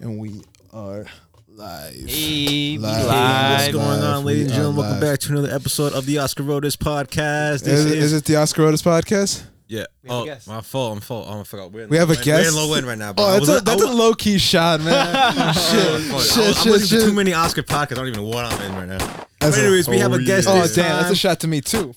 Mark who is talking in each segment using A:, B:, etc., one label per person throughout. A: and we are live.
B: Hey, we
A: Live.
B: live.
C: What's going on,
A: Live.
C: ladies and
A: We are
C: gentlemen? Welcome
A: live.
C: back to another episode of the Oscar Rodas podcast. This
A: Is, is it the Oscar Otis podcast?
C: yeah.
B: We have a
C: Oh,
B: guest.
C: my fault. I'm fault. Oh, I forgot. We're in
A: We have a
C: we're in-
A: guest?
C: We're in low end right now. Bro.
A: Oh,
C: I
A: that's
C: was-
A: a
C: I
A: that's a
C: was-
A: low key shot, man.
C: I
A: shit,
C: was-
A: shit,
C: I'm listening
A: shit,
C: to too
A: shit.
C: many Oscar podcasts. I don't even know what I'm in right now.
A: That's
C: But
A: a-
C: anyways, we have
A: oh,
C: a guest.
A: Oh
C: this
A: damn,
C: time.
A: that's a shot to me too.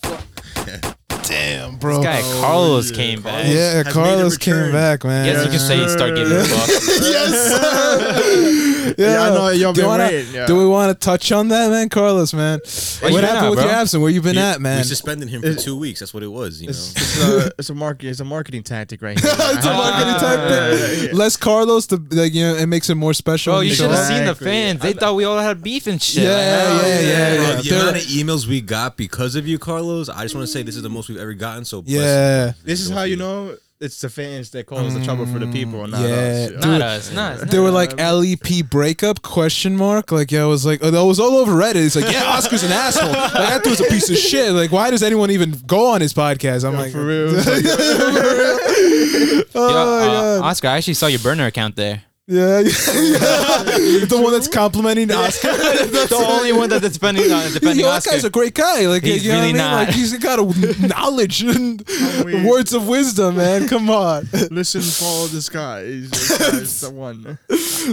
A: Damn, bro.
B: Guy Carlos came back.
A: Yeah,
C: has made a
A: Carlos came
C: return.
A: back, man.
B: Yes, you can say and start giving a fuck.
A: yes, sir.
C: Yeah, I know, y'all
A: do,
C: been
A: wanna-
C: waiting, yeah.
A: do we want to touch on that, man, Carlos, man?
B: you
A: what
B: been
A: happened
B: out,
A: with
B: bro?
A: your absence? Where you been at, man?
C: We suspended him for two weeks. That's what it was. You know.
D: It's, it's, a, it's a market. It's a marketing tactic right here.
A: it's a marketing tactic. Less Carlos, the like, you know, it makes it more special.
B: Bro,
A: when
B: you
A: show
B: should have
A: up.
B: seen the
D: Exactly.
B: fans. They thought we all had beef and shit.
A: Yeah,
B: Like,
A: yeah, yeah, yeah.
C: Bro, the
A: They're-
C: amount of emails we got because of you, Carlos. I just want to say this is the most we've ever gotten. So bless
A: Yeah,
D: This is how you know it's the fans that cause the trouble for the people, not
A: Mm, yeah.
D: us.
A: Dude,
B: Not us, not us.
A: They
B: not
A: were
B: us.
A: like LEP breakup question mark. Like yeah, I was like, oh, that was all over Reddit. It's like, yeah, Oscar's an asshole. Like that dude's a piece of shit. Like why does anyone even go on his podcast? I'm like,
D: For real. So, yeah,
B: Yo,
A: oh my
B: uh,
A: god,
B: Oscar, I actually saw your burner account there.
A: yeah, yeah, yeah. the one that's complimenting Oscar.
B: the only one that's depending on depending
A: Yo,
B: on
A: that
B: Oscar.
A: guy's a great guy. Like,
B: He's
A: you know
B: really
A: what I mean?
B: not.
A: Like, he's got a knowledge and
D: weird.
A: words of wisdom, man. Come on,
D: Listen, follow this guy. He's, this guy's the one.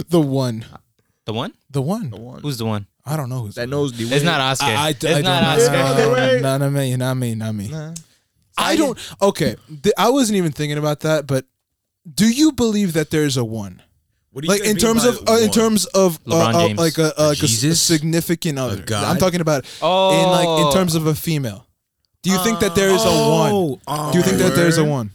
A: the one,
B: the one?
A: the one.
D: The one.
B: Who's the one?
A: I don't know who's.
D: that knows the way.
B: It's not Oscar.
A: I, I,
B: it's
A: I
B: not
A: don't
B: Oscar.
A: know.
D: Oscar.
A: No, no, no, not me, not me, not me.
D: Nah.
A: I don't. Okay, th- I wasn't even thinking about that. But do you believe that there's a one?
C: What do you
A: Like
C: guys
A: in
C: mean
A: terms
C: by
A: of uh, in
C: one?
A: terms of uh,
B: LeBron
A: uh,
B: James.
A: like a, uh, like a s-
C: Jesus?
A: significant other.
C: God?
A: I'm talking about in like in terms of a female. Do you think that there is a one?
C: Oh, oh,
A: Do you think that there's a one?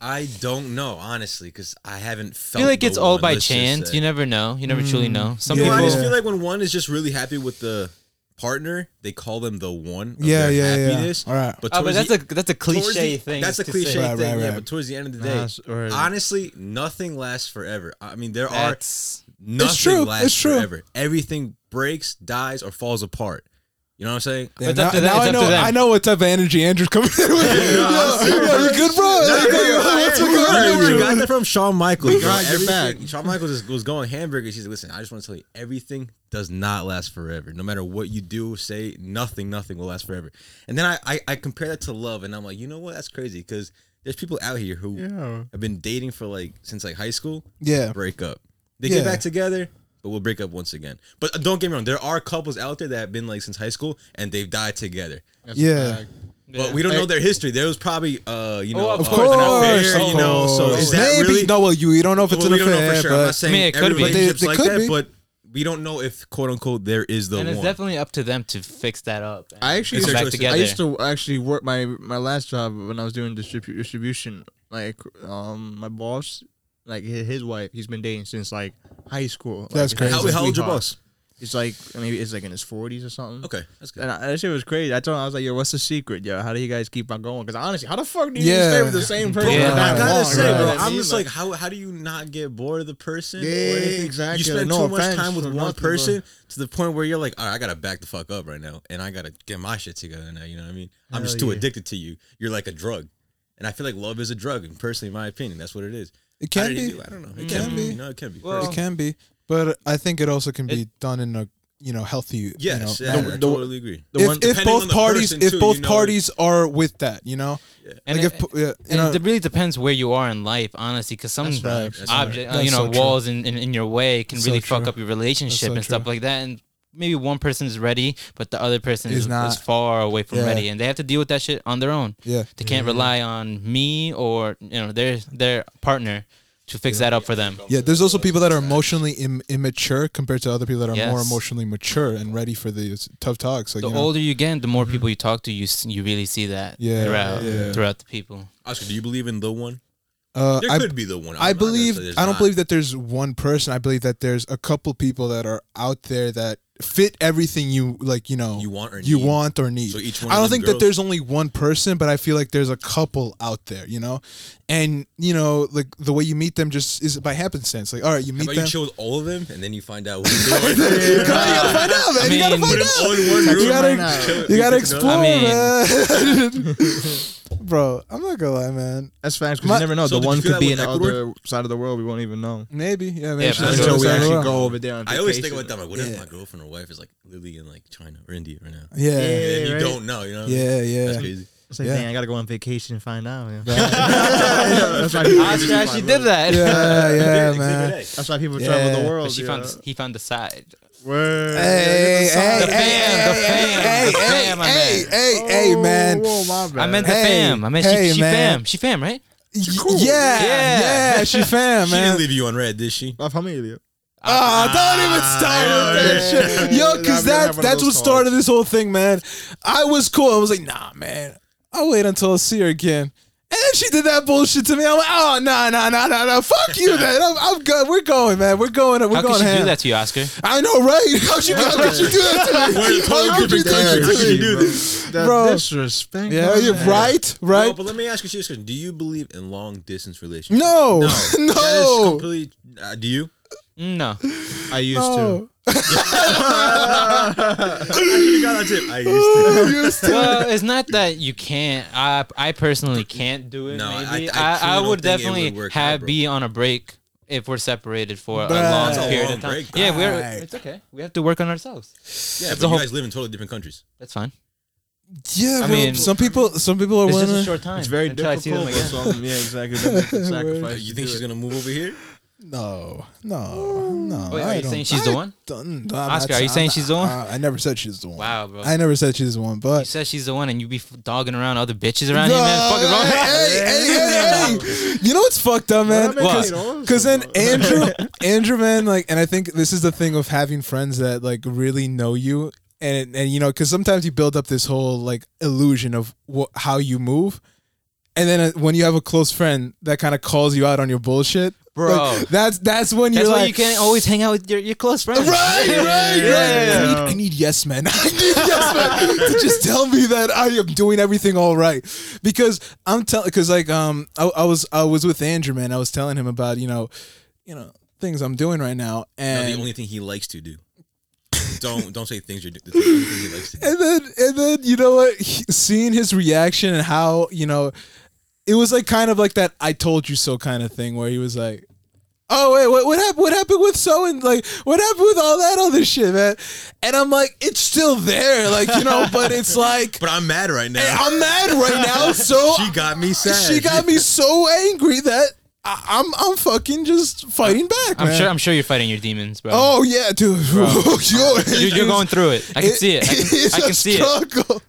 C: I don't know, honestly, because I
B: I
C: haven't felt.
B: feel like
C: the
B: it's all
C: one,
B: by
C: let's just
B: chance.
C: say.
B: You never know. You never truly know. Some
A: Mm. Yeah.
C: Well, I
B: people
C: just feel like when one is just really happy with the partner, they call them the one. Of
A: Yeah,
C: their
A: yeah, yeah.
C: happiness.
A: All right.
B: Oh, but
C: towards
B: that's
C: the-
B: a that's a
C: towards
B: cliche
C: the-
B: thing.
C: That's a
B: to
C: cliche
B: say.
A: Right,
C: thing.
A: right,
C: Yeah,
A: right.
C: but towards the end of the day,
D: Nah, it's- or-
C: honestly, nothing lasts forever. I mean, there are
B: That's
C: nothing
A: true,
C: lasts
A: it's true.
C: forever. Everything breaks, dies, or falls apart. You know what I'm saying?
A: Yeah,
B: It's
A: now
B: up to them,
A: now
B: it's
A: I
B: up
A: know
B: to them.
A: I know what type of energy Andrew's coming in with. Yo, yo, you good, bro? Like, what's
C: Hey,
A: going on with
C: you
A: you?
C: got that from Shawn Michaels. Bro.
D: Right, you're
C: Everything- Shawn Michaels is, was going hamburgers. He's like, listen, I just want to tell you, everything does not last forever. No matter what you do, say, nothing, nothing will last forever. And then I, I, I compare that to love, and I'm like, you know what? That's crazy because there's people out here who
D: Yeah.
C: have been dating for like since like high school,
A: Yeah.
C: break up. They
A: Yeah.
C: get back together, but we'll break up once again. But uh, don't get me wrong, there are couples out there that have been like since high school and they've died together.
A: Yeah.
C: But we don't know their history. There was probably, uh, you know,
B: Oh, of
C: uh,
A: Of course,
C: an
B: not
C: affair,
B: fair,
A: of
C: you know. So
A: course.
C: is that
A: maybe
C: really?
A: no? Well, you you don't know if it's
C: well,
A: an
C: we don't know
A: affair,
C: for sure. I'm
A: but
C: not saying
B: I mean, it could
C: every
B: be. But they-
C: relationship's
A: they
C: like
A: could
C: that,
A: be.
C: but we don't know if quote unquote there is the
B: and it's
C: one.
B: definitely up to them to fix that up. and
D: I actually
B: get
C: It's
B: back
C: their choice.
B: together.
D: I used to actually work my my last job when I was doing distribu- distribution. Like, um, my boss, like hi- his wife, he's been dating since like high school. Like,
A: That's
D: it's
A: crazy.
C: how,
D: his
C: how old your
D: sweetheart.
C: boss?
D: It's like maybe it's like in his forties or something.
C: Okay, that's good.
D: And I, that shit was crazy. I told him, I was like, yo, what's the secret? Yo, how do you guys keep on going? Because honestly, how the fuck do you
A: Yeah.
D: stay with the same person?
B: Yeah.
D: for that
C: I gotta
D: long,
C: say,
D: you know
C: bro,
D: what I
C: I'm
D: mean?
C: just like, how how do you not get bored of the person? or
D: Yeah,
C: anything?
D: exactly.
C: You spend
D: No
C: too much
D: offense
C: time with
D: for
C: one
D: nothing, bro.
C: person to the point where you're like, all right, I gotta back the fuck up right now, and I gotta get my shit together now. You know what I mean? I'm just
D: Hell
C: too
D: yeah.
C: addicted to you. You're like a drug, and I feel like love is a drug. And personally, in my opinion, that's what it is.
A: it
C: How
A: can
C: did
A: be.
C: you do? I don't know. It
A: can
C: can
A: be.
C: be. You know, it can be.
B: Well,
A: It can be, but I think it also can be done in a you know healthy.
C: Yes,
A: you
C: yeah,
A: know,
C: I
A: manner.
C: totally agree.
D: the one-
A: if, if
C: depending
A: both
C: on the
A: parties,
C: person,
A: if
C: too,
A: both
C: you know,
A: parties are with that, you know,
B: and
A: like
B: it-
A: if po- yeah, you
B: And
A: know,
B: it really depends where you are in life, honestly, because some
D: That's facts. That's
B: object,
A: facts.
B: uh, you
A: That's
B: know,
A: so true.
B: walls in, in, in your way can
A: That's
B: really
A: so
B: fuck
A: true.
B: up your relationship
A: so
B: and stuff
A: true.
B: like that. And maybe one person is ready, but the other person
A: Is
B: is, is
A: not.
B: far away from
A: Yeah.
B: ready, and they have to deal with that shit on their own.
A: yeah,
B: They can't rely on me or you know their their partner to fix that up for them.
A: yeah. There's also people that are emotionally Im- immature compared to other people that are more
B: Yes.
A: emotionally mature and ready for these tough talks. Like,
B: The
A: you know.
B: older you get, the more people you talk to, you s- you really see that
A: Mm-hmm. Yeah,
B: throughout
A: yeah.
B: throughout the people.
C: Oscar, do you believe in the one?
A: uh,
C: There
A: I,
C: could be the one.
A: I
C: I'm not gonna
A: believe
C: say there's
A: I don't
C: not.
A: believe that there's one person. I believe that there's a couple people that are out there that fit everything you like. You know,
C: You want or
A: you
C: need.
A: want or need.
C: So each one
A: I
C: of
A: don't
C: them
A: think that
C: grows.
A: there's only one person, but I feel like there's a couple out there. You know, and you know, like the way you meet them just is by happenstance. Like, all right, you meet
C: But
A: them.
C: you chill with all of them, and then you find out who's doing.
A: You gotta, you gotta find out, man.
B: I
A: you gotta
B: mean-
A: find
C: Put
A: out.
C: them all in one room.
A: You gotta,
D: Why not?
C: Chill-
A: you gotta
C: pick it up.
A: explore,
B: I mean-
A: man. bro. I'm not gonna lie, man.
D: That's facts. 'cause
A: My-
D: you never know.
C: So
D: the
C: did you
D: one
C: feel
D: could
C: that
D: be
C: with
D: in the
C: Ecuador?
D: other side of the world. We won't even know
A: Maybe, yeah.
B: Yeah,
A: Maybe
B: but
A: she's
C: that's
A: on
D: until
A: the other side of
C: what
D: we
A: the
D: actually
A: world.
D: go over there. On
C: I always think about
D: vacation.
C: that. I'm like, what
A: Yeah.
C: if my girlfriend or wife is like literally in like China or India right now?
A: Yeah,
C: And then you
D: right.
C: don't know, you know?
A: yeah,
C: That's
A: yeah.
C: crazy.
D: It's like,
A: Yeah.
D: dang, I gotta go on vacation and find out. man." that's why people-
B: Oscar actually Ah, did that.
A: Yeah, yeah, man.
C: Exhibit
D: That's why people travel
A: Yeah.
D: the world.
B: But she
D: yeah.
B: found he found the side.
D: Word.
A: Hey, hey, hey,
B: The fam, the
A: hey, hey, hey,
B: fam, the fam, my
A: hey,
B: man.
A: hey, hey,
C: Oh,
A: man.
D: Oh, Whoa, my bad.
B: I meant the
A: Hey,
B: fam. I meant
A: hey,
B: she, she
A: man.
B: fam. She fam, right?
A: Y- Yeah,
B: Yeah.
A: yeah, she
C: A.
A: fam,
C: She didn't
A: man.
C: leave you on red, did she?
D: My familia.
A: Ah, don't even start with that
D: yeah,
A: shit,
D: yeah,
A: yo,
D: yeah,
A: because
D: yeah, yeah,
A: that
D: yeah,
A: that's
D: yeah,
A: what
D: yeah.
A: started this whole thing, man. I was cool. I was like, nah, man. I'll wait until I see her again. And then she did that bullshit to me. I'm like, oh no, no, no, no, no. Fuck you, then. I'm, I'm good. We're going, man. We're going. We're
B: How
A: going.
B: could she do
A: ham.
B: that to you, Oscar?
A: I know, right? How'd you, how could you do that to me?
C: We're in a
A: How
C: totally
A: could you
C: different
A: do that to
C: country. How could you
A: me?
C: do this?
D: That
A: Bro.
D: disrespect.
A: Yeah,
D: my
A: you're
D: man.
A: right,
C: No,
A: right?
C: but let me ask you a serious question. Do you believe in long distance relationships?
A: No, no.
C: That is completely. Uh, do you?
B: Mm, No.
D: I used
A: No.
C: You got that tip. I used to.
B: well, it's not that you can't. I I personally can't do it.
C: No, I-
B: maybe
C: I
B: I,
C: truly
B: I,
C: don't
B: would
C: think it
B: definitely
C: would work out,
B: have
C: bro.
B: be on a break if we're separated for
A: Bruh.
B: a long
A: That's a
B: period
C: long
B: of time.
C: break,
B: yeah, we're
A: right.
B: it's okay. We have to work on ourselves.
C: Yeah,
B: a
C: but
B: whole-
C: you guys live in totally different countries.
B: That's fine.
A: Yeah,
B: I
A: well,
B: mean-
A: some people, some people are
B: It's just a
A: willing. to-
B: short time.
D: It's very
B: until I see them
D: difficult.
B: again.
D: but some- yeah, exactly. That makes a
C: Uh,
D: sacrifice.
C: you
D: to
C: think
D: do
C: she's
D: it.
C: gonna move over here?
A: No, no, no.
B: Wait, are
A: I
B: you
A: don't-
B: saying she's
A: I
B: the one?
A: don't- no, I'm
B: Oscar,
A: not-
B: are you
A: I'm
B: saying
A: not-
B: she's the one?
A: uh, I never said she's the one.
B: Wow, bro.
A: I never said she's the one,
B: You
A: but
B: said she's the one, and you be f- dogging around other bitches around
A: No,
B: you, man. Fuck wrong.
A: hey, hey, hey, hey, hey. You know what's fucked up, man?
D: What?
A: Because because then Andrew, Andrew, man, like, and I think this is the thing of having friends that like really know you, and and you know, because sometimes you build up this whole like illusion of wha how you move, and then uh, when you have a close friend that kind of calls you out on your bullshit,
B: Bro.
A: like, that's that's when
B: That's
A: you're
B: why
A: like.
B: you can't always hang out with your, your close friends.
A: Right, right, right. I,
D: yeah, yeah.
A: need, I need yes men. I need yes men to just tell me that I am doing everything all right. Because I'm telling, because like um, I, I was I was with Andrew, man. I was telling him about you know, you know things I'm doing right now,
C: No,
A: and
C: the only thing he likes to do. don't don't say things you're doing. The only thing he likes to do.
A: and then and then you know what? He- seeing his reaction and how you know, it was like kind of like that I told you so kind of thing where he was like. Oh wait, what what happened? What happened with so and like what happened with all that other shit, man? And I'm like, it's still there, like you know, but it's like
C: But I'm mad right now.
A: I'm mad right now, so
C: she got me sad.
A: she got me so angry that I, I'm I'm fucking just fighting back.
B: I'm
A: man.
B: sure. I'm sure you're fighting your demons, bro.
A: Oh yeah, dude,
B: You're, you're going through it. I can see it. I
A: it's
B: can, I
A: a
B: can see it.
A: struggle.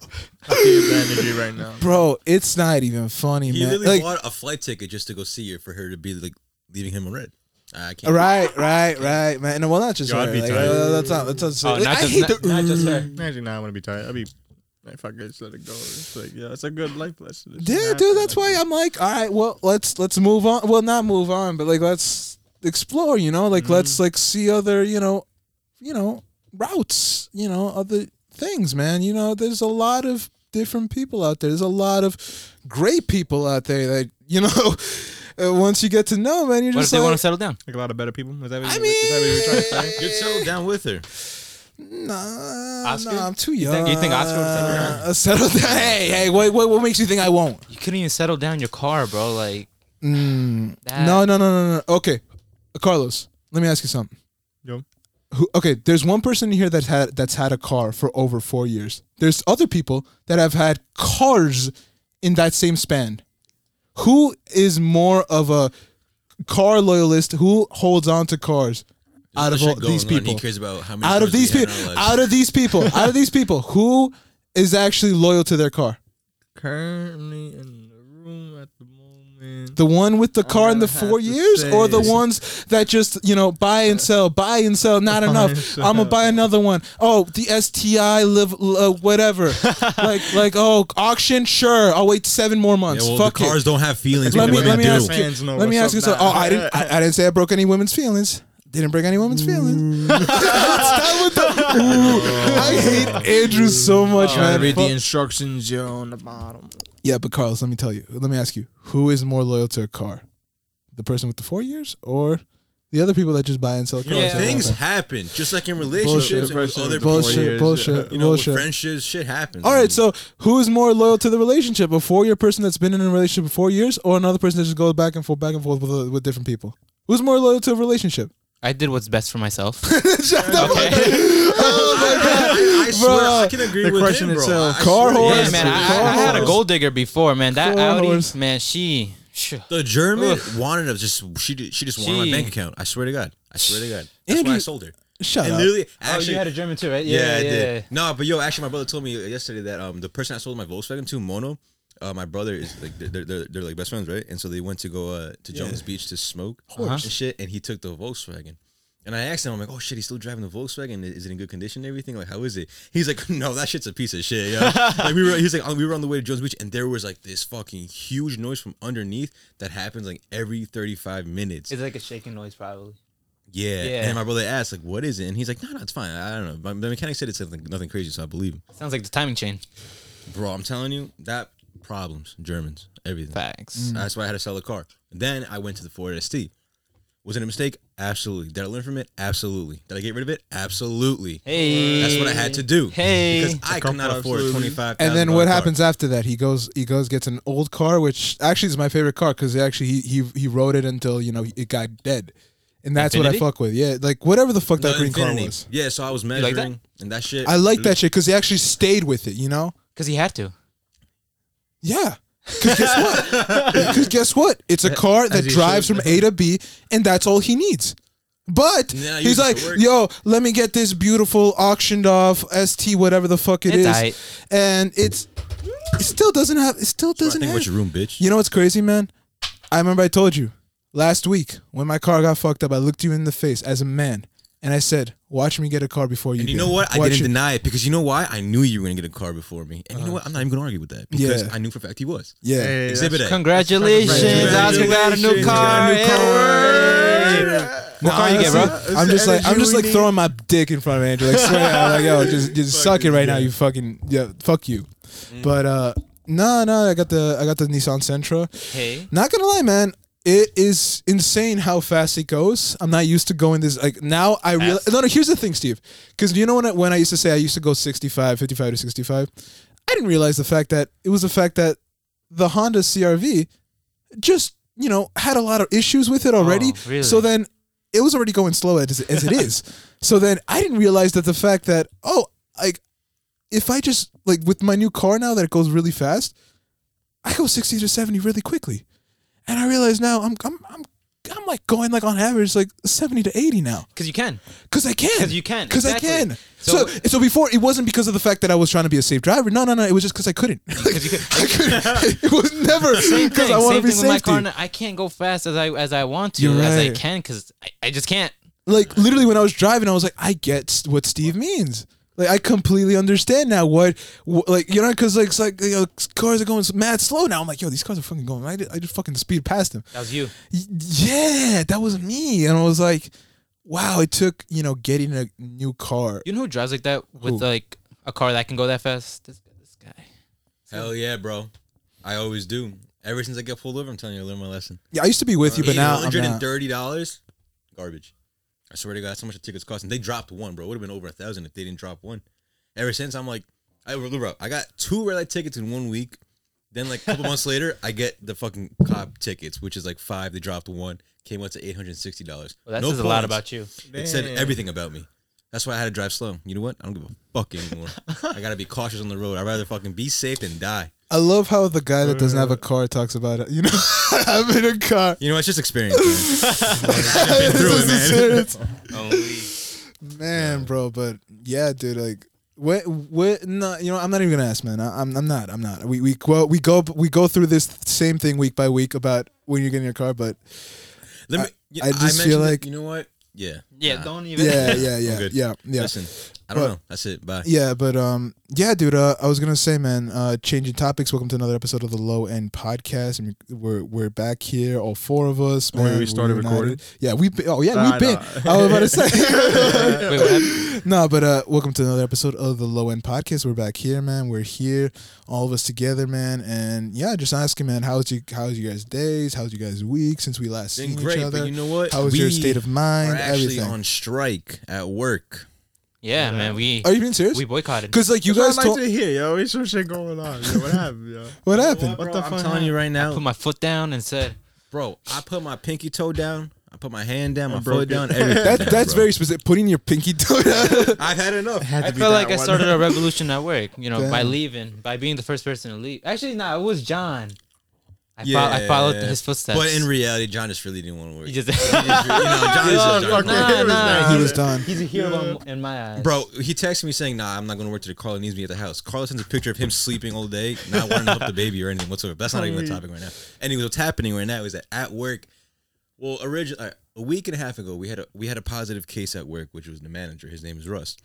D: I feel your energy right now.
A: bro it's not even funny
C: He
A: man
C: literally
A: like
C: bought a flight ticket just to go see her for her to be like leaving him on red. I can't.
A: right right right man and well not just
C: Yo, I'd
A: her,
C: be
A: like,
C: tired.
A: uh, that's not that's not so-
B: Oh,
A: like,
B: not
A: I
B: just-
A: hate
B: not-
A: the Mm.
B: not just her.
D: Actually, nah, I want to be tired. I'll be. Like, fuck it, just let it go. It's like, yeah, it's a good life lesson. It's
A: Mm, yeah
D: happy,
A: dude that's
D: like-
A: why i'm like all right well let's let's move on well not move on but like let's explore you know like
B: Mm.
A: let's like see other you know you know routes you know other things man you know there's a lot of different people out there there's a lot of great people out there that you know uh, once you get to know man you're
B: What if
A: just
B: they
A: like
B: want to settle down?
D: Like a lot of better people. Is that what,
A: I
D: you- is that what you were trying to say?
A: mean-
C: You'd settle down with her.
A: Nah,
B: Oscar?
A: nah, I'm too
B: You
A: young.
B: think- you think Oscar would settle down?
A: Uh, settle down? Hey, hey, what, what, what makes you think I won't?
B: You couldn't even settle down your car, bro. Like
A: Mm,
B: that.
A: no, no, no, no, no. Okay, Carlos, let me ask you something.
D: Yo.
A: Who, okay, there's one person here that had that's had a car for over four years. There's other people that have had cars in that same span. Who is more of a car loyalist? Who holds on to cars out of
C: Shit
A: all
C: going
A: these
C: on.
A: people?
C: he cares about how many
A: out of
C: cars we
A: these
C: had in
A: people,
C: our lives.
A: out of these people, out of these people, who is actually loyal to their car?
D: Currently in the room at the moment.
A: The one with the
D: I'm
A: car in the
D: gonna have
A: four
D: to
A: years, or the
D: say-
A: ones that just you know buy and sell, buy and sell, not
D: Buy
A: enough.
D: and
A: I'm gonna
D: sell.
A: buy another one. Oh, the STI live uh, whatever, like like oh auction, sure. I'll wait seven more
C: Yeah,
A: months.
C: well,
A: Fuck
C: the cars
A: it.
C: don't have feelings.
A: Let
C: Let
A: me
C: women
A: let me
C: do.
A: ask
D: Fans
A: you.
D: know
A: Let me ask
D: what's
A: you.
D: up
A: So,
D: now.
A: oh, I didn't I, I didn't say I broke any women's feelings. Didn't break any women's feelings. Stop with the- Ooh. I hate Andrew so much,
D: Trying
A: man.
D: to read
A: Fuck-
D: the instructions, yo, on the bottom.
A: Yeah, but Carlos, let me tell you. Let me ask you: Who is more loyal to a car, the person with the four years or the other people that just buy and sell
C: You know,
A: cars.
B: Yeah.
C: things happen just like in relationships and with
D: Bullshit.
C: other people.
D: Bullshit.
A: bullshit,
D: years,
A: bullshit,
C: You know, with
A: bullshit.
C: friendships, shit happens.
A: All right, so who is more loyal to the relationship, a four-year person that's been in a relationship for four years, or another person that just goes back and forth, back and forth with, uh, with different people? Who's more loyal to a relationship?
B: I did what's best for myself.
A: Shut the fuck up.
B: Okay.
C: I, I swear,
A: Bro,
C: I can agree
D: the
C: with
D: question
C: him, bro.
D: itself.
C: I
A: Car
C: swear,
A: horse.
B: yeah, man. I, I- I had a
A: Horse.
B: gold digger before, man. That Audi,
A: Horse.
B: man. She, sh-
C: The German wanted to just she did, she just wanted
B: She-
C: my bank account. I swear to God, I swear to God, that's why I
A: Andrew-
C: sold her.
A: Shut
C: And
A: up.
C: literally,
B: oh,
C: actually,
B: you had a German too, right?
C: yeah, I did. No, but yo, actually, my brother told me yesterday that um the person I sold my Volkswagen to, Mono, uh, my brother is like they're, they're they're like best friends, right? And so they went to go uh to Jones Beach to smoke and shit, and he took the Volkswagen. And I asked him, I'm like, oh shit, he's still driving the Volkswagen. Is it in good condition and everything? Like, how is it? He's like, no, that shit's a piece of shit. Yo. like we were, he's like, "Oh, we were on the way to Jones Beach, and there was like this fucking huge noise from underneath that happens like every 35 minutes.
B: It's like a shaking noise, probably.
C: Yeah.
B: Yeah.
C: And my brother asked, like, what is it? And he's like, no, no, it's fine. I don't know. But the mechanic said it's something, nothing crazy, so I believe him.
B: Sounds like the timing chain.
C: Bro, I'm telling you, that problems, Germans, everything.
B: Facts.
A: Mm.
C: That's why I had to sell the car. Then I went to the Ford ST. Was it a mistake? Absolutely. Did I learn from it? Absolutely. Did I get rid of it? Absolutely.
B: Hey.
C: That's what I had to do.
B: Hey.
C: Because I could not afford
D: absolutely.
C: twenty five.
A: and then what happens after that? He goes, he goes, gets an old car, which actually is my favorite car because actually he, he he rode it until you know it got dead, and that's
B: Infinity?
A: what I fuck with. Yeah, like whatever the fuck that green car was.
C: Yeah, so I was
B: that?
C: measuring and that shit.
A: I like that shit because he actually stayed with it. You know?
B: Because he had to.
A: Yeah. Because guess what? Because guess what? It's a car that
D: he
A: drives
D: should.
A: from A to B, and that's all he needs. But
C: Nah, you
A: he's
C: just
A: like,
C: work.
A: yo, let me get this beautiful auctioned off ST, whatever the fuck it is,
B: It's aight.
A: and it's it still doesn't have it still
C: I
A: doesn't
C: think
A: have.
C: what's your room, bitch?
A: You know what's crazy, man? I remember I told you last week when my car got fucked up. I looked you in the face as a man, and I said, "Watch me get a car before you."
C: And you
A: do.
C: know what? I
A: Watch
C: didn't
A: it." Uh-huh.
C: deny it because you know why? I knew you were gonna get a car before me. And you know what? I'm not even gonna argue with that because
A: Yeah.
C: I knew for a fact he was.
A: Yeah.
D: Hey, that's-
C: Exhibit A.
B: Congratulations, Oscar got a new
C: Congratulations.
B: car.
C: Got a new
B: Hey.
A: No,
B: What car you get, bro?
A: honestly, I'm just like I'm
D: energy
A: just
D: we
A: like
D: need.
A: throwing
B: E
A: my dick in front of Andrew. Like, swear, I'm like yo, just just suck it right now. You fucking yeah, fuck you.
B: Mm.
A: But uh, no, no, I got the I got the Nissan Sentra.
B: Hey.
A: Not gonna lie, man. It is insane how fast it goes. I'm not used to going this like now. I real no no. Here's the thing, Steve. Because you know when I, when I used to say I used to go 65, 55 to 65, I didn't realize the fact that it was the fact that the Honda CRV just you know had a lot of issues with it already.
B: Oh, really?
A: So then it was already going slow as, as it is. so then I didn't realize that the fact that oh like if I just like with my new car now that it goes really fast, I go sixty to seventy really quickly, and I realize now I'm I'm I'm, I'm like going like on average like seventy to eighty now
B: Because you can.
A: because I can
B: 'Cause you can,
A: because
B: exactly.
A: I can. So,
B: So-
A: so before it wasn't because of the fact that I was trying to be a safe driver. No, no, no. It was just because I couldn't. Because I couldn't. it was never
B: Same
A: because
B: thing.
A: I want to
B: Same
A: be
B: thing with my
A: safety.
B: car. now. I can't go fast as I as I want to,
A: You're
B: as I
A: right.
B: can, because I, I just can't.
A: like literally when I was driving, I was like, I get s- what Steve means. Like I completely understand now what, wh- like you know, because like it's like you know, cars are going s- mad slow now. I'm like, yo, these cars are fucking going. I did, I just fucking speed past them.
B: That was you.
A: Y- Yeah, that was me, and I was like, wow, it took you know getting a new car.
B: You know who drives like that with
A: Who?
B: like a car that can go that fast? This, this guy.
C: Hell yeah, bro. I always do. Ever since I got pulled over, I'm telling you, I learned my lesson.
A: Yeah, I used to be with you, but now I'm
C: hundred and
A: not.
C: thirty dollars, garbage. I swear to God, that's how much the tickets cost. And they dropped one, bro. It would have been over a thousand if they didn't drop one. Ever since I'm like, I bro, I got two red light tickets in one week. Then like a couple months later, I get the fucking cop tickets, which is like five. They dropped one, came out to eight hundred and sixty dollars.
B: Well, that says a lot about you.
C: It said
D: Damn.
C: everything about me. That's why I had to drive slow. You know what? I don't give a fuck anymore. I gotta be cautious on the road. I'd rather fucking be safe than die.
A: I love how the guy that doesn't have a car talks about it. You know, I'm in a car.
C: You know, it's just experience. Man. I've been through
A: This
C: it,
A: is
C: man.
A: serious. man, bro. But yeah, dude, like. What, what, no, you know, I'm not even gonna ask, man. I, I'm, I'm not, I'm not. We, we, well, we go, we go through this same thing week by week about when you're getting your car, but
C: Let me.
A: I just feel
C: mentioned it,
A: like-
C: you know what? Yeah.
B: Yeah,
C: Nah.
B: don't even.
A: yeah, yeah, yeah,
C: good.
A: yeah, yeah.
C: Listen, I don't
A: But-
C: know. That's it. Bye.
A: Yeah, but um, yeah, dude. Uh, I was gonna say, man. Uh, changing topics. Welcome to another episode of the Low End Podcast. And we're we're back here, all four of us.
D: Oh, wait,
A: man,
D: we started
A: reunited.
D: recording?
A: Yeah, we've been. Oh yeah,
D: Nah,
A: we've been.
D: nah.
A: I was about to say.
B: Wait, what happened?
A: no, but uh, welcome to another episode of the Low End Podcast. We're back here, man. We're here, all of us together, man. And yeah, just asking, man, how's you how's you guys' days? How's you guys' week since we last
C: Been
A: seen
C: great,
A: each other?
C: but you know what?
A: How was your
C: We
A: state of
C: We're
A: mind?
C: actually
A: Everything.
C: on strike at work.
B: Yeah, man, we
A: Are you being serious?
B: we boycotted.
A: Because like you guys,
D: That's what I
A: told-
D: like to hear, yo. There's some shit going on. Yo, what happened, yo?
A: what happened?
D: What
C: Bro,
D: the
C: I'm
D: fuck
C: telling you right now,
B: Put my foot down and said,
C: bro. I put my pinky toe down. I put my hand down. My
D: broke
C: foot
D: it.
C: down. Everything.
A: That
C: down,
A: that's
C: bro.
A: very specific. Putting your pinky toe down.
C: I've had enough.
D: Had to
B: I
D: be
B: felt
D: that
B: like I
D: one.
B: started a revolution at work. You know, by
A: Damn.
B: leaving, by being the first person to leave. Actually, no, it was John. I, fo-
C: Yeah,
B: I followed his footsteps.
C: But in reality, John just really didn't want to work.
B: he just
C: You know, John is
D: Yeah,
C: just John.
D: fuck
C: Nah.
D: it.
B: nah, nah,
A: he was done.
B: He's a hero in- in my eyes,
C: Bro, he texted me saying, "Nah, I'm not going to work today. Carla needs me at the house." Carla sends a picture of him sleeping all day, not wanting to help the baby or anything whatsoever. But that's not even the topic right now. Anyway, what's happening right now is that at work, well, originally a week and a half ago, we had a we had a positive case at work, which was the manager. His name is Russ.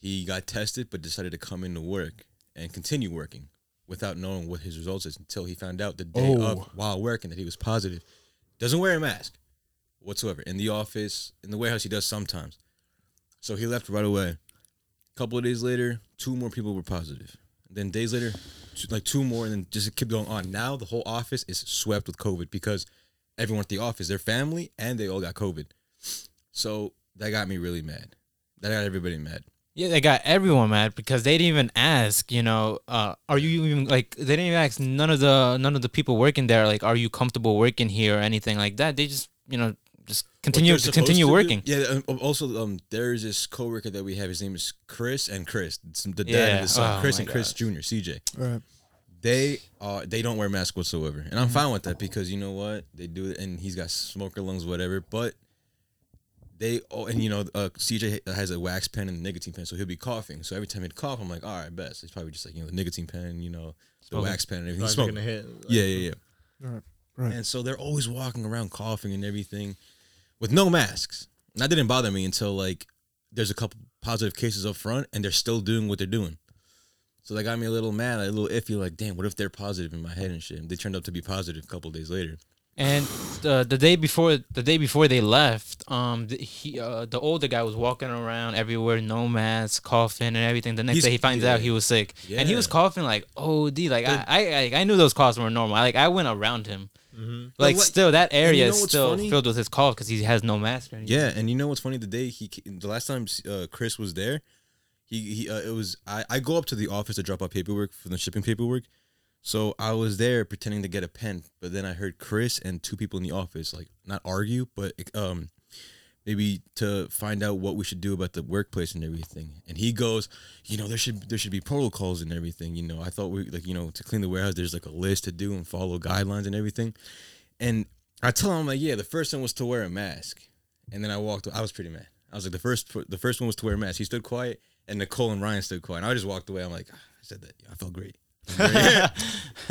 C: He got tested, but decided to come into work and continue working without knowing what his results is until he found out the day
A: Oh.
C: of while working that he was positive. Doesn't wear a mask whatsoever in the office, in the warehouse. He does sometimes. So he left right away. couple of days later, two more people were positive. Then days later, two, like two more, and then just keep going on. Now the whole office is swept with COVID because everyone at the office, their family, and they all got COVID. So that got me really mad. That got everybody mad.
B: Yeah, they got everyone mad because they didn't even ask. You know, uh, are you even like? They didn't even ask none of the none of the people working there. Like, are you comfortable working here or anything like that? They just you know just continue
C: They're
B: to
C: supposed
B: continue
C: do-
B: working.
C: Yeah. um, Also, um, there's this coworker that we have. His name is Chris, and Chris, it's the dad
B: Yeah,
C: of his son,
B: oh
C: Chris
B: my
C: and Chris Junior, CJ.
A: Right.
C: they are they don't wear masks whatsoever, and I'm
B: Mm.
C: fine with that because you know what they do, it, and he's got smoker lungs, whatever. But they oh, and you know uh, CJ ha- has a wax pen and a nicotine pen, so he'll be coughing. So every time he'd cough, I'm like, all right, best. It's probably just like you know the nicotine pen, you know the
B: Smoking.
C: wax pen, and everything.
D: Thought
C: He's
D: you were
C: smoking.
D: gonna hit.
C: Yeah, yeah, yeah.
A: Right, right.
C: And so they're always walking around coughing and everything with no masks. And that didn't bother me until like there's a couple positive cases up front and they're still doing what they're doing. So that got me a little mad, a little iffy, like, damn, what if they're positive in my head and shit? And they turned out to be positive a couple days later.
B: And uh, the the day before the day before they left, um, the, he uh, the older guy was walking around everywhere, no mask, coughing and everything. The next
C: He's-
B: day he finds
C: yeah.
B: out he was sick, and he was
C: Yeah.
B: coughing like OD. Like I, I I I knew those coughs were normal. Like I went around him. Like
C: Mm-hmm. what-
B: still that
C: you
B: area
C: know
B: is
C: what's
B: still
C: funny?
B: filled with his cough because he has no mask. Or anything.
C: Yeah, and you know what's funny? The day he, ca- the last time uh, Chris was there, he, he uh, it was I, I go up to the office to drop off paperwork for the shipping paperwork. So I was there pretending to get a pen, but then I heard Chris and two people in the office like not argue, but um maybe to find out what we should do about the workplace and everything. And he goes, you know, there should there should be protocols and everything. You know, I thought we like you know to clean the warehouse, there's like a list to do and follow guidelines and everything. And I tell him like, yeah, the first one was to wear a mask, and then I walked. I was pretty mad. I was like, the first the first one was to wear a mask. He stood quiet, and Nicole and Ryan stood quiet. And I just walked away. I'm like, "Ah, I said that. I felt great. I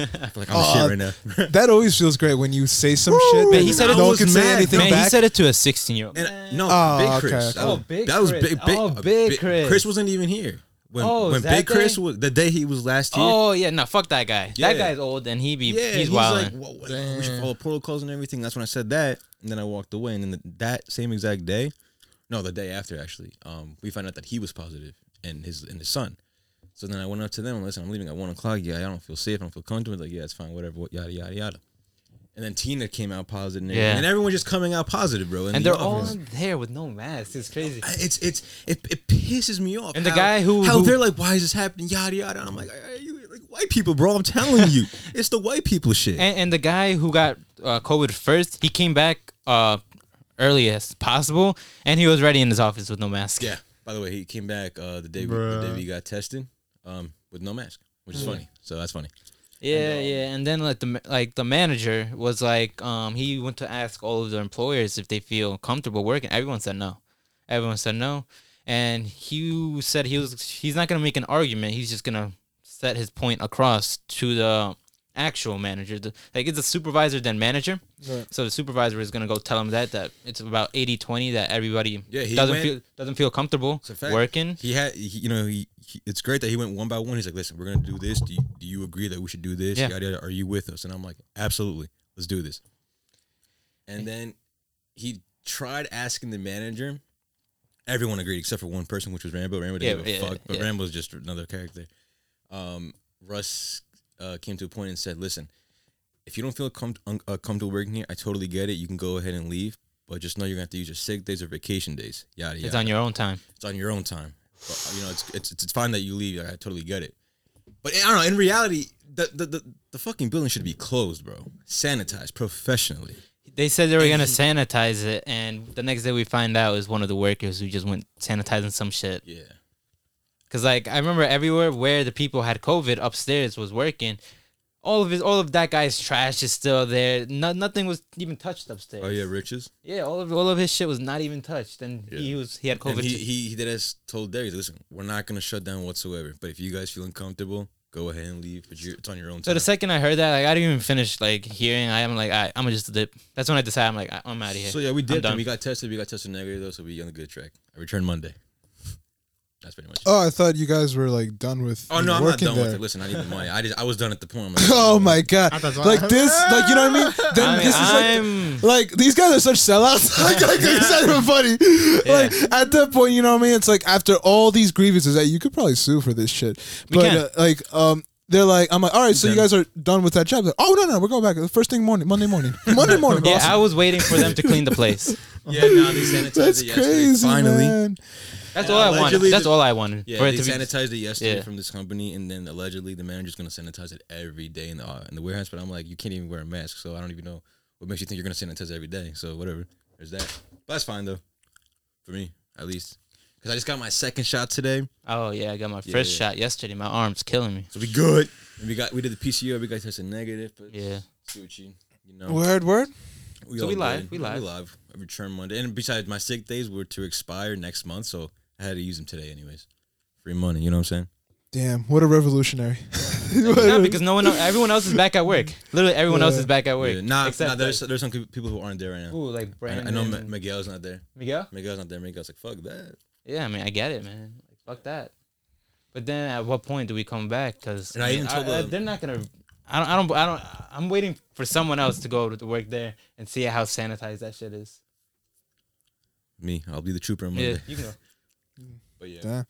C: feel like I'm
A: Aw,
C: shit right now.
A: That always feels great when you say some shit.
B: Man,
A: that
B: he said it
A: no one
C: was
A: can say
C: mad,
A: anything
B: man,
A: back.
B: he said it to a sixteen-year-old.
C: And uh, no,
A: Oh, okay,
C: Big
A: okay.
C: Chris. That was-
B: Oh, Big
C: that was
B: Chris.
C: big,
B: Oh, Big Chris.
C: Chris wasn't even here when
B: Oh,
C: when
B: that
C: Big Chris
B: day?
C: was the day he was last here.
B: Oh yeah, no, fuck that guy.
C: Yeah.
B: That guy's old and he be
C: yeah,
B: he's, wild.
C: like, "Whoa, whoa, we should follow protocols and everything. That's when I said that, and then I walked away. And then the, that same exact day, no, the day after actually, um, we found out that he was positive and his and his son. So then I went up to them and listen, I'm leaving at one o'clock. Yeah, I don't feel safe. I don't feel comfortable. Like, yeah, it's fine, whatever, what- yada yada yada. And then Tina came out positive, and, everything.
B: Yeah.
C: and everyone just coming out positive, bro. in
B: and
C: the
B: they're all
C: office.
B: there with no masks. It's crazy.
C: I- it's it's it, it pisses me off.
B: And the
C: how-
B: guy who-
C: how
B: who-
C: they're like, why is this happening? Yada yada. And I'm like, "Are you- like white people, bro. I'm telling you, it's the white people shit.
B: And, and the guy who got uh, COVID first, he came back uh, early as possible, and he was ready in his office with no mask.
C: yeah. By the way, he came back uh, the day we, the
D: Bruh.
C: day we got tested, um, with no mask, which
B: Mm.
C: is funny. So that's funny.
B: yeah,
C: uh,
B: yeah. And then like the ma- like the manager was like, um, he went to ask all of the employers if they feel comfortable working. Everyone said no. Everyone said no, and he said he was he's not gonna make an argument. He's just gonna set his point across to the actual manager. The, like it's a supervisor then manager.
A: Right.
B: So the supervisor is gonna go tell him that that it's about 80-20 that everybody
C: Yeah, he
B: doesn't
C: went-
B: feel doesn't feel comfortable
C: It's a fact.
B: working.
C: He had, he, you know, he, he, it's great that he went one by one. He's like, listen, we're gonna do this. Do you, do you agree that we should do this?
B: Yeah.
C: Yada, yada. Are you with us? And I'm like, absolutely. Let's do this. And then he tried asking the manager. Everyone agreed except for one person, which was Rambo. Rambo didn't
B: Yeah,
C: give a
B: yeah,
C: fuck, but
B: yeah.
C: Rambo's just another character. Um, Russ uh, came to a point and said, listen, if you don't feel com- un- uh, comfortable working here, I totally get it. You can go ahead and leave, but just know you're gonna have to use your sick days or vacation days. Yada yada
B: It's on your own time.
C: it's on your own time. But, you know, it's it's it's fine that you leave. Like, I totally get it. But I don't know. In reality, the the, the the fucking building should be closed, bro. Sanitized professionally.
B: They said they were gonna sanitize it, and the next day we find out is one of the workers who just went sanitizing some shit.
C: Yeah.
B: Cause like I remember everywhere where the people had COVID upstairs was working, all of his all of that guy's trash is still there. No, nothing was even touched upstairs.
C: Oh yeah, riches.
B: yeah. All of all of his shit was not even touched, and he
C: Yeah.
B: was he had
C: And
B: COVID.
C: he,
B: too.
C: he he did as told Derry. Listen, we're not gonna shut down whatsoever. But if you guys feel uncomfortable, go ahead and leave. But you're, it's on your own
B: so
C: time.
B: the second I heard that, like I didn't even finish like hearing. I am like I, I'm gonna just dip. That's when I decided I'm like I, I'm out of here.
C: so yeah, we
B: I'm
C: did.
B: done.
C: them. We got tested. We got tested negative though, so we on the good track. I returned Monday. That's pretty much. it.
A: Oh, I thought you guys were like done with.
C: Oh no, I'm not
A: working
C: done with
A: there.
C: it. Listen, I need the money. I just I was done at the point. I'm like,
A: Oh my god!
D: I thought so.
A: Like this, like you know what I mean? Then
B: I mean,
A: this is like
B: I'm
A: Like these guys are such sellouts. like, like it's not even funny. Like at that point, you know what I mean? It's like after all these grievances, that you could probably sue for this shit. But
B: can.
A: uh, like, um, they're like, I'm like, all right, so you
C: Done.
A: guys are done with that job? They're, oh no, no, we're going back the first thing morning, Monday morning, Monday morning.
B: yeah.
A: boss.
B: I was waiting for them to clean the place.
C: Yeah, no, they sanitized
A: That's
C: it yesterday.
A: crazy,
C: Finally.
A: man.
B: That's
C: Yeah,
B: all I wanted.
C: allegedly
B: That's
C: the-
B: all I wanted.
C: Yeah,
B: for it
C: they
B: to be-
C: sanitized it yesterday
B: yeah.
C: from this company, and then allegedly the manager's gonna sanitize it every day in the uh, in the warehouse. But I'm like, you can't even wear a mask, so I don't even know what makes you think you're gonna sanitize every day. So whatever, there's that. But that's fine though, for me at least, because I just got my second shot today,
B: Oh yeah, I got my
C: Yeah,
B: first
C: yeah.
B: shot yesterday. My arm's killing me.
C: so we good. And we got we did the PCR, we got tested negative, but
B: Yeah.
C: see what you you know.
A: Word, word.
C: We
B: So
C: all
B: we live,
C: good.
B: we
C: Yeah,
B: live.
C: We live. I return Monday, and besides, my sick days were to expire next month, so I had to use them today anyways. Free money, you know what I'm saying?
A: Damn, what a revolutionary.
B: Yeah, because no one, el- everyone else is back at work. Literally, everyone else
A: Yeah.
B: is back at work.
C: Yeah, nah,
B: except
C: nah, there's
B: like,
C: there's some people who aren't there right now.
B: ooh, like
C: I,
B: Brandon,
C: I know Ma- Miguel's not there.
B: Miguel.
C: Miguel's not there. Miguel's like, fuck that.
B: Yeah, I mean, I get it, man. Like, fuck that. But then, at what point do we come back? Because
C: And I even told them-
B: they're not gonna. I don't. I don't. I don't. I'm waiting for someone else to go to work there and see how sanitized that shit is.
C: Me, I'll be the trooper on Monday.
B: Yeah, you know.
C: But yeah.
A: Yeah.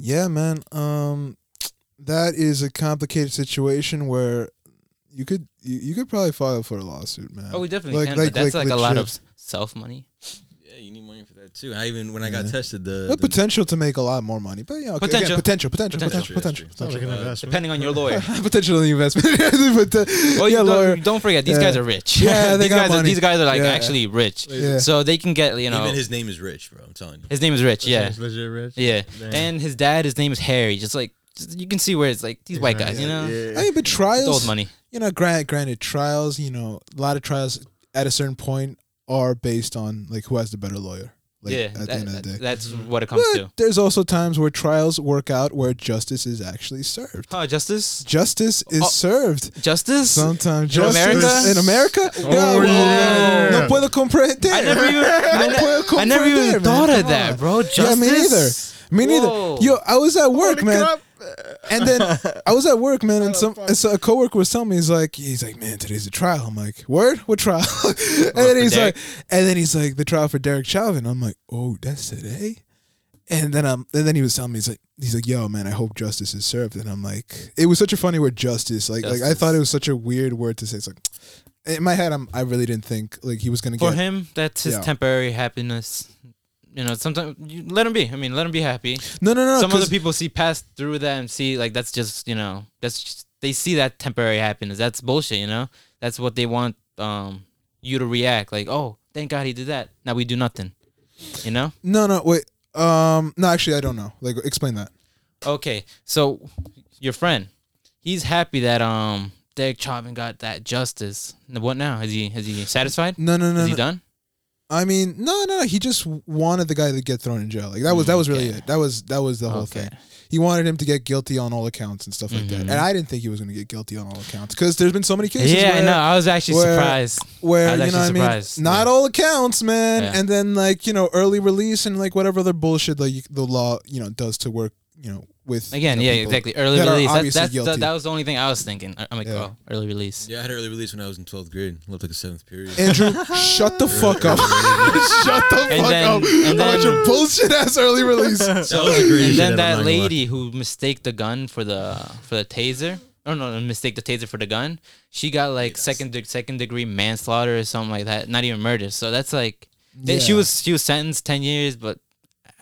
A: Yeah, man. Um, that is a complicated situation where you could you, you could probably file for a lawsuit, man.
B: Oh, we definitely can. but that's like, a lot of self money.
C: yeah, you need money for that too. And I even when I got
A: Yeah.
C: tested, the,
A: But
C: the
A: potential to make a lot more money, but yeah, okay, again,
B: Potential.
A: potential, potential,
B: Potential.
A: potential, potential,
D: Sounds like an investment.
B: Depending on your lawyer.
A: potential, in the investment. But, uh,
B: Well,
A: yeah,
B: you
A: lawyer.
B: don't, don't forget, these
A: Yeah.
B: guys are rich.
A: Yeah, they
B: these
A: got
B: guys Are,
A: money.
B: these guys are like
A: Yeah.
B: actually rich,
A: Yeah.
B: so they can get you know.
C: even
B: his,
C: his name is Rich, bro. I'm telling you.
B: name is Rich.
D: That
B: Yeah,
D: sounds legit rich.
B: yeah.
D: Damn.
B: And his dad, his name is Harry. Just like just- you can see where it's like these white guys, you know,
A: I mean, but
B: it's old
A: trials,
B: money.
A: you know, grant, granted, trials, you know, a lot of trials at a certain point are based on like who has the better lawyer. Like,
B: yeah,
A: at the
B: that-
A: end of the day.
B: that's what it comes
A: But
B: to.
A: there's also times where trials work out where justice is actually served.
B: Oh, justice,
A: Justice is
B: Oh.
A: served.
B: justice.
A: Sometimes
B: In
A: justice
B: America?
A: in America.
D: Oh,
A: well,
D: yeah.
A: No puedo comprender.
B: I never even, I ne-
A: puedo
B: I never
A: comprender,
B: even
A: man.
B: thought
A: Come
B: of that,
A: on.
B: bro.
A: Yeah,
B: Justice.
A: me neither. Me neither.
B: Whoa.
A: Yo, I was at work, man. And then
D: Uh,
A: I was at work, man, and some and so a coworker was telling me, he's like, he's like, man, today's a trial. I'm like, word, what trial? and then he's
B: Derek?
A: like, and then he's like, the trial for Derek Chauvin. I'm like, oh, that's today. And then um, and then he was telling me, he's like, he's like, yo, man, I hope justice is served. And I'm like, it was such a funny word, justice. Like, like I
B: Justice.
A: thought it was such a weird word to say. It's like, in my head, I'm, I really didn't think like he was gonna
B: For
A: get.
B: him, that's his
A: Yeah.
B: temporary happiness. You know, sometimes you let him be. I mean, let him be happy.
A: No, no, no.
B: some
A: 'cause-
B: other people see past through that and see like that's just you know that's just, they see that temporary happiness that's bullshit you know that's what they want um you to react like oh thank god he did that now we do nothing you know
A: No, no, wait. Um, no, actually, I don't know. Like, explain that.
B: okay so your friend he's happy that um Derek Chauvin got that justice Now, what now is he is he satisfied
A: No, no, no.
B: is he
A: no.
B: done
A: I mean, no, no, no. He just wanted the guy to get thrown in jail. Like that was that was really
B: Mm, Okay.
A: it. That was that was the whole
B: Okay. Mm-hmm.
A: thing. He wanted him to get guilty on all accounts and stuff like that. And I didn't think he was going to get guilty on all accounts because there's been so many cases.
B: yeah, I
A: where-
B: know. I was actually
A: where-
B: surprised. I
A: Where
B: was
A: you know
B: actually
A: what I mean?
B: surprised.
A: Not all accounts, man.
B: Yeah.
A: And then like you know early release and like whatever other bullshit like the law you know does to work you know with
B: Again,
A: you know,
B: yeah,
A: people.
B: exactly. Early
A: that are
B: release. That,
A: obviously
B: that's, that,
A: guilty.
B: that was the only thing I was thinking. I- I'm like,
A: Yeah.
B: oh, early release.
C: Yeah, I had an early release when I was in 12th grade. Lived like a seventh period.
A: Andrew, shut the fuck up. shut the
B: And
A: fuck
B: then-
A: up
B: and
A: about
B: then-
A: your bullshit ass early release.
C: that was the greatest
B: And
C: shit
B: then
C: ever,
B: that
C: I'm not gonna lie.
B: lady who mistake the gun for the for the taser. Oh no, no, mistake the taser for the gun. She got like second de- second degree manslaughter or something like that. Not even murder. So that's like they- she
A: Yeah.
B: was she was sentenced ten years, but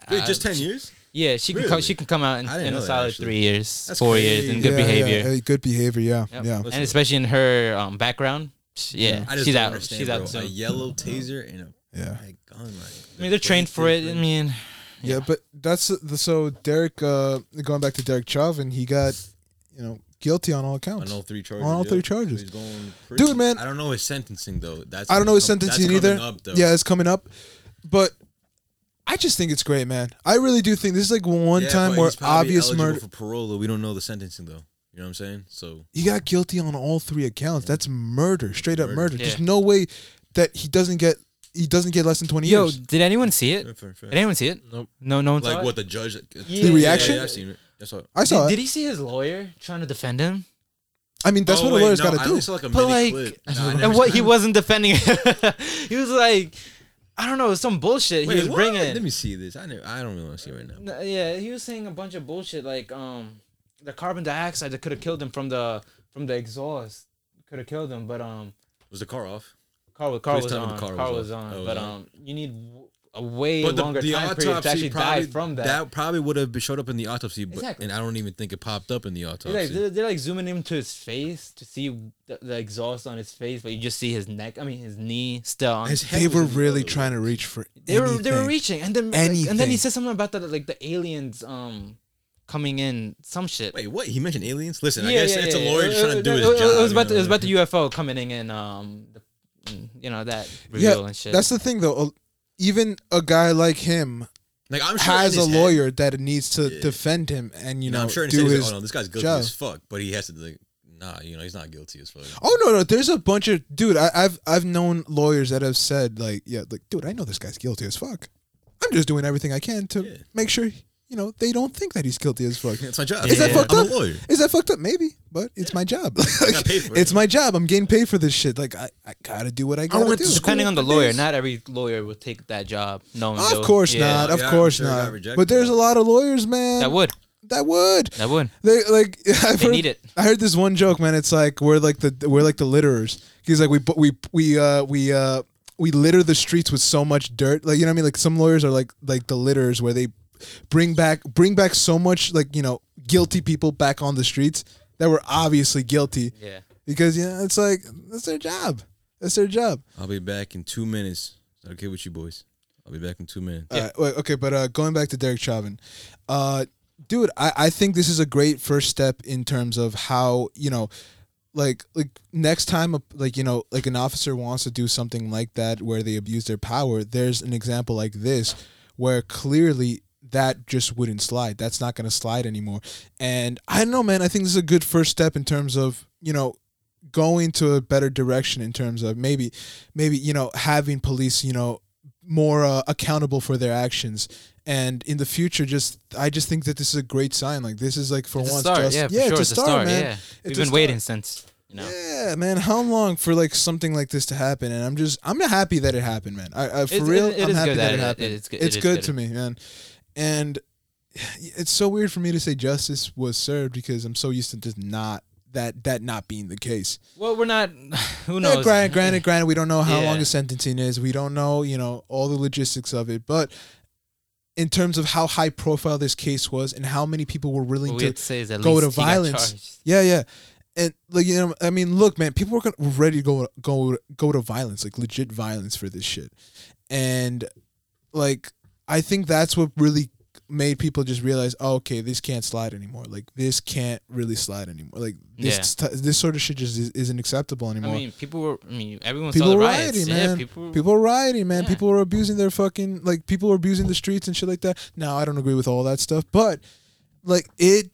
C: Wait, just
B: uh,
C: 10 years?
B: Yeah, she can come.
C: Really?
B: She can come out in,
C: I
B: in
C: didn't
B: a
C: know that,
B: solid
C: actually.
B: three years,
C: That's
B: four
C: crazy.
B: years, and good
A: Yeah, yeah,
B: behavior.
A: yeah, good behavior. Yeah.
B: Yep.
A: Yeah.
B: And especially in her um, background, sh- yeah,
C: I just
B: she's
C: don't
B: out.
C: understand,
B: She's
C: bro.
B: out soon.
C: A yellow taser and a
A: Yeah.
C: my gun. Like,
B: I mean, they're trained for it. I
C: different.
B: mean,
A: Yeah, but that's the, so Derek. Uh, going back to Derek Chauvin, he got, you know, guilty on all
C: on
A: accounts.
C: all three charges.
A: On all
C: yeah.
A: three charges.
C: He's going
A: Dude, man.
C: I don't know his sentencing though. That's
A: I don't know his
C: com- that's
A: sentencing either.
C: coming up, though.
A: yeah, it's coming up, but I just think it's great, man. I really do think this is like one
C: Yeah,
A: time
C: but
A: where
C: he's probably
A: obvious
C: eligible
A: murder.
C: for parole. Though. We don't know the sentencing though. You know what I'm saying? So
A: he got guilty on all three accounts. That's murder, straight up
C: Murder.
A: murder.
B: Yeah.
A: There's no way that he doesn't get he doesn't get less than twenty
B: yo,
A: years.
B: did anyone see it?
C: fair, fair, fair.
B: Did anyone see it?
D: Nope.
B: No, no one. saw
C: like
B: it?
C: what the judge the
B: The
A: reaction?
C: Yeah, yeah, I've seen it. That's what.
A: I saw
B: Did,
A: it.
B: did he see his lawyer trying to defend him?
A: I mean, that's
C: Oh,
A: what
C: wait,
A: a lawyer's
C: no,
A: got
C: I
A: to do.
C: only saw, like a
B: But,
C: mini
B: like-
C: clip. Nah, I never
B: and what
C: saw
B: he
C: it.
B: wasn't defending. he was like, I don't know, some bullshit
C: Wait,
B: he was
C: what?
B: bringing.
C: Let me see this. I never, I don't really want to see it right now.
B: No, yeah, he was saying a bunch of bullshit like um the carbon dioxide that could have killed him from the from the exhaust could have killed him, but um
C: Was the car off?
B: car was car
C: Please
B: was
C: tell me the
B: on,
C: car
B: car
C: was
B: was
C: on.
B: on,
C: Oh,
B: but
C: yeah.
B: um you need w- a way
C: the,
B: longer
C: the
B: time period to actually die from that.
C: probably would have been showed up in the autopsy, but
B: Exactly.
C: and I don't even think it popped up in the autopsy.
B: They're like, they're, they're like zooming into his face to see the, the exhaust on his face, but you just see his neck. I mean, his knee still on.
C: His head
A: They
C: was
A: were
C: in the
A: really
C: other
A: trying to reach for.
B: they were they were
A: anything.
B: reaching, and then like, and then he
A: Anything.
B: said something about the like the aliens um coming in, some shit.
C: Wait, what? He mentioned aliens? Listen, I guess it's a lawyer
B: It-
C: trying to
B: it-
C: do
B: it-
C: his
B: it-
C: job.
B: It was
C: you
B: about the, it was
C: know?
B: about the UFO coming in, um, the, you know that reveal and shit.
A: That's the thing, though. Uh, Even a guy like him
C: like I'm sure in
A: has a
C: his head-
A: lawyer that needs to
C: Yeah.
A: defend him, and you
C: You
A: know,
C: know, I'm sure in his
A: do
C: head he's
A: his.
C: like, oh no, this guy's guilty
A: job.
C: as fuck, but he has to like, nah, you know, he's not guilty as fuck.
A: Oh no, no, there's a bunch of dude. I, I've I've known lawyers that have said like, yeah, like, dude, I know this guy's guilty as fuck. I'm just doing everything I can to
C: Yeah.
A: make sure you know they don't think that he's guilty as fuck.
C: It's my job.
A: Is that
B: Yeah.
A: fucked
C: I'm
A: up?
C: a lawyer.
A: Is that fucked up? Maybe, but it's my job. Like,
C: paid for it.
A: it's my job. I'm getting paid for this shit. Like I, I gotta do what I gotta
C: went
A: do.
C: to school.
B: Depending on the
C: Cool.
B: lawyer, not every lawyer will take that job. Knowing
A: Of
B: they'll-
A: course
B: yeah,
A: not. Of
C: Yeah, I'm
A: course
C: sure I got
A: not.
C: rejected.
A: But there's a lot of lawyers, man.
B: That would
A: That would.
B: that would.
A: They like I've
B: They
A: heard,
B: need it.
A: I heard this one joke, man. It's like we're like the we're like the litterers. He's like we bu- we we uh we uh we litter the streets with so much dirt. Like you know what I mean? Like some lawyers are like like the litterers where they bring back bring back so much like you know guilty people back on the streets that were obviously guilty
B: Yeah.
A: because you know it's like that's their job. That's their job.
C: I'll be back in two minutes. Is that okay with you boys? I'll be back in two minutes.
A: All right, wait, okay, but uh, going back to Derek Chauvin, uh, dude, I, I think this is a great first step in terms of how you know, like like next time a, like you know like an officer wants to do something like that where they abuse their power, there's an example like this where clearly that just wouldn't slide. That's not going to slide anymore. And I don't know, man. I think this is a good first step in terms of you know going to a better direction in terms of maybe maybe you know having police you know more uh, accountable for their actions and in the future just i just think that this is a great sign like this is like for
B: It's a
A: once
B: start,
A: just
B: yeah, for sure.
A: it's a start, man
B: Yeah,
A: It's
B: we've
A: a
B: been
A: start.
B: waiting since you know.
A: yeah man how long for like something like this to happen and i'm just i'm happy that it happened man i, I for
B: It's-
A: real
B: it- it
A: i'm
B: is
A: happy
B: good
A: that
B: that
A: it
B: it-
A: happened
B: it's good- it is
A: good,
B: good.
A: to me man and it's so weird for me to say justice was served because i'm so used to just not that that not being the case
B: Well, we're not. Who
A: yeah,
B: knows?
A: granted, granted, granted, we don't know how long
B: Yeah.
A: the sentencing is. We don't know, you know, all the logistics of it. But in terms of how high profile this case was and how many people were willing
B: What we
A: to,
B: have to say is at
A: go to
B: least he got
A: violence.
B: charged.
A: yeah, yeah, and like you know, I mean, look, man, people were, gonna, were ready to go go go to violence, like legit violence for this shit, and like I think that's what really made people just realize, oh, okay, this can't slide anymore. Like this can't really slide anymore. Like this t- this sort of shit just is, isn't acceptable
B: I
A: anymore.
B: mean, people were. I mean, everyone
A: people
B: saw the
A: were
B: riots.
A: rioting,
B: yeah,
A: man.
B: people.
A: people were rioting, man.
B: Mm. Yeah.
A: People were abusing their fucking like people were abusing the streets and shit like that. Now I don't agree with all that stuff, but like it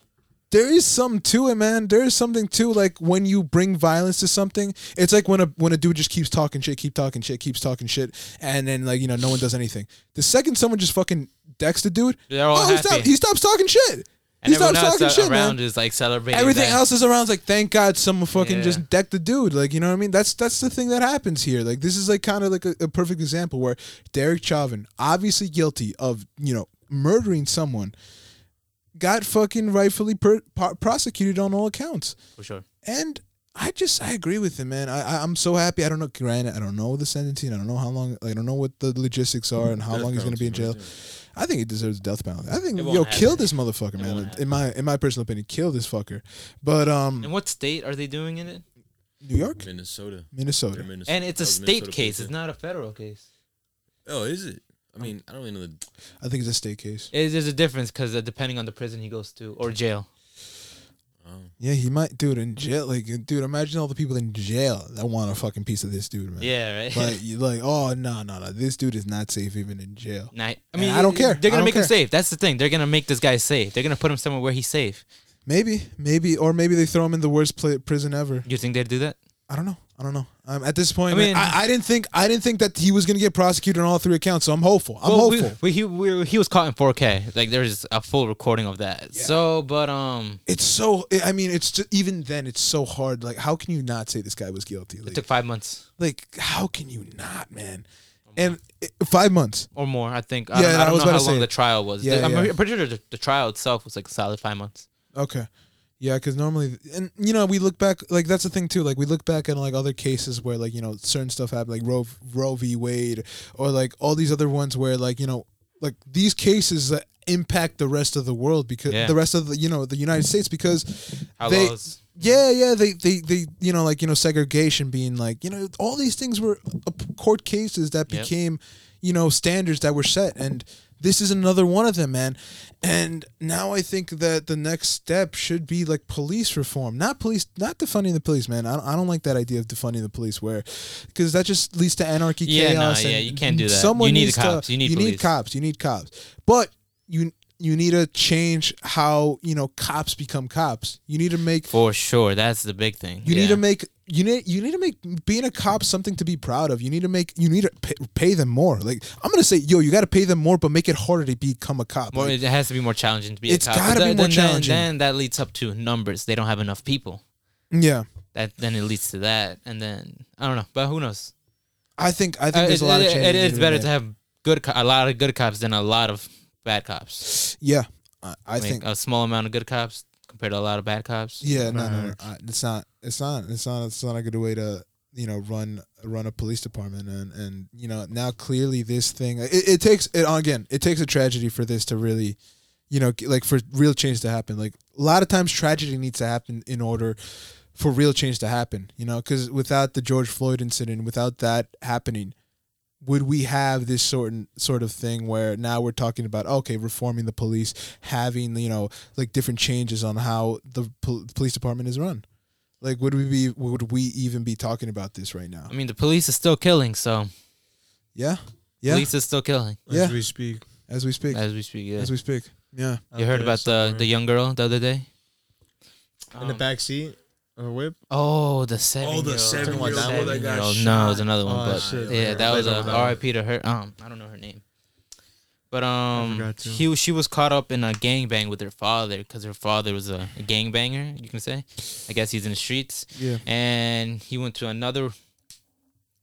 A: there is something to it, man. There is something to like when you bring violence to something. It's like when a when a dude just keeps talking shit, keep talking shit, keeps talking shit, and then like you know no one does anything. The second someone just fucking decks the dude,
B: They're all
A: oh he,
B: happy.
A: stopped, he stops talking shit.
B: and
A: he stops
B: everyone else
A: talking
B: a-
A: shit, man
B: around is like celebrating.
A: everything
B: that.
A: else is around. It's like, thank God someone fucking
B: Yeah.
A: just decked the dude. Like, you know what I mean? That's that's the thing that happens here. Like, this is like kind of like a, a perfect example where Derek Chauvin, obviously guilty of you know murdering someone, got fucking rightfully per- pro- prosecuted on all accounts.
B: for sure.
A: And I just I agree with him, man. I, I I'm so happy. I don't know. Granted, I don't know the sentencing. I don't know how long. I don't know what the logistics are Uh, and how long he's gonna be in jail. I think he deserves the death penalty. I think
B: It won't
A: yo
B: happen.
A: kill this motherfucker,
B: won't
A: man.
B: happen.
A: In my in my personal opinion, kill this fucker. But um,
B: And what state are they doing in it?
A: New York,
C: Minnesota.
A: Minnesota.
C: Minnesota.
B: And it's a
C: That was
B: state
C: Minnesota
B: case.
C: police,
B: It's not a federal case.
C: yeah. Oh, is it? I mean, I don't even know the.
A: I think it's a state case.
B: It- there's a difference because depending on the prison he goes to or jail.
C: Oh.
A: Yeah, he might, dude. In jail, like, dude, imagine all the people in jail that want a fucking piece of this dude, man.
B: Yeah, right.
A: Like, you like, oh no, no, no, this dude is not safe even in jail.
B: Nah, I
A: And
B: mean,
A: I don't care. I
B: They're gonna
A: don't
B: make him
A: care.
B: safe. That's the thing. They're gonna make this guy safe. They're gonna put him somewhere where he's safe.
A: Maybe, maybe, or maybe they throw him in the worst pla prison ever.
B: You think they'd do that?
A: I don't know. I don't know. Um, at this point,
B: I
A: I,
B: mean-
A: I, I didn't think I didn't think that he was gonna get prosecuted on all three accounts. So I'm hopeful. I'm
B: well, we-
A: hopeful.
B: we- he we, he was caught in 4K. Like there's a full recording of that. So, but um,
A: it's so. I mean, it's just, even then, it's so hard. Like, how can you not say this guy was guilty?
B: it
A: Like,
B: took five months
A: like how can you not, man?
B: Oh,
A: And it, five months.
B: or more. I think.
A: Yeah,
B: I don't, I
A: I
B: don't
A: was
B: know
A: about
B: how
A: to
B: long
A: say.
B: the trial was.
A: Yeah,
B: I'm
A: yeah.
B: pretty- pretty sure the, the trial itself was like a solid five months.
A: Okay. Yeah, because normally, and you know, we look back like that's the thing too. Like we look back at like other cases where like you know certain stuff happened, like Roe Roe v Wade, or like all these other ones where like you know like these cases that impact the rest of the world because
B: Yeah.
A: the rest of the you know the United States because
B: How
A: they
B: laws-
A: yeah yeah they they they you know like you know segregation being like you know all these things were uh, court cases that
B: Yep.
A: became you know standards that were set and this is another one of them man and now i think that the next step should be like police reform not police not defunding the police man i don't, I don't like that idea of defunding the police where because that just leads to anarchy
B: Yeah, no,
A: chaos and
B: yeah, you can't do that.
A: someone
B: You need
A: needs
B: cops,
A: to,
B: you need
A: you
B: police.
A: need cops you need cops but you you need to change how you know cops become cops you need to make
B: For sure, that's the big thing.
A: you
B: Yeah.
A: need to make you need you need to make being a cop something to be proud of. You need to make you need to pay, pay them more. Like I'm gonna say, yo, you got to pay them more, but make it harder to become a cop.
B: More,
A: Like,
B: it has to be more challenging to be.
A: It's
B: a cop. But
A: gotta be
B: then-
A: more
B: then-
A: challenging.
B: Then that leads up to numbers. They don't have enough people.
A: yeah,
B: That then it leads to that, and then I don't know, but who knows?
A: I think I
B: Uh,
A: think there's
B: it-
A: a lot
B: it-
A: of changes.
B: it
A: need
B: is
A: be
B: better
A: made.
B: to have good, co- a lot of good cops than a lot of bad cops.
A: Yeah, I, I
B: I mean,
A: think.
B: a small amount of good cops compared to a lot of bad cops.
A: Yeah, no, no, no.
D: Right.
A: I, it's not. It's not. It's not. It's not a good way to you know run run a police department and and you know now clearly this thing it, it takes it again it takes a tragedy for this to really you know g- like for real change to happen like a lot of times tragedy needs to happen in order for real change to happen you know because without the george floyd incident without that happening would we have this sort sort of thing where now we're talking about okay reforming the police having you know like different changes on how the pol- police department is run like would we be would we even be talking about this right now
B: I mean, the police is still killing, so
A: yeah yeah
B: police is still killing
A: Yeah.
D: we speak.
A: as we speak
B: as we speak. Yeah.
A: as we speak yeah
B: you heard about the the young girl the other day?
D: in the
B: Um,
D: back seat of a whip.
B: Oh, the seven.
D: seven-year-old
C: seven-year-old
D: that got
B: No, it was another one,
D: Oh,
B: but
D: shit.
B: yeah,
D: Yeah,
B: that
D: I
B: was uh,
D: know
B: a
D: about
B: R.I.P. to her. Um, I don't know her name, but um,
D: forgot too.
B: he was- she was caught up in a gangbang with her father because her father was a, a gangbanger. You can say, I guess he's in the streets,
A: yeah
B: and he went to another,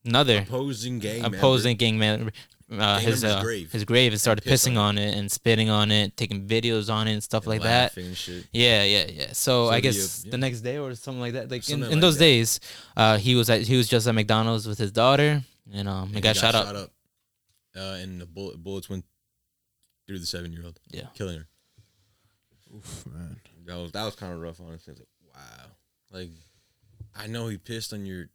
B: another
C: Opposing gang. member.
B: opposing gang member. Uh,
C: Gang
B: his uh,
C: member's grave.
B: his grave and started
C: pissed
B: pissing on it and spitting on it, taking videos on it and stuff
C: And
B: like that.
C: laughing and shit.
B: Yeah, yeah, yeah. So,
C: So
B: I
C: the, uh,
B: guess
C: yeah.
B: the next day or something like that. Like in,
C: Something
B: in
C: like
B: those
C: that.
B: days, uh, he was at he was just at McDonald's with his daughter, and um, he,
C: And
B: got, shot, up.
C: Uh, and the bullet, bullets went through the seven-year-old.
B: Yeah.
C: killing her.
A: Oof, man.
C: That was that was kind of rough, honestly. It's Like, wow. Like, I know he pissed on your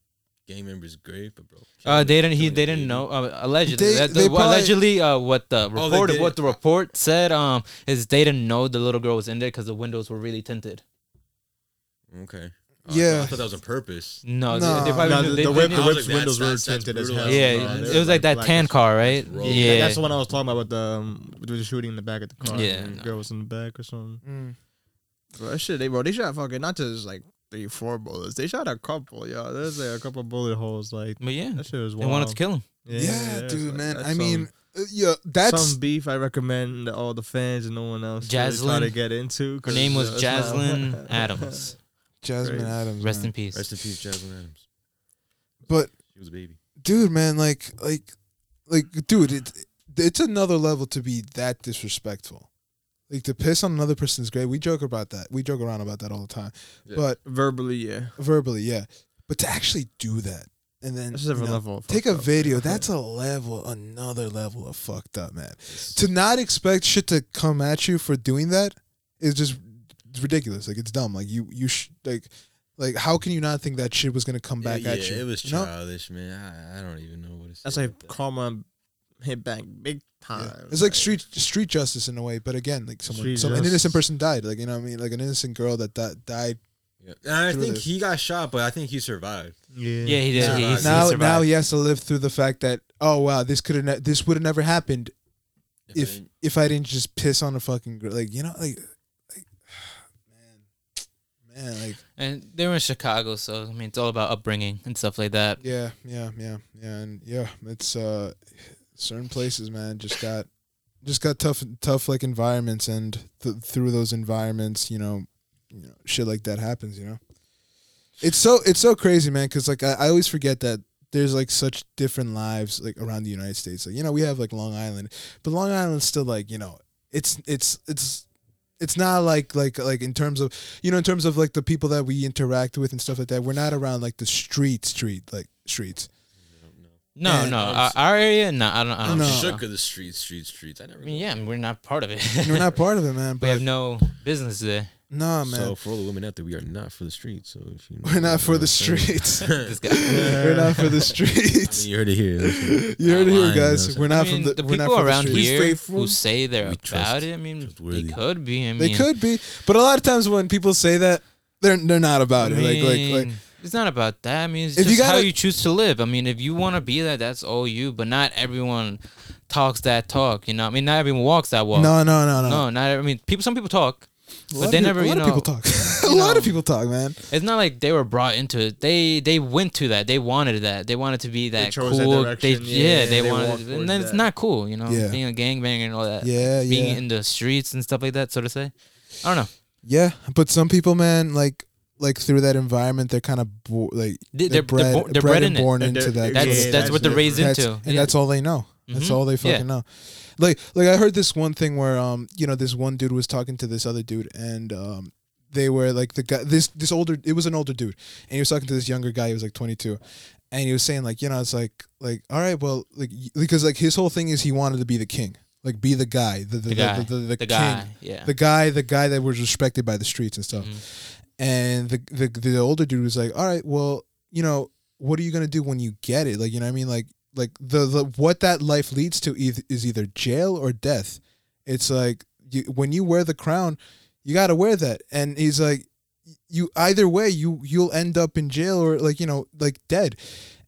C: gang member's grave, but bro.
B: Uh,
C: killing-
B: they didn't. He
C: killing
B: they
C: a
B: didn't
C: baby.
B: know. Uh, allegedly,
A: They-
B: that-
A: they
B: the- well,
A: probably-
B: allegedly, uh, what the
C: they
B: report,
C: did.
B: what the report said, um, is they didn't know the little girl was in there because the windows were really tinted.
C: Okay. Oh, I thought- I
A: Yeah.
C: thought that was on purpose.
A: No.
B: No, they, they probably
D: No,
B: knew-
D: the,
B: they-
D: the,
B: they
D: whip,
B: knew-
D: the
C: I was
D: whip's
C: like,
D: windows were
C: that's- that's-
D: tinted
C: that's
D: as
C: brutal.
D: hell.
B: yeah,
D: bro. They
B: it
D: were,
B: was like that
D: black
B: tan
D: as-
B: car, right?
C: Roll.
D: Yeah,
B: Yeah,
D: that's the one I was talking about with the um, with the shooting in the back of the car.
B: Yeah,
D: and the
B: no.
D: girl was in the back or something.
A: Mm.
D: Bro, that shit, they bro, they shot fucking not just like three, four bullets. They shot a couple, yo. There's like a couple bullet holes. Like
B: but yeah,
D: that shit was
B: they
D: wild.
B: wanted to kill him.
A: Yeah,
D: it's
A: dude,
D: like,
A: man.
D: that's
A: I
D: some-
A: mean, uh, yeah, that's
D: some beef I recommend that all the fans and no one else really
B: Jaslyn.
D: try to get into.
B: Her
D: 'cause,
B: name was
D: uh, it's not-
B: Jaslyn Adams.
A: Jasmine
D: Crazy.
A: Adams.
B: Rest
A: man.
B: in peace.
C: Rest in peace, Jasmine Adams.
A: But
C: She was a baby.
A: dude, man, like, like, like, dude, it, it's another level to be that disrespectful. Like to piss on another person's grave. We joke about that. We joke around about that all the time.
C: Yeah.
A: But
D: Verbally, yeah.
A: verbally, yeah. But to actually do that and then
D: That's a
A: you
D: different
A: know,
D: level. of
A: take a
D: fucked up.
A: video. That's a level, another level of fucked up, man. To not expect shit to come at you for doing that is just it's ridiculous. Like it's dumb. Like you, you sh- like, like how can you not think that shit was gonna come back
C: yeah,
A: at you?
C: It was
A: you know?
C: childish, man. I, I don't even know what it's.
D: That's like karma hit back big time.
A: Yeah. It's like street street justice in a way, but again, like someone,
D: Street
A: some, an
D: justice.
A: innocent person died. Like you know, what I mean, like an innocent girl that di- died.
C: Yeah. And I
A: through
C: think
A: this.
C: he got shot, but I think he survived.
D: Yeah.
B: Yeah, he did.
C: Nah,
B: he, he
C: nah.
A: now,
B: survived.
A: now he has to live through the fact that oh wow, this could have, ne- this would have never happened if
C: I-
A: if I didn't just piss on a fucking girl. Like you know, like, like man, man, like
B: and they were in Chicago, so I mean, it's all about upbringing and stuff like that.
A: yeah, yeah, yeah, yeah, and yeah, it's uh, certain places, man, just got just got tough, tough like environments, and th- through those environments, you know, you know, shit like that happens, you know. It's so it's so crazy, man, because like I, I always forget that there's like such different lives like around the United States. Like you know, we have like Long Island, but Long Island's still like you know, it's it's it's it's not like like like in terms of you know in terms of like the people that we interact with and stuff like that. We're not around like the street street like streets.
B: No,
A: Yeah,
B: no, our,
A: it's-
B: our area, no, I don't, I don't
C: I'm
A: No.
C: shook of the streets, streets, streets. I never.
B: I mean, yeah, I mean, we're not part of it.
A: And we're not part of it, man.
B: we
A: But
B: have no business there.
A: nah, man,
C: So for all the women out there, we are not for the streets. So if you
A: we're not for the
C: streets.
A: streets.
B: This guy.
A: we're not for the
C: I mean,
A: streets.
C: you heard it here.
A: You heard it
C: Not
A: here,
C: lying,
A: guys.
C: though.
A: We're
B: I
A: not
B: mean,
A: from the,
B: the
A: we're not
B: people
A: from the
B: around
A: streets.
B: here who say they're
C: We
B: about
C: trust-
B: it. I mean, they
C: trustworthy.
B: could be. I mean,
A: They could be, but a lot of times when people say that, they're they're not
B: I
A: about it.
B: mean,
A: like like like
B: it's not about that. I mean, it's
A: If
B: just
A: you
B: how
A: gotta-
B: you choose to live. I mean, if you want to be that, that's all you. But not everyone talks that talk. You know, I mean, not everyone walks that walk.
A: no, no, no, no.
B: no, not. every- I mean, people. Some people talk,
A: a
B: but
A: lot
B: they
A: of peop-
B: never.
A: A
B: you
A: lot
B: know,
A: of people talk. a
B: you
A: lot
B: know.
A: of people talk, man.
B: It's not like they were brought into it. They they went to that. They wanted that. They wanted to be that
D: chose that
B: cool. they
D: direction.
B: yeah,
D: Yeah,
B: they,
D: they
B: wanted.
D: walked towards
B: And then it's
D: that.
B: not cool. You know,
A: Yeah.
B: being a gangbanger and all that.
A: Yeah,
B: uh, being
A: yeah,
B: in the streets and stuff like that, so to say. I don't know.
A: yeah. But some people, man, like like through that environment, they're kind of bo- like they're,
B: They- they're- they're
A: bred,
B: bo-
A: bred
B: they're bred
A: and
B: in it.
A: born
D: They're-
A: into
D: they're-
A: that.
B: That's
D: Yeah,
B: that's,
D: that's
B: what they're
D: different.
B: raised
A: That's-
B: into.
A: and
B: Yeah.
A: that's all they know. That's
B: Mhm.
A: all they fucking
B: Yeah.
A: know. Like, like I heard this one thing where, um, you know, this one dude was talking to this other dude, and um, they were like the guy, this this older, it was an older dude, and he was talking to this younger guy. He was like 22, and he was saying like, you know, it's like, like, all right, well, like, y- because like his whole thing is he wanted to be the king, like, be the guy, the the the,
B: The guy.
A: the, the, the
B: the
A: king,
B: guy. Yeah.
A: the guy, the guy that was respected by the streets and stuff
B: Mhm.
A: and the, the the older dude was like all right well you know what are you gonna do when you get it like you know what i mean like like the, the what that life leads to eith- is either jail or death it's like you, when you wear the crown you gotta wear that and he's like you either way you you'll end up in jail or like you know like dead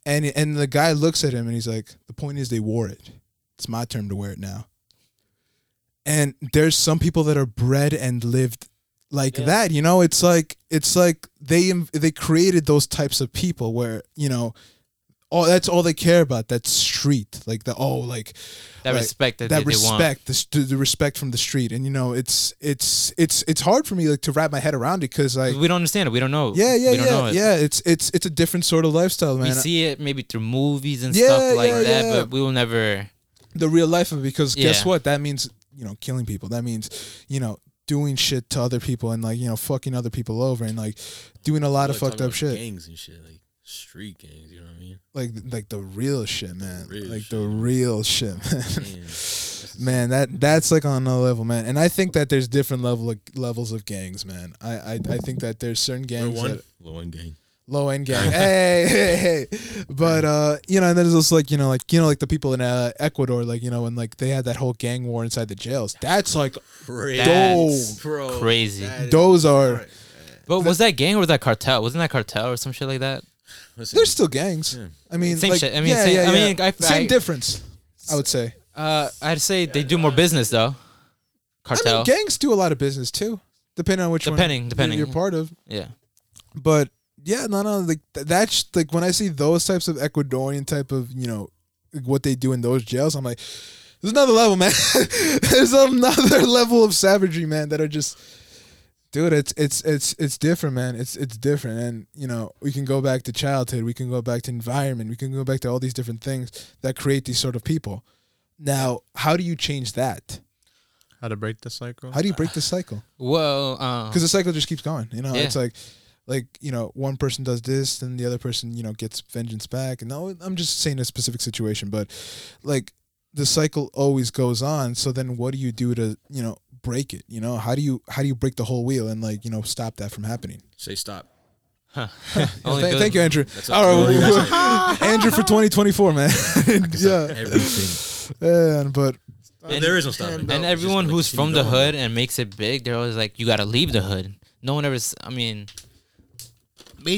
A: and and the guy looks at him and he's like the point is they wore it it's my turn to wear it now and there's some people that are bred and lived like
B: Yeah.
A: that you know it's like it's like they inv- they created those types of people where you know all that's all they care about that street like the oh like
B: that
A: Right.
B: respect that,
A: that
B: they, they want.
A: respect the, st- the respect from the street and you know it's it's it's it's hard for me like to wrap my head around it because like
B: we don't understand it. We don't know.
A: yeah yeah
B: we don't know
A: yeah
B: it.
A: yeah it's it's it's a different sort of lifestyle
B: We
A: man
B: see it maybe through movies and
A: Yeah,
B: stuff like
A: yeah,
B: that,
A: yeah.
B: but we will never.
A: the real life of it because guess
B: Yeah.
A: what that means you know killing people that means you know doing shit to other people and like you know fucking other people over and like doing a lot of
C: Like,
A: fucked
C: talking
A: up
C: about
A: shit
C: Gangs and shit, like street gangs. You know what I mean?
A: like like the real shit man
C: Real
A: like
C: shit. Mm.
A: the real shit man
C: Damn. That's
A: man that that's like on another level man and i think that there's different level of, levels of gangs man i i, I think that there's certain
C: We're
A: gangs
C: one.
A: that
C: We're one gang.
A: low end gang. hey, hey, hey. But uh, you know, and then there's also like you know, like you know, like the people in uh, Ecuador, like you know, when like they had that whole gang war inside the jails. That's like
C: Crazy.
B: That's
C: Bro,
B: crazy.
C: that is-
A: those are.
C: Alright,
B: But was that gang or was that cartel? Wasn't that cartel or some shit like that?
C: listen,
A: They're still gangs. I mean,
B: Same
A: like,
B: shit. I mean,
A: yeah,
B: same-
A: yeah,
B: I mean,
A: yeah.
B: I-
A: same
B: I-
A: difference. I would say.
B: Uh, I'd say they do more business though.
A: I
B: Cartel.
A: mean, gangs do a lot of business too, depending on which
B: Depending,
A: one
B: depending.
A: you're part of.
B: yeah.
A: But yeah, no, no, like th- that's like when I see those types of Ecuadorian type of you know like, what they do in those jails, I'm like, there's another level, man. there's another level of savagery, man, that are just. Dude, it's it's it's it's different, man. It's it's different, and you know we can go back to childhood, we can go back to environment, we can go back to all these different things that create these sort of people. Now, how do you change that?
D: How to break the cycle?
A: How do you break the cycle?
B: Well, um,
A: because the cycle just keeps going. You know,
B: Yeah.
A: it's like, like you know, one person does this, then the other person you know gets vengeance back. And no, I'm just saying a specific situation, but like the cycle always goes on. So then, what do you do to you know break it? You know, how do you how do you break the whole wheel and like you know stop that from happening?
C: Say stop.
B: only
A: Thank-
B: good-
A: thank you, Andrew.
C: That's
A: All right,
C: all you
A: well,
C: gotta
A: Andrew for 2024, man. yeah,
C: Everything.
A: man, but
B: And-
C: there is no stopping.
B: And
C: It's just
B: everyone
C: gonna
B: who's
C: continue
B: from the
C: going.
B: hood and makes it big, they're always like, "You gotta leave the hood." No one ever. s- I mean,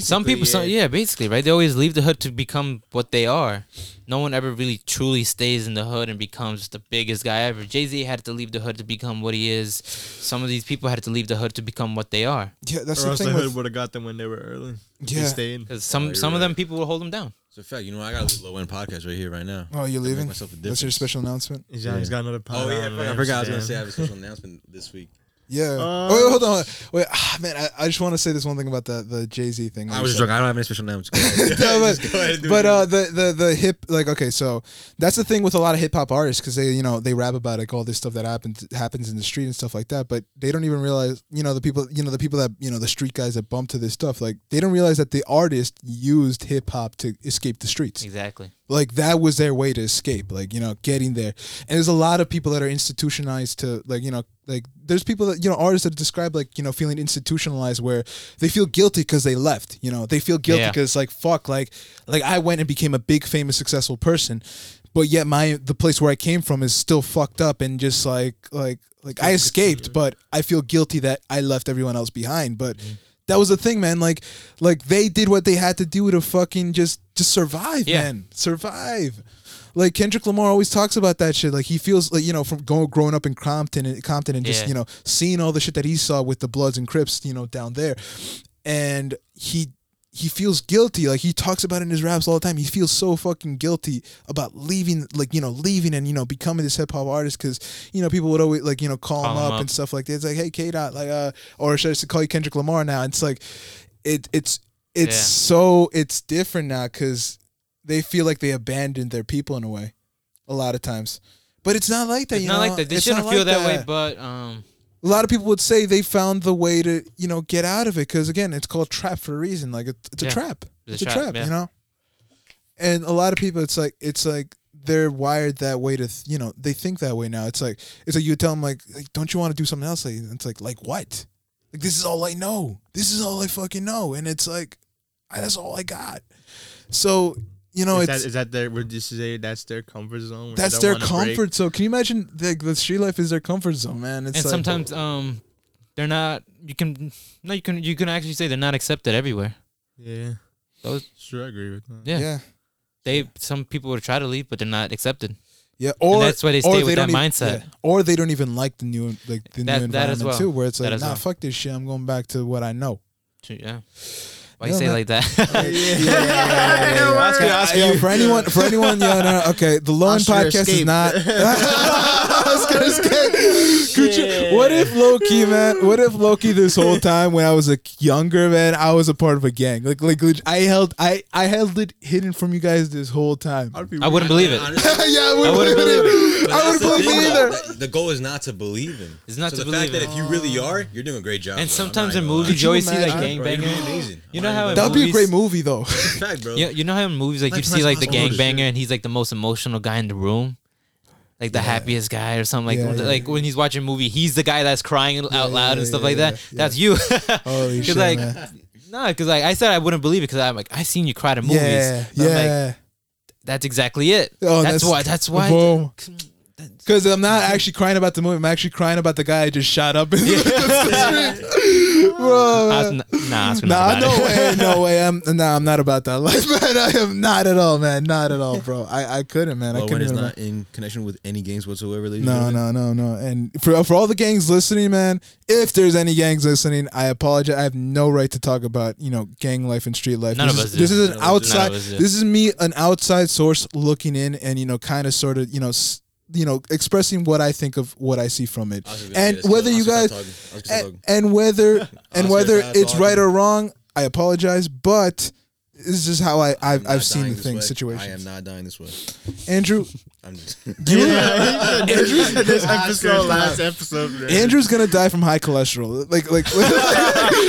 B: some people, some yeah, basically, right? They always leave the hood to become what they are. No one ever really truly stays in the hood and becomes the biggest guy ever. Jay Z had to leave the hood to become what he is. Some of these people had to leave the hood to become what they are.
A: yeah, that's
D: Or
A: the
D: else
A: thing.
D: the hood
A: With,
D: would have got them when they were early. They
A: Yeah.
D: stayed.
B: Because some
C: you're
B: some of them
C: right.
B: people will hold them down.
C: So, in fact, you know, I got a low end podcast right here, right now.
A: oh, you're
C: I make
A: leaving.
C: myself a
A: That's your
C: difference.
A: special announcement.
D: He's got- he's got another pod.
C: Oh, yeah. I
D: on,
C: forgot, I
D: man,
C: forgot I was going to
D: damn.
C: say I have a special announcement this week.
A: Yeah.
D: Uh,
A: oh, wait, hold on. Wait, Wait, ah, man, I, I just want to say this one thing about the the Jay Z thing.
C: I was just
A: Like,
C: drunk. I don't have any special announcements.
A: No, but
C: Just go ahead and do
A: but,
C: it.
A: uh, the, the the hip like okay, so that's the thing with a lot of hip hop artists because they you know they rap about like all this stuff that happens happens in the street and stuff like that, but they don't even realize you know the people you know the people that you know the street guys that bump to this stuff like they don't realize that the artist used hip hop to escape the streets
B: Exactly.
A: like that was their way to escape like you know getting there and there's a lot of people that are institutionalized to like you know like there's people that you know artists that describe like you know feeling institutionalized where they feel guilty because they left you know they feel guilty
B: Yeah.
A: because like fuck like like i went and became a big famous successful person but yet my the place where i came from is still fucked up and just like like like i escaped but i feel guilty that i left everyone else behind but that was the thing man like like they did what they had to do to fucking just just survive
B: Yeah.
A: man survive. Like Kendrick Lamar always talks about that shit. Like he feels like you know from going growing up in Compton and Compton and just
B: Yeah.
A: you know seeing all the shit that he saw with the Bloods and Crips, you know down there, and he he feels guilty. Like he talks about it in his raps all the time. He feels so fucking guilty about leaving, like you know leaving and you know becoming this hip hop artist because you know people would always like you know call, him, up and stuff like that. It's like hey K Dot, like uh, or should I just call you Kendrick Lamar now? it's like it it's it's
B: Yeah.
A: so it's different now because they feel like they abandoned their people in a way, a lot of times. But it's not like that.
B: It's
A: you
B: not
A: know?
B: like that. They
A: It's
B: shouldn't
A: not
B: feel
A: like
B: that way, but um,
A: a lot of people would say they found the way to you know get out of it because again, it's called trap for a reason. Like it's, it's
B: Yeah.
A: a trap.
B: It's
A: It's,
B: a
A: a,
B: trap,
A: trap.
B: yeah.
A: You know. And a lot of people, it's like it's like they're wired that way to th- you know they think that way now. It's like it's like you tell them like, like don't you want to do something else? Like, it's like like what? Like this is all I know. This is all I fucking know. And it's like I, that's all I got. So you know
D: is,
A: it's
D: that, is that their? Would you say that's their comfort zone? where they
A: that's
D: don't
A: their
D: wanna break?
A: comfort zone. Can you imagine like the street life is their comfort zone, man? It's
B: and
A: like,
B: sometimes um, they're not. You can no, you can you can actually say they're not accepted everywhere.
D: Yeah.
B: Those-
D: sure, I agree with that.
B: yeah.
A: yeah.
B: They some people would try to leave, but they're not accepted.
A: Yeah, or
B: that's why they
A: or
B: stay with
A: don't even-
B: that mindset.
A: yeah, or they don't even like the new like the
B: That-
A: new
B: that as
A: environment
B: well.
A: too, where it's
B: That
A: like,
B: as
A: nah,
B: well.
A: fuck this shit. I'm going back to what I know.
B: Yeah. Why you
A: Yeah,
B: say it
A: man.
B: like that?
D: Ask you, ask
A: Yeah,
D: you.
A: for anyone, for anyone, yeah, no, no, okay. The Lone
D: Usher
A: Podcast is
D: escaped.
A: not. Oscar escaped. Could you- what if Loki, man? What if Loki? This whole time, when I was a younger man, I was a part of a gang. Like, like, leg- I held, I, I held it hidden from you guys this whole time.
D: I'd be
B: I wouldn't believe it.
C: Honestly,
A: yeah, I
B: I
A: wouldn't
B: wouldn't
A: believe it.
B: believe it.
A: I wouldn't
C: that's the
A: believe
C: thing,
A: it
C: though.
A: either.
C: The- The goal is not to believe in.
B: It's not
C: so
B: to
C: the
B: believe
C: fact that
B: in.
C: if you really are, you're doing a great job.
B: and
C: bro. I'm not
B: sometimes in
C: even gonna lie.
B: movies, you always see like
A: imagine?
C: You're
B: gangbanger.
C: amazing.
B: You know how in
A: That would be a
B: movies-
A: great movie, though.
C: fact, bro.
B: You, you know how in movies like you
C: Life
B: see
C: has
B: like the
C: possibilities.
B: gangbanger and he's like the most emotional guy in the room, like the happiest guy or something like
A: Yeah, yeah,
B: like when he's watching a movie he's the guy that's crying out
A: yeah,
B: loud
A: yeah,
B: and stuff
A: yeah,
B: like that.
A: yeah, yeah.
B: That's you.
A: Holy
B: 'Cause,
A: shit,
B: like,
A: man.
B: No, because like I said, I wouldn't believe it because I'm like I seen you cry to movies.
A: Yeah,
B: But I'm like,
A: yeah.
B: that's exactly it.
A: Oh,
B: that's,
A: that's-
B: why. That's why.
A: Boom. Because I'm not actually crying about the movie. I'm actually crying about the guy I just shot up. In the Bro,
B: I was n- nah, I was gonna
A: Nah,
B: laugh about
A: no
B: it.
A: way, no way. I'm nah, I'm not about that life, man. I am not at all, man. Not at all, bro. I, I couldn't, man. I
C: Low
A: couldn't.
C: end is
A: even-
C: not in connection with any games whatsoever. ladies
A: no,
C: and
A: no, no, no. And for for all the gangs listening, man, if there's any gangs listening, I apologize. I have no right to talk about you know gang life and street life.
B: None
A: this is,
B: of us do.
A: This is an
C: None of us
A: outside.
C: do.
B: None of us do.
A: This is me, an outside source looking in, and you know, kind of, sort of, you know, s- you know, expressing what I think of what I see from it,
C: I was just gonna say
A: and
C: this, 'cause
A: whether
C: I
A: you
C: was just
A: guys
C: talking. I was just
A: and,
C: talking.
A: and whether and
C: Oscar
A: whether
C: Brad's
A: it's right
C: argument.
A: or wrong, I apologize, but this is how I I've,
C: I'm not
A: I've seen
C: dying
A: the
C: this
A: thing
C: way. I am
A: situation.
C: not dying this way.
A: Andrew,
C: I'm just.
D: Yeah, this, this episode, last episode. man.
A: Andrew's gonna die from high cholesterol. Like like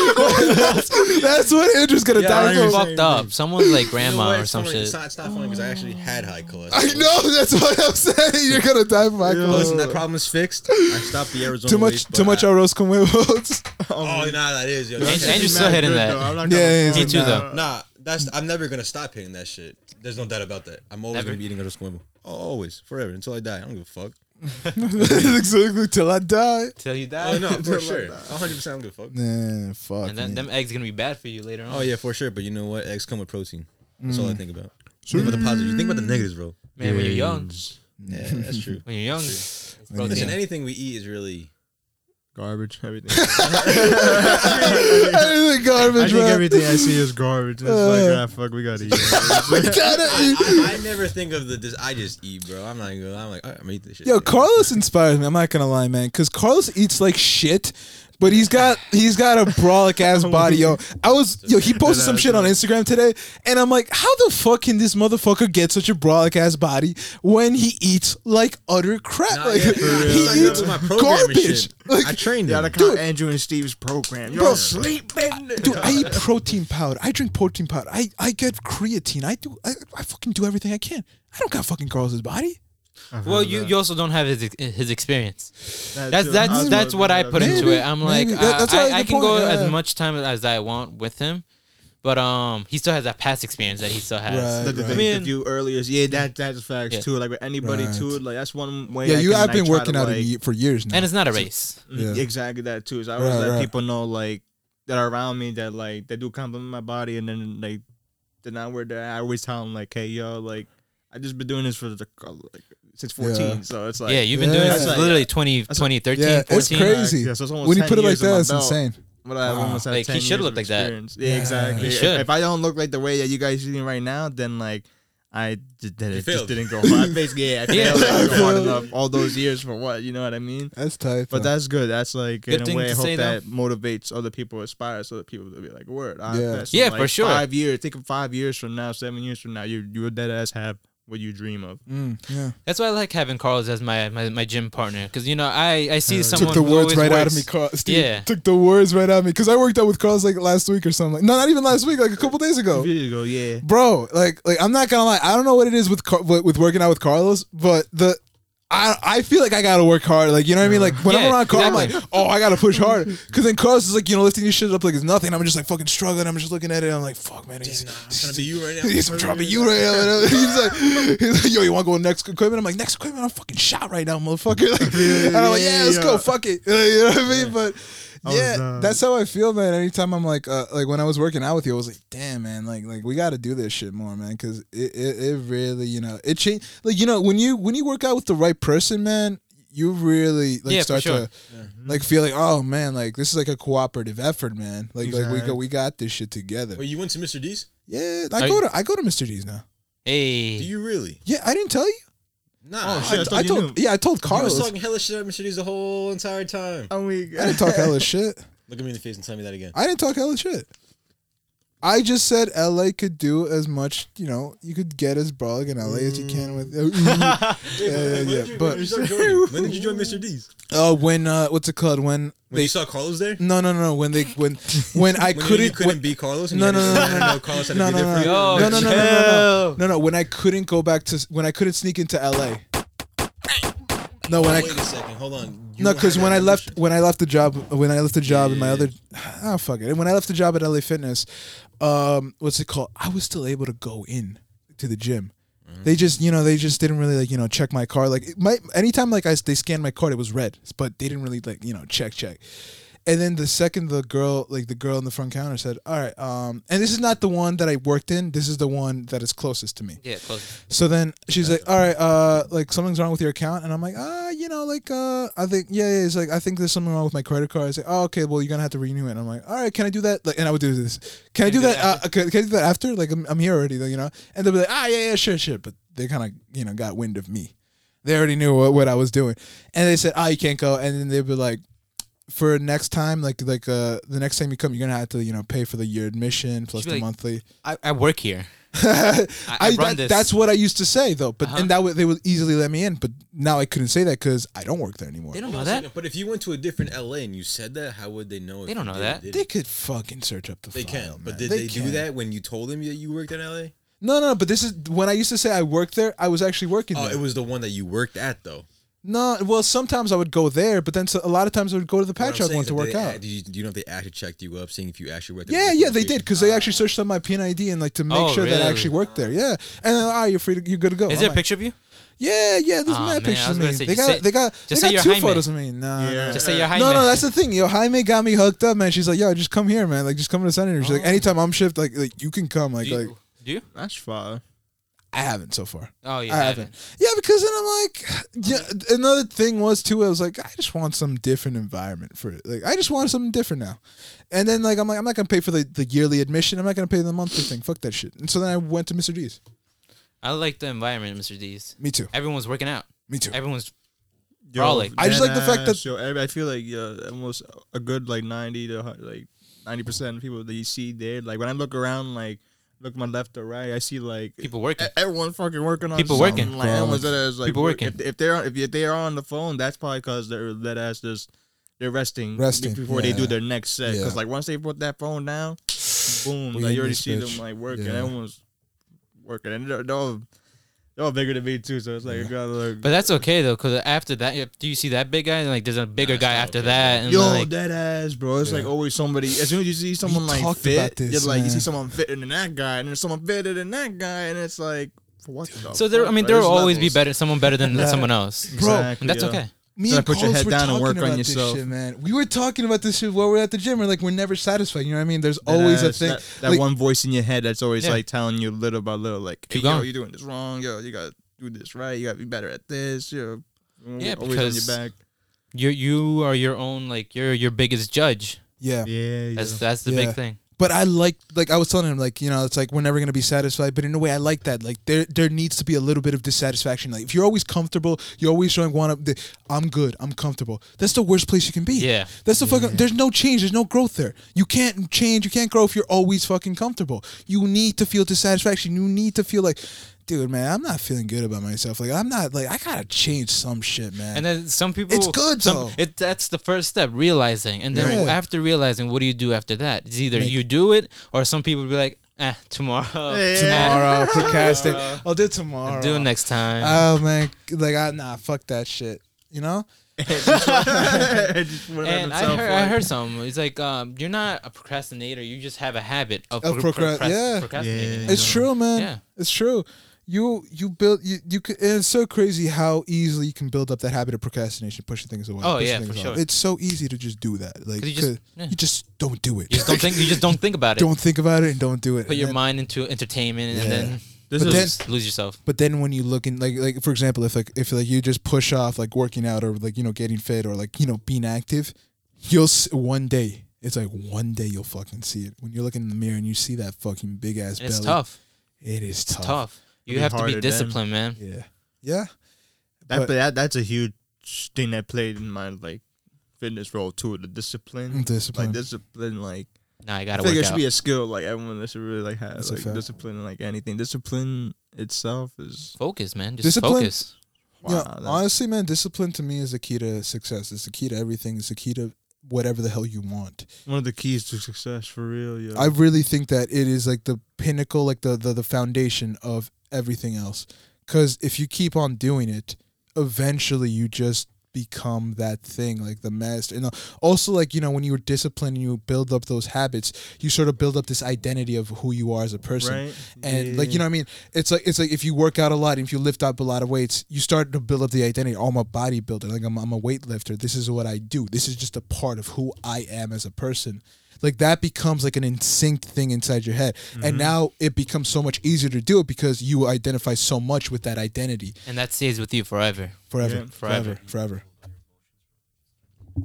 A: that's, that's what Andrew's gonna
C: Yeah,
A: die
C: I
A: from.
C: understand.
B: fucked up. Someone's like grandma
C: No way,
B: or some
C: it's
B: shit.
C: It's not, it's not funny because I actually had high cholesterol.
A: I know that's what I'm saying. You're gonna die from high
C: But Listen,
A: cholesterol.
C: that problem is fixed. I stopped the Arizona.
A: Too much
C: lease, but
A: too much
C: I,
A: arroz con huevos.
C: Oh, nah, that is. Yo,
B: And-
C: that's-
B: and you're
D: It's
B: still
D: mad
B: hitting
D: good,
B: that.
D: though. I'm not
A: Yeah,
D: gonna
A: yeah, yeah.
D: front,
B: Me too,
D: nah.
B: though.
C: Nah, that's I'm never gonna stop hitting that shit. There's no doubt about that. I'm always
B: Never.
C: gonna be eating a squimble. Oh, always, forever, until I die. I don't give a fuck.
A: exactly till I die.
B: Till you die.
C: Oh no, for sure, 100. percent I don't give a fuck.
A: Nah, fuck.
B: And then
A: man.
B: them eggs gonna be bad for you later on.
C: Oh yeah, for sure. But you know what? Eggs come with protein. That's
A: Mm.
C: all I think about. Think about the positives. You think about the negatives, bro.
B: man, when you're young,
C: Yeah, that's true.
B: when you're young, it's
C: Listen,
B: protein.
C: anything we eat is really.
D: Garbage. Everything.
A: Everything
D: I
A: garbage,
D: think
A: man.
D: everything I see is garbage. It's like, ah, fuck, we gotta eat.
A: We gotta eat.
C: I, I never think of the. This, I just eat, bro. I'm not gonna. I'm like, all right, I'm gonna eat this shit.
A: Yo, Carlos inspires me. I'm not gonna lie, man, because Carlos eats like shit, but he's got he's got a brolic ass body. Yo, I was yo he posted some shit on Instagram today, and I'm like, how the fuck can this motherfucker get such a brolic ass body when he eats like utter crap?
C: Nah,
A: like
C: yeah, for real.
A: he
C: Like, yo,
A: eats
C: my program and
A: garbage.
C: shit.
A: Like,
C: I trained
D: Yeah,
C: him.
D: to count Andrew and Steve's program. You're
A: Bro.
D: sleeping.
A: Dude, I eat protein powder. I drink protein powder. I, I get creatine. I do. I, I fucking do everything I can. I don't got fucking Carlos's body.
B: Well,
A: uh,
B: you, you also don't have his ex- his experience.
D: That
B: That's
D: too.
B: that's
D: Oscar,
B: that's what I put
A: Maybe,
B: into it. I'm like,
A: maybe. That-
B: uh,
A: that's
B: I,
A: a
B: I
A: good
B: can go
A: point, yeah.
B: as much time as I want with him, but um, he still has that past experience that he still has.
A: Right,
D: That the
A: right.
D: thing
B: I mean-
D: with you earlier, is- yeah, that that's facts
B: Yeah.
D: too. Like with anybody
A: Right.
D: too, like that's one way.
A: Yeah,
D: I
A: you.
D: can,
A: I've
D: like,
A: been
D: try
A: working
D: to,
A: out
D: like,
A: a, for years now.
B: And it's not a race.
A: Yeah.
D: Exactly that too. So I always
A: Right,
D: let
A: right.
D: people know like that are around me that like they do compliment my body, and then like they're not where they're. at. I always tell them like, hey yo, like I just been doing this for the uh, like, since fourteen.
A: Yeah.
D: So it's like
B: yeah, you've been doing
A: Yeah.
B: it
A: That's
B: since
D: like-
B: literally 20,
D: that's
B: 20, 13,
A: Yeah, it's
B: 14.
A: crazy.
D: so it's almost
A: when you
D: 10
A: put it like
D: years on
A: that,
D: my
A: it's
D: belt.
A: insane.
D: But I
A: Wow.
D: almost had
B: Like, he
D: 10
B: should
D: years
B: look
D: of
B: like that.
D: experience. Yeah,
A: Yeah.
D: exactly.
A: He
D: If-
B: should.
D: If, I don't look like the way that you guys see me right now, then like I just, did it just
C: failed.
D: didn't go hard. Basically, yeah, I failed at it hard enough all those years for what you know what I mean.
A: That's tight.
D: But that's good. That's like
B: Good
D: in
B: thing
D: a way.
B: to
D: I
B: say,
D: hope
B: though.
D: that motivates other people, aspires other people to be like, "Word, I
A: Yeah.
D: that's
B: Yeah,
D: like
B: for sure.
D: Five years. Think of five years from now, seven years from now, you you will dead ass have what you dream of.
A: Mm, yeah.
B: That's why I like having Carlos as my, my, my gym partner because you know I, I see someone
A: took the
B: who
A: words
B: always
A: right out
B: works.
A: of me, Carl. Steve
B: Yeah.
A: took the words right out of me because I worked out with Carlos like last week or something. Like, no, not even last week, like a couple days ago.
D: Here you go, yeah.
A: Bro, like, like I'm not gonna lie. I don't know what it is with Car- with with working out with Carlos, but the. I, I feel like I gotta work hard, like you know what I mean. Like when
B: Yeah,
A: I'm around Carlos, I'm like,
B: exactly.
A: oh, I gotta push hard. Because then Carlos is like, you know, lifting this shit up like it's nothing. I'm just like fucking struggling. I'm just looking at it. I'm like, fuck, man, he's,
C: Nah, I'm trying to be you right now.
A: He's some dropping you right now. He's like, he's like, yo, you want to go next equipment? I'm like, next equipment, I'm fucking shot right now, motherfucker. Like, and I'm like, yeah, let's go,
D: yeah.
A: fuck it. You know what I mean? But
D: I was,
A: yeah,
D: uh,
A: that's how I feel, man. Anytime I'm like, uh, like when I was working out with you, I was like, damn, man, like, like we got to do this shit more, man, because it, it, it really, you know, it changed. Like, you know, when you when you work out with the right person, man, you really like
B: Yeah, for
A: start
B: sure.
A: to like feel like, oh man, like this is like a cooperative effort, man. Like, like we
D: Exactly.
A: go, we got this shit together.
C: Wait, you went to Mr. D's?
A: Yeah,
B: Are
A: I go
B: you-
A: to I go to Mr. D's now.
B: Hey,
C: Do you really?
A: Yeah, I didn't tell you.
C: Nah.
D: Oh,
C: Oh,
D: shit.
A: I,
D: I thought
A: I
D: you
A: told
D: knew.
A: yeah, I told
C: I
A: Carlos.
C: was talking hella shit at Mr. D's the whole entire time.
D: Oh my god.
A: I didn't talk hella shit.
C: Look at me in the face and tell me that again.
A: I didn't talk hella shit. I just said LA could do as much, you know, you could get as brolic in LA as you can with. yeah, yeah, yeah.
C: when, did you
A: But
C: start joining? when did you join Mr. D's?
A: uh, when uh, what's it called? When
C: When
A: they
C: you saw Carlos there?
A: no no no no, when they when when I
C: When you knew you
A: couldn't
C: couldn't
A: when-
C: be Carlos? And
A: No,
C: you
A: no,
C: had
A: no, no,
C: to-
A: no.
C: Carlos had to
A: no
C: be
A: no
C: there
A: no
C: for you.
A: no
B: Yo,
A: no no no no no
B: chill.
A: no no when I couldn't go back to when I couldn't sneak into LA. No, when I
C: Wait a second. Hold on. you
A: No, because
C: had
A: when
C: that
A: I left,
C: ambition.
A: when I left the job, when I left the job in my
C: Yeah.
A: other, oh fuck it, when I left the job at LA Fitness, um, what's it called? I was still able to go in to the gym.
C: Mm.
A: They just, you know, they just didn't really like, you know, check my card. Like, it- my anytime like I they scanned my card, it was red, but they didn't really like, you know, check check. And then the second the girl, like the girl in the front counter, said, "All right," um, and this is not the one that I worked in. This is the one that is closest to me.
B: Yeah, close.
A: So then she's like, "All right, uh, like something's wrong with your account," and I'm like, "Ah, you know, like, uh, I think, yeah, yeah." It's like, "I think there's something wrong with my credit card." I say, "Oh, okay, well, you're gonna have to renew it." And I'm like, "All right, can I do that?" Like, and I would do this. Can I do that? Uh, can, can I do that after? Like, I'm, I'm here already, though, you know. And they'll be like, "Ah, yeah, yeah, sure, sure," but they kind of, you know, got wind of me. They already knew what, what I was doing, and they said, "Ah, you can't go." And then they'd be like, "For next time, like, like, uh, the next time you come, you're gonna have to, you know, pay for the year admission plus
B: She'd
A: the
B: be like,
A: monthly."
B: I, I work here. I, I
A: I,
B: run
A: that-
B: this.
A: That's what I used to say though, but
B: Uh-huh.
A: and that would they would easily let me in, but now I couldn't say that because I don't work there anymore.
B: They
A: They,
B: don't know that.
C: But if you went to a different LA and you said that, how would they know? if
B: They don't
C: you
B: know
C: did or
B: that.
C: didn't?
A: could fucking search up the.
C: They can,
A: file, Oh, man.
C: but did they, do
A: can.
C: that when you told them that you worked at LA?
A: No, no, but this is when I used to say I worked there. I was actually working
C: Oh,
A: there.
C: it was the one that you worked at though.
A: no, well, sometimes I would go there, but then so, a lot of times I would go to the
C: What I'm
A: patch shop
C: saying
A: one
C: is
A: to
C: that
A: work
C: they
A: out.
C: act- Do you, do you know if they actually checked you up, seeing if you actually worked? At a
A: yeah,
C: different
A: yeah, they
C: location?
A: did because they actually searched up my PNID and like to make
B: Oh,
A: sure that I
B: really?
A: actually worked there. Yeah, and then, all right, you're free to you're good to go.
B: Is
A: I'm
B: there a
A: like,
B: picture of you?
A: Yeah, yeah, there's
B: Aw,
A: mad
B: man, I
A: pictures
B: was
A: of
B: gonna
A: me.
B: say,
A: they
B: just
A: got
B: say-
A: they got
B: just
A: they
B: say
A: got
B: you're
A: two
B: Jaime.
A: photos of me. Nah, nah,
D: Yeah.
B: Just say you're hiding.
A: Uh, No, no,
B: there.
A: that's the thing. Yo, Jaime got me hooked up, man. She's like, yo, just come here, man. Like, just come to the center. She's like,
B: Oh.
A: anytime I'm shift, like, like you can come. Like,
B: do you,
A: like
B: do you?
D: That's fire.
A: I haven't so far.
B: Oh, you
A: I haven't.
B: haven't.
A: Yeah, because then I'm like, yeah. Another thing was too. I was like, I just want some different environment for it. Like, I just want something different now. And then like, I'm like, I'm not gonna pay for the, the yearly admission. I'm not gonna pay the monthly thing. Fuck that shit. And so then I went to Mr. D's.
B: I like the environment, Mr. D's.
A: Me too.
B: Everyone's working out.
A: Me too.
B: Everyone's
D: Yo,
B: Brolic.
A: I just like the fact that-
D: deadass, yo, every- I feel like yeah, almost a good like ninety to hu- like ninety percent of people that you see there. Like when I look around, like look my left or right, I see like
B: people working.
D: e- everyone fucking working on
B: People
D: something.
B: working.
D: Like, everyone's dead ass, like
B: People
D: work-
B: working.
D: If, if they're if, if they are on the phone, that's probably because they're that ass just they're resting,
A: Resting,
D: before they
A: yeah.
D: do their next set.
A: Yeah.
D: Because like once they put that phone down, boom,
A: We
D: like
A: in
D: you already
A: this
D: see
A: bitch.
D: them like working.
A: Yeah.
D: Everyone's working, and they're, they're all they're all bigger than me too. So it's like you gotta like.
B: But that's okay though, because after that, you- do you see that big guy? And, like, there's a bigger
C: That's
B: guy
C: not
B: after
C: okay.
B: that, and
D: Yo,
B: like,
D: that ass, bro. It's like always somebody. As soon as you see someone like
A: talked
D: fit,
A: about this,
D: you're like you
A: man.
D: see someone fitter than that guy, and there's someone fitter than that guy, and it's like what? The
B: so there. I
D: fuck?
B: mean,
D: Like,
B: there will
D: there's
B: always be
D: levels.
B: better, someone better than someone else,
A: Bro,
D: Exactly,
B: and that's
D: yeah.
B: okay.
A: Me
D: Gotta
A: and
D: put your
A: Carlos
D: head
A: were
D: down and
A: talking
D: work on
A: about
D: yourself.
A: this shit, man. We were talking about this shit while we were at the gym. We're like, we're never satisfied. You know what I mean? There's always a
D: That's-
A: thing.
D: That, that
A: like,
D: one voice in your head that's always
B: Yeah.
D: like telling you little by little, like, hey,
B: Keep
D: yo,
B: going.
D: you're doing this wrong. Yo, you gotta do this right. You gotta be better at this. Yo,
B: Yeah,
D: always
B: because-
D: on your back.
B: You you are your own like you're your biggest judge.
A: yeah.
D: Yeah,
B: That's that's the
A: Yeah.
B: big thing.
A: But I like, like I was telling him, like you know, it's like we're never gonna be satisfied. But in a way, I like that. Like there, there needs to be a little bit of dissatisfaction. Like if you're always comfortable, you're always showing one up. the, I'm good. I'm comfortable. That's the worst place you can be.
B: Yeah.
A: That's the fucking. There's no change. There's no growth there. You can't change. You can't grow if you're always fucking comfortable. You need to feel dissatisfaction. You need to feel like, dude, man, I'm not feeling good about myself. Like I'm not. Like I gotta change some shit, man.
B: And then some people
A: It's good,
B: some,
A: though.
B: It that's the first step, realizing. And then
A: Yeah.
B: after realizing, what do you do after that? It's either
A: Make-
B: you do it or some people be like, eh, tomorrow.
A: tomorrow, procrastinate. I'll do it tomorrow.
B: Do it next time.
A: Oh man, like I nah, fuck that shit. You know?
D: Just went on
B: and I
D: itself,
B: heard, I
D: like-
B: heard something. It's like um, you're not a procrastinator. You just have a habit of,
A: Of
B: pro-
A: procra-
B: procrast-
A: yeah.
B: procrastinating.
D: Yeah.
A: It's true, man.
B: Yeah.
A: It's true. You you build you you can, and it's so crazy how easily you can build up that habit of procrastination, pushing things away.
B: Oh,
A: pushing
B: yeah,
A: things
B: for
A: off.
B: sure.
A: It's so easy to just do that. Like
B: 'Cause you
A: you
B: just-
A: just,
B: yeah.
A: you just don't do it.
B: You just don't think. You just don't think about it.
A: Don't think about it and don't do it.
B: Put
A: And
B: your
A: then-
B: mind into entertainment
A: Yeah.
B: and then
D: This
A: But
D: is-
A: then-
B: lose, lose yourself.
A: But then when you look in like like for example, if like if like you just push off like working out or like you know getting fit or like you know being active, you'll s- one day it's like one day you'll fucking see it when you're looking in the mirror and you see that fucking big ass
B: And
A: belly.
B: it's tough.
A: It is
B: It's
A: tough.
B: tough. You
D: be
B: have to be
D: harder then.
B: disciplined, man.
A: Yeah. Yeah.
D: that,
A: but-
D: but that that's a huge thing that played in my like fitness role too. The discipline,
A: Discipline.
D: Mm-hmm. like discipline, like
B: Nah, I
D: I
B: gotta
D: think
B: work
D: it should
B: out.
D: be a skill. Like everyone, that should really like have
A: That's a
D: like
A: fact.
D: discipline, in, like anything. Discipline itself is
B: focus, man. Just
A: Discipline.
B: focus.
A: Yeah,
D: wow. that's-
A: honestly, man, discipline to me is the key to success. It's the key to everything. It's the key to whatever the hell you want.
D: one of the keys to success for real. Yeah,
A: I really think that it is like the pinnacle, like the the, the foundation of everything else. Because if you keep on doing it, eventually you just become that thing like the master and uh, also like you know when you were disciplined and you build up those habits you sort of build up this identity of who you are as a person
D: Right.
A: and
D: Yeah.
A: like you know what i mean it's like it's like if you work out a lot and if you lift up a lot of weights you start to build up the identity oh i'm a bodybuilder like i'm, I'm a weightlifter this is what i do this is just a part of who i am as a person like that becomes like an instinct thing inside your head and
D: Mm-hmm.
A: now it becomes so much easier to do it because you identify so much with that identity
B: and that stays with you forever.
A: forever
D: Yeah,
A: forever
B: forever.
A: forever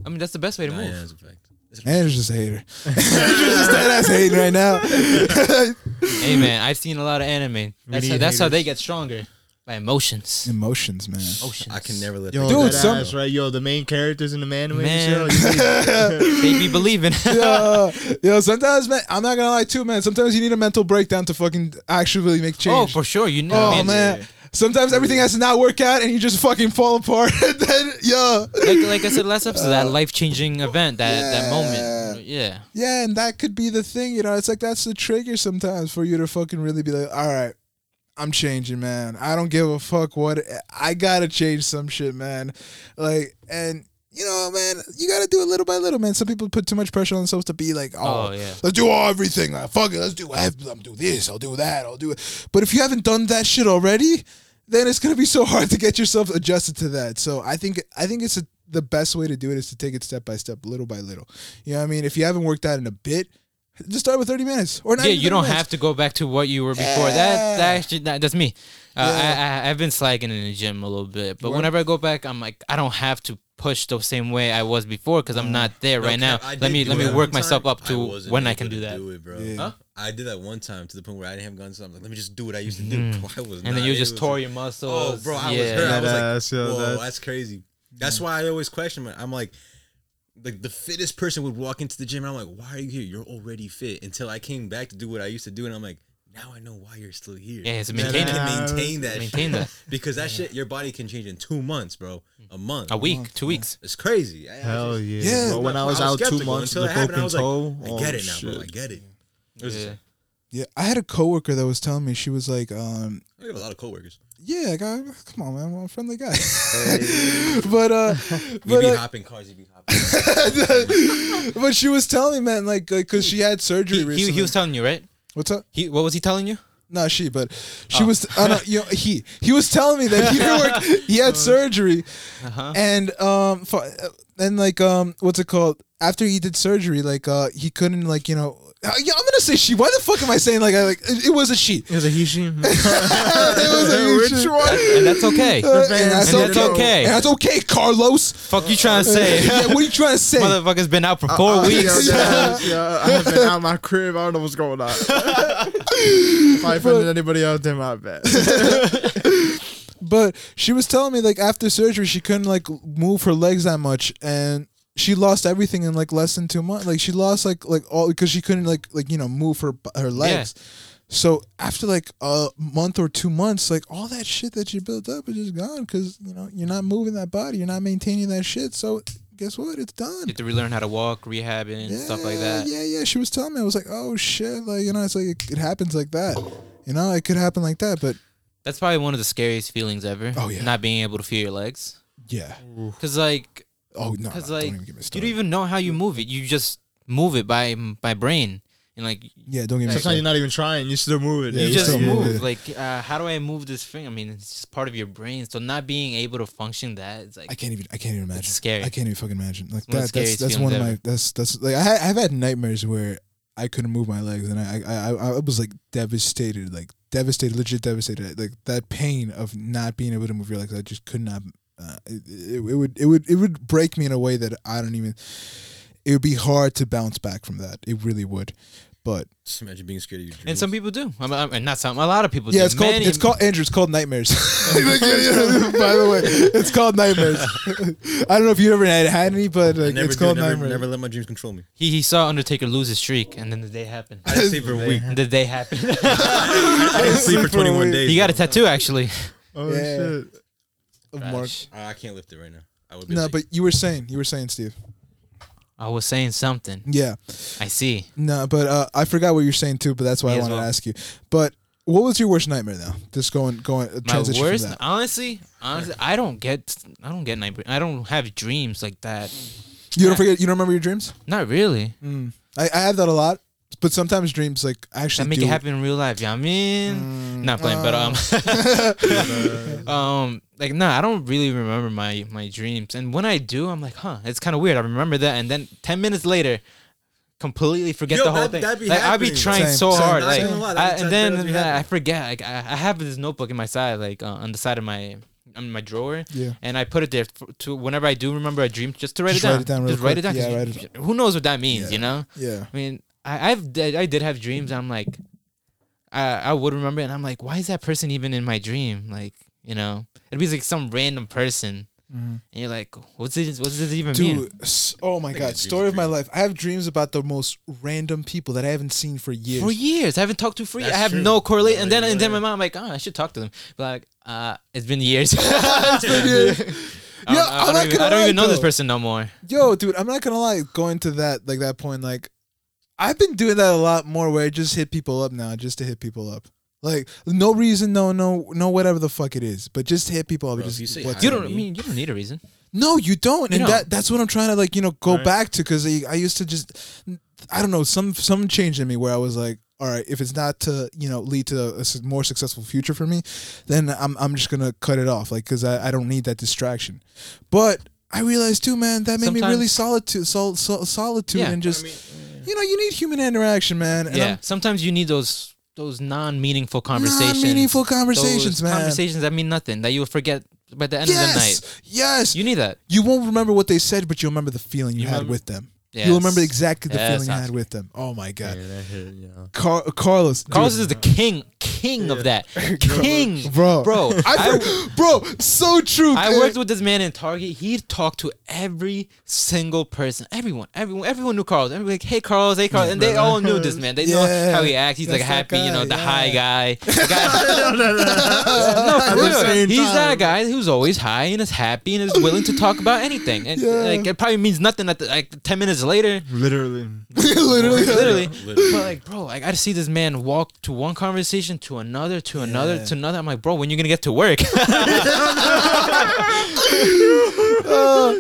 B: I mean, that's the best way to
C: Nah,
B: move.
C: yeah, that's a fact. That's a fact.
A: Andrew's just a hater Andrew's just dead ass hating right now
B: hey man, I've seen a lot of anime. That's, how,
D: need
B: that's how they
D: haters.
B: get stronger by emotions.
A: emotions
D: Oh,
A: man
B: Emotions.
C: I can never let
D: Yo,
C: that
A: Dude,
D: Dude,
C: go.
A: some-
D: ass, right? Yo, the main characters in the man,
B: Man.
D: show. you-
B: they be believing.
A: yo, yo, sometimes, man, I'm not gonna lie, too, man. Sometimes you need a mental breakdown to fucking actually really make
B: oh,
A: change.
B: for sure. You know,
A: Oh,
B: I mean,
A: man. Sometimes everything has to not work out and you just fucking fall apart. and then, yo,
B: Like, like I said last episode,
C: Uh,
B: that life changing event, that that
A: Yeah.
B: moment. Yeah.
A: yeah, and that could be the thing, you know. It's like that's the trigger sometimes for you to fucking really be like, all right. I'm changing, man. I don't give a fuck what I gotta change some shit, man. Like, and you know, man, you gotta do it little by little, man. Some people put too much pressure on themselves to be like, oh,
B: Oh, yeah.
A: let's do all everything. Like, fuck it, let's do. I have, I'm do this. I'll do that. I'll do it. But if you haven't done that shit already, then it's gonna be so hard to get yourself adjusted to that. So I think I think it's a, the best way to do it is to take it step by step, little by little. You know what I mean? If you haven't worked out in a bit, just start with 30 minutes or not.
B: Yeah,
A: even
B: you
A: 30
B: don't
A: minutes.
B: have to go back to what you were before.
A: Yeah.
B: That that actually that, that's me. Uh,
A: Yeah.
B: I, I I've been slacking in the gym a little bit, but
A: Right.
B: whenever I go back, I'm like I don't have to push the same way I was before because I'm not there
C: No
B: right now.
C: cap, I
B: let
C: did
B: me
C: do
B: let me
C: that
B: work
C: one
B: myself
C: time.
B: up to
C: wasn't
B: when I
C: able
B: can
C: to
B: do that.
C: Do it, bro.
A: Yeah.
B: Huh?
C: I did that one time to the point where I didn't have guns. So I'm like, let me just do what I used to do. I was
B: Mm. And
C: not
B: then you
C: able
B: just
C: to.
B: tore your muscles.
C: Oh, bro, I
B: yeah.
C: was hurt. I was
D: That
C: like,
D: ass, yo,
C: whoa, that's,
D: that's-
C: crazy. That's why I always question. it. I'm like, like the fittest person would walk into the gym, and I'm like, why are you here? You're already fit. Until I came back to do what I used to do, and I'm like, now I know why you're still here.
B: Yeah, it's
C: You gotta
B: maintain
D: it.
C: maintain that,
B: Maintain
C: shit.
B: that.
C: because that shit, your body can change in two months, bro. A month,
B: A week, two weeks.
C: It's crazy. I- I
D: Hell
C: just-
D: yeah.
A: Yeah.
D: Bro, when I was, out two
C: skeptical
D: months
C: until
D: with
C: it
D: a
C: happened,
D: broken
C: I was
D: toe,
C: like, I get
D: oh,
C: it now,
D: shit.
C: bro. I get it. It was-
B: Yeah.
A: Yeah, I had a coworker that was telling me she was like, um,
C: We have a lot of coworkers.
A: yeah, guy, come on, man, I'm a friendly guy. but uh,
C: We
A: but
C: be
A: uh,
C: hopping cars. You be hopping.
A: but she was telling me, man, like, like, cause she had surgery
B: He, he
A: recently.
B: he was telling you right?
A: What's up?
B: He what was he telling you?
A: Not she, but she
B: Oh.
A: was. I don't, you know, he he was telling me that he worked, he
B: Uh-huh.
A: had surgery, and um, for, and like um, what's it called? After he did surgery, like uh, he couldn't like you know. Uh, Yeah, I'm gonna say she. Why the fuck am I saying like I like? It, it was a she.
D: It was a Hishin.
A: It was a you she.
B: And that's okay.
A: Uh, and that's
B: And that's
A: okay.
B: okay.
A: And that's okay, Carlos.
B: Fuck you trying to say?
A: yeah, what are you trying to say?
B: Motherfucker's been out for four
A: Uh,
B: weeks.
D: Yeah, yeah, I have been out of my crib. I don't know what's going on. if I offended anybody out there, my bad.
A: But she was telling me like after surgery she couldn't like move her legs that much and she lost everything in like less than two months. Like she lost like like all because she couldn't like like you know move her her legs. So after like a month or two months, like all that shit that you built up is just gone because you know you're not moving that body, you're not maintaining that shit. So guess what? It's done.
B: You have to relearn how to walk, rehab, and stuff like that.
A: Yeah, yeah. She was telling me, I was like, oh shit, like you know, it's like it, it happens like that. You know, it could happen like that, but
B: That's probably one of the scariest feelings ever.
A: Oh, yeah.
B: Not being able to feel your legs.
A: yeah.
B: Cause like,
A: Oh no, no,
B: cause
A: don't
B: like,
A: even get me
B: you
A: started.
B: don't even know how you move it. You just move it by by brain, and like you
A: yeah, don't get me
D: Sometimes
A: started.
D: you're not even trying. You still move it.
A: Yeah, you
B: just
A: still move
B: move.
A: it.
B: Like, uh, how do I move this thing? I mean, it's just part of your brain. So not being able to function that, it's like
A: I can't even. I can't even imagine.
B: scary.
A: I can't even fucking imagine. Like
B: One
A: that.
B: of the
A: That's
B: scariest
A: that's one of
B: feelings
A: my.
B: ever.
A: That's that's like I ha- I've had nightmares where I couldn't move my legs and I I I, I was like devastated, like devastated, legit devastated. Like that pain of not being able to move your legs. I just could not. Uh, it, it, it would it would it would break me in a way that I don't even. It would be hard to bounce back from that. It really would. But
C: Just imagine being scared of your dreams.
B: and some people do. I'm, I'm, and not some. A lot of people.
A: yeah,
B: do.
A: it's called
B: Many-
A: it's called Andrew. It's called nightmares. Like, yeah, yeah, By the way, it's called nightmares. I don't know if you ever had, had any, but
C: I
A: like,
C: never,
A: it's
C: do,
A: called
C: never,
A: nightmares.
C: never let my dreams control me.
B: He he saw Undertaker lose his streak, and then the day happened.
C: I didn't sleep for a week.
B: the day happened.
C: I didn't sleep for 21 days.
B: he got a tattoo actually.
D: Oh
A: Yeah.
D: shit.
A: of Mark.
C: I can't lift it right now. I would be
A: No,
C: like,
A: but you were saying, you were saying, Steve.
B: I was saying something.
A: Yeah.
B: I see.
A: No, but uh, I forgot what you're saying too. But that's why
B: Me
A: I
B: as
A: wanted
B: well.
A: to ask you. But What was your worst nightmare though? Just going going
B: My
A: transition from
B: worst,
A: that.
B: honestly, honestly, I don't get, I don't get night. I don't have dreams like that.
A: You don't forget. You don't remember your dreams.
B: Not really.
A: Mm. I, I have that a lot, but sometimes dreams like I
B: That
A: actually
B: make
A: do- Mm.
B: it happen in real life. You know what I mean, not playing, but um, um, like no, I don't really remember my my dreams. And when I do, I'm like, huh, it's kind of weird. I remember that, and then ten minutes later, completely forget
C: Yo,
B: the whole
C: that-
B: thing.
C: that be
B: like I'd be
C: happening,
B: trying
A: bro.
B: so
A: Same,
B: hard,
A: same,
B: like,
A: same. Not
C: gonna lie, that
B: I,
C: be-
B: and
C: that
B: then
C: does be
B: then I
C: happening.
B: forget. Like I, I have this notebook in my side, like uh, on the side of my on my drawer.
A: Yeah.
B: And I put it there for, to whenever I do remember a dream, just to write
A: Just
B: it down.
A: write it down real
B: just write it
A: quick.
B: down. 'cause
A: Yeah,
B: you-
A: write it
B: Who knows what that means?
A: Yeah.
B: You know.
A: Yeah.
B: I mean, I, I've did, I did have dreams. I'm like, I I would remember, it, and I'm like, why is that person even in my dream? Like, you know, it'd be like some random person,
A: Mm-hmm.
B: and you're like, what's it? What's this even mean?
A: Dude, s- oh my
C: I
A: god,
C: dream
A: story of my
C: dream.
A: life. I have dreams about the most random people that I haven't seen for years.
B: For years, I haven't talked to for years. I
C: That's
B: have
C: true.
B: no correlate. And
C: Yeah,
B: then, and then
C: yeah.
B: my mom, I'm like, oh, I should talk to them. But like, uh, it's been years. It's been years. I don't,
A: Yeah,
B: I
A: I'm
B: don't
A: not
B: even,
A: gonna
B: I don't
A: lie,
B: even know this
A: though.
B: person no more.
A: Yo, dude, I'm not gonna lie. Going to that like that point, like I've been doing that a lot more, where I just hit people up now, just to hit people up. Like no reason, no, no, no, whatever the fuck it is, but just hit people up.
C: Bro, if
A: just
C: you say
A: what's
C: hi
B: You
C: I
A: up.
B: don't. I
C: mean-
B: mean, you don't need a reason.
A: No, you don't,
B: You
A: and
B: don't.
A: that that's what I'm trying to like you know go
D: Right.
A: back to because I, I used to just I don't know some some change in me where I was like all right if it's not to you know lead to a s- more successful future for me then I'm I'm just gonna cut it off like because I, I don't need that distraction, but I realized too man that made me really
B: Sometimes-
A: solitude sol, sol, solitude
B: Yeah.
A: and just you know you need human interaction man and
B: yeah.
A: I'm-
B: Sometimes you need those those non-meaningful conversations.
A: Non-meaningful conversations,
B: those
A: man.
B: Conversations that mean nothing that you'll forget by the end of the
A: yes
B: night.
A: yes
B: You need that.
A: you won't remember what they said, but you'll remember the feeling you,
B: You
A: had
B: remember-
A: with them.
B: Yes.
A: You'll remember exactly the
B: Yes,
A: feeling you had
B: Oscar.
A: with them. Oh my god,
D: Yeah, that hit, yeah.
A: Car- Carlos, dude,
B: Carlos is the king, king of that, king,
A: bro,
B: bro.
A: I, bro, so true.
B: I
A: man.
B: worked with this man in Target. He talked to every single person, everyone, everyone, everyone knew Carlos. Everyone like, hey Carlos, hey Carlos, and they all knew this man. They
A: Yeah.
B: know how he acts. He's like
A: That's that
B: happy, you know,
A: guy,
B: the
A: yeah.
B: high guy. The guy
D: no, no, no.
B: no, for
D: the
B: real.
D: same
B: He's
D: time.
B: that guy who's always high and is happy and is willing to talk about anything. And
A: Yeah.
B: like, it probably means nothing. At the, like ten minutes later,
D: Literally.
A: literally,
B: literally.
C: Literally.
B: But like, bro, like I just see this man walk to one conversation to another to another
A: Yeah.
B: to another. I'm like, bro, when you gonna get to work?
A: Uh,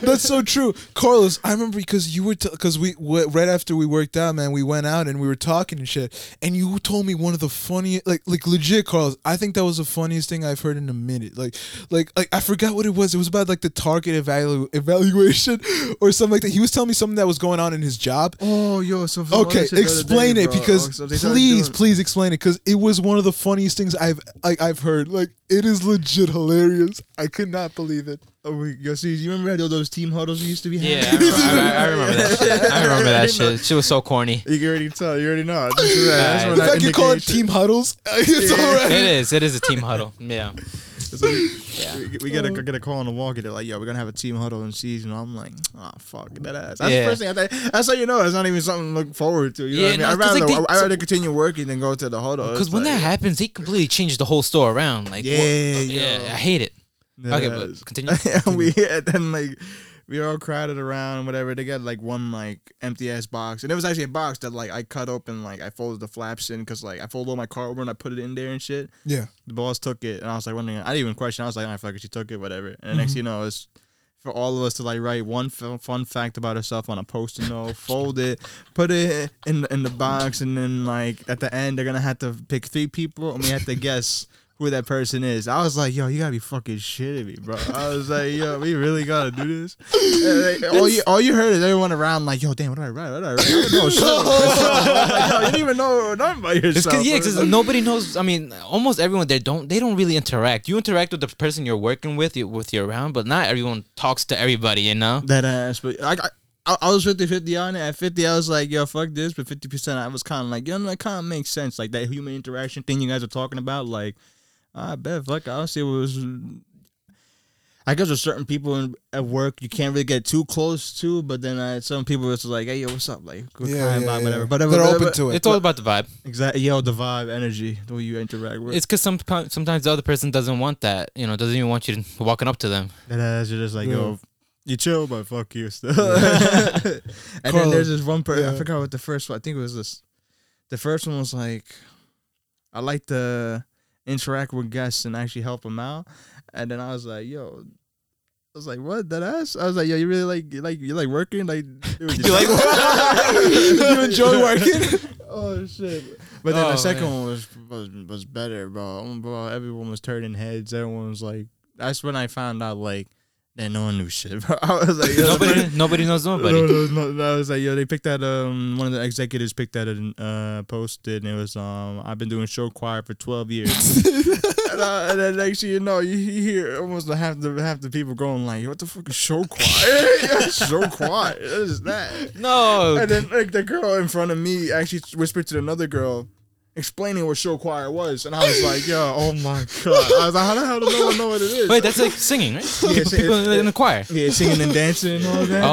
A: that's so true, Carlos. I remember because you were because we w- right after we worked out, man. We went out and we were talking and shit, and you told me one of the funniest, like like legit, Carlos. I think that was the funniest thing I've heard in a minute. Like like like I forgot what it was. It was about like the target evalu- evaluation or something like that. He was telling me something that was going on in his job,
D: Oh, yo. So for
A: Okay, explain it
D: Oh,
A: because please, please explain it because it was one of the funniest things I've I, I've heard. Like it is legit hilarious. I could not believe it.
D: Oh, wait, yo, see, you remember how those team huddles we used to be having?
B: yeah, I, remember- I- I remember that. Shit. I remember that shit. She was so corny.
D: You can already tell. You already know. That's right. That's
B: Nah,
D: when
A: The
D: I
A: fact you call it
D: indicate-
A: team huddles, it's
B: It
A: alright.
B: is. It is a team huddle. Yeah.
D: So we, we, we
A: Oh.
D: get a get a call on the walkie. They're like, "Yo, we're gonna have a team huddle in season." I'm like, "Oh fuck, that ass." That's
B: Yeah.
D: the first thing I thought. That's how you know it's not even something to look forward to. You know
B: Yeah,
D: what I mean?
B: no,
D: I'd
B: 'cause,
D: rather
B: like, they-
D: I'd rather continue working than go to the huddle.
B: Because when that happens, he completely changed the whole store around. Like,
D: Yeah,
B: what-
D: yo.
B: yeah, I hate it.
D: that
B: okay,
D: ass.
B: but continue.
D: and we and then like we were all crowded around and whatever. They got like one like empty ass box, and it was actually a box that like I cut open, like I folded the flaps in because like I folded all my car over and I put it in there and shit.
A: Yeah,
D: the boss took it, and I was like wondering. I didn't even question. I was like, I fuck it, she took it, whatever. And the
B: Mm-hmm.
D: next thing you know, it's for all of us to like write one f- fun fact about herself on a post-it note, fold it, put it in in the box, and then like at the end they're gonna have to pick three people, and we have to guess. Who that person is? I was like, yo, you gotta be fucking shitting me, bro. I was like, yo, we really gotta do this. And, like, all you, all you heard is everyone around like, yo, damn, what did I write? What did I write? No, shut up. Like, yo, you didn't even know nothing about
B: It's
D: yourself.
B: cause, yeah,
D: It was
B: because nobody knows. I mean, almost everyone there don't. They don't really interact. You interact with the person you're working with, you- with you around, but not everyone talks to everybody. You know.
D: That ass, but I, I, I was 50 50 on it. At 50, I was like, yo, fuck this. But 50%, I was kind of like, yo, that kind of makes sense. Like that human interaction thing you guys are talking about. Like, I bet, fuck, I don't see what was. I guess with certain people in, at work, you can't really get too close to, but then uh, some people it's like, hey, yo, what's up? Like, good
A: yeah, yeah,
D: vibe,
A: yeah. They're
D: whatever. But
A: open to it.
B: It's all about the vibe.
D: Exactly. Yo, the vibe, energy, the way you interact with.
B: It's because some, sometimes the other person doesn't want that. You know, doesn't even want you to- walking up to them.
D: That ass, you're just like,
A: Yeah.
D: yo, you chill, but fuck you still. and
A: Carl,
D: then there's this one person,
A: yeah.
D: I forgot what the first one, I think it was this. The first one was like, I like to interact with guests and actually help them out. And then I was like, yo. I was like, what? That ass? I was like, yo, you really like, you like, you like working? Like, dude,
B: You like
A: you enjoy working?
D: Oh shit! But then
B: Oh,
D: the second one was, was was better, bro. Um, Bro, everyone was turning heads. Everyone was like, that's when I found out like that no one knew shit. Bro. I was like, yo,
B: nobody, nobody knows
D: no,
B: nobody.
D: no, no, no. I was like, yo, they picked that. Um, one of the executives picked that and uh, posted, and it was um, I've been doing show choir for twelve years. and, uh, and then next thing you know, you, you hear almost the half the half the people going like, what the fuck is show choir? show choir? What is that?
B: No,
D: And then like the girl in front of me actually whispered to another girl, explaining what show choir was, and I was like, "Yo, oh my god!" I was like, "How the hell does no one know what it is?"
B: wait, that's like singing, right?
D: Yeah,
B: People, people in the choir.
D: yeah, singing and dancing and all that.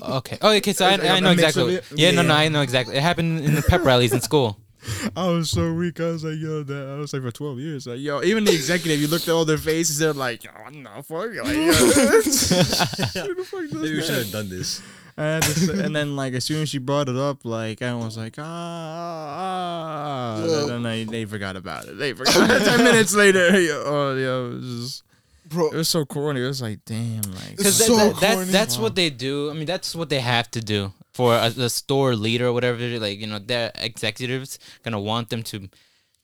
B: Oh, okay. Oh, okay. So I,
D: It's like
B: I
D: a
B: know
D: mix
B: exactly.
D: of
B: what-
D: it.
B: Yeah, no, no,
D: Yeah.
B: I know exactly. It happened in the pep rallies in school.
D: I was so weak. I was like, "Yo, that." I was like, for twelve years, like, "Yo." Even the executive, you looked at all their faces, they're like, "Yo, I'm not fucking like." Yo. Who the fuck does
C: Maybe we
D: that?
C: should have done this.
D: I had to say- and then like as soon as she brought it up, like everyone was like, ah, ah, ah.
A: Yeah.
D: and then they, they forgot about it. They forgot. Ten minutes later, yo, oh, yo, it was just,
A: Bro,
D: it was so corny. It was like, damn, like
A: It's
B: Because that,
A: so
B: that, that's
A: corny.
B: that's what they do. I mean, that's what they have to do for a, a store leader or whatever. Like you know, their executives gonna want them to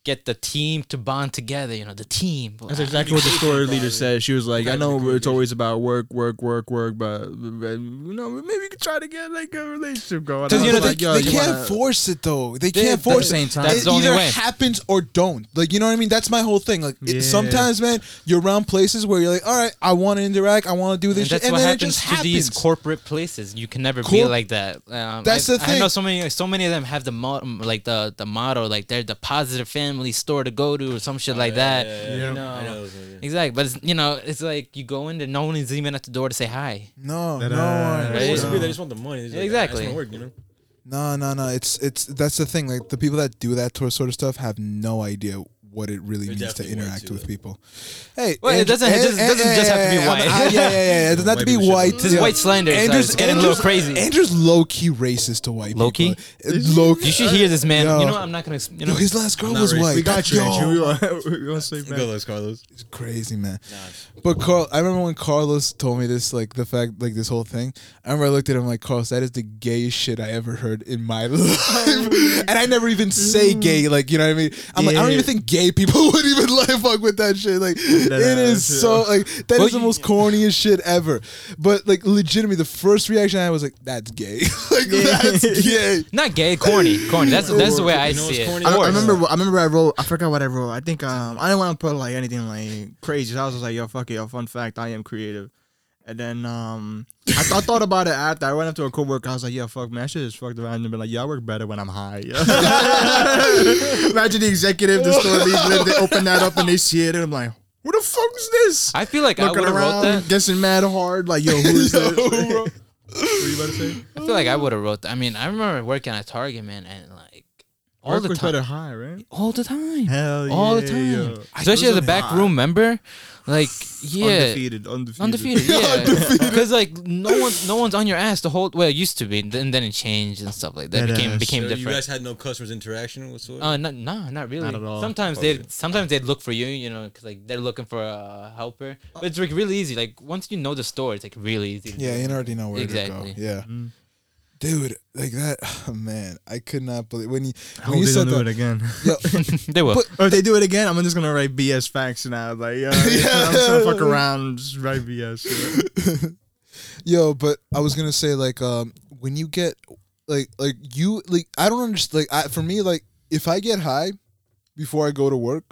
B: get the team to bond together. You know, the team.
D: That's exactly what the story leader said. She was like, "I know it's always about work, work, work, work, but, but you know, maybe we could try to get like a relationship going."
A: Because
D: I
A: you
D: was
A: know they,
D: like, yo,
A: they
D: you
A: can't
D: wanna-
A: force it though. They
B: They-
A: can't
B: at the
A: force
D: same
A: it.
D: time.
A: It
B: That's the only
A: either
B: way.
A: happens or don't. Like you know what I mean? That's my whole thing. Like it,
D: Yeah.
A: sometimes, man, you're around places where you're like, all right, I want to interact. I want to do
B: And
A: this. shit,
B: that's
A: and
B: what
A: then
B: happens
A: it just
B: to these
A: happens.
B: corporate places. You can never be
A: Corp-
B: like that. Um,
A: That's
B: I,
A: the
B: I know
A: thing.
B: so many, so many of them have the mo- like the the motto, like they're the positive family store to go to or some shit like that. You know,
C: I know. those ones, yeah.
B: Exactly, but it's, you know, it's like you go in there, no one is even at the door to say hi.
A: no,
D: That,
A: no,
D: uh,
A: one-
B: Right?
C: Well, What's
B: Yeah.
C: weird? They just want the money. They're just like,
B: Exactly.
C: I just want work, you know.
A: no, no, no. It's it's that's the thing. Like the people that do that sort sort of stuff have no idea what it really
C: They're
A: means to
C: definitely white,
A: interact
C: too,
A: with
C: though.
A: people. Hey,
B: Well, it doesn't- it just- doesn't just have to be
A: yeah,
B: white.
A: yeah, yeah, yeah, yeah. It doesn't have to
C: White
A: be
C: people should-
A: white.
B: This is
A: yeah.
B: white slander. so it's getting a little crazy.
A: Andrew's low key racist to white
B: Low
A: people.
B: key?
A: Low key.
B: you should hear this, man.
A: Yo.
B: You know, what? I'm not gonna. ex- You
A: Yo,
B: know,
A: his last girl
C: I'm not
A: was
C: racist.
A: white.
D: we got you,
A: Yo,
D: Andrew. We want, we want to say
C: Go, Los Carlos.
A: it's crazy, man.
C: Nah,
A: But Carl, I remember when Carlos told me this, like the fact, like this whole thing. I remember I looked at him like, Carlos, that is the gayest shit I ever heard in my life, and I never even say gay. Like, you know what I mean? I'm like, I don't
D: Yeah.
A: even think gay people would even like fuck with that shit. Like, it is
D: yeah.
A: so like that is
B: Well,
A: the
B: you-
A: most corniest shit ever. But like, legitimately, the first reaction I had was like, that's gay. like, that's gay.
B: not gay, corny, corny. That's that's the way I
C: You know
B: see
C: what's
B: it.
C: corny?
D: I, I
C: Worse.
D: remember. I remember. I wrote. I forgot what I wrote. I think. Um. I didn't want to put like anything like crazy. So I was just like, "Yo, fuck it. Yo, fun fact. I am creative." And then um, I, th- I thought about it after. I went up to a coworker. I was like, "Yo, fuck, man. I should just fucked around and been like, yeah, I work better when I'm high." Imagine the executive, the store leader, they open that up and they see it, and I'm like, "What the fuck is this?"
B: I feel like I
D: Looking
B: would have wrote
D: around,
B: that.
D: guessing mad hard. Like, "Yo, who is
A: Yo,
D: this?"
A: who wrote-
D: What you about to say?
B: I feel like I would have wrote that. I mean, I remember working at Target, man, and like all
D: Work
B: the
D: was
B: time,
D: better high, right?
B: all the time,
D: Hell
B: all the
D: yeah,
B: time,
D: yo.
B: especially as a
D: Those are
B: back
D: hot.
B: room member. Like, yeah,
D: Undefeated, undefeated,
B: Undefeated, yeah, because like no one, no one's on your ass the whole. Well, it used to be, and then then it changed and stuff like that.
D: That
B: became
D: ass.
B: became
C: So you
B: different.
C: guys had no customers interaction whatsoever.
B: Uh, no, no, not really.
D: Not at all.
B: Sometimes
D: Oh,
B: they,
D: yeah.
B: sometimes they'd look for you, you know, 'cause, like they're looking for a helper. But it's like really easy. Like once you know the store, it's like really easy.
A: Yeah, you already know where
B: Exactly.
A: to go. Yeah.
D: Mm.
A: Dude, like that, man, I could not believe when you
D: I
A: when
D: hope
A: you
D: they
A: said
D: don't do
A: that.
D: it again.
A: Yo,
B: they will.
A: But-
D: Or if they do it again, I'm just gonna write BS facts now. Like, yeah, I'm just gonna fuck around, and just write BS.
A: yo, but I was gonna say like um when you get like like you like I don't understand like I for me like if I get high before I go to work,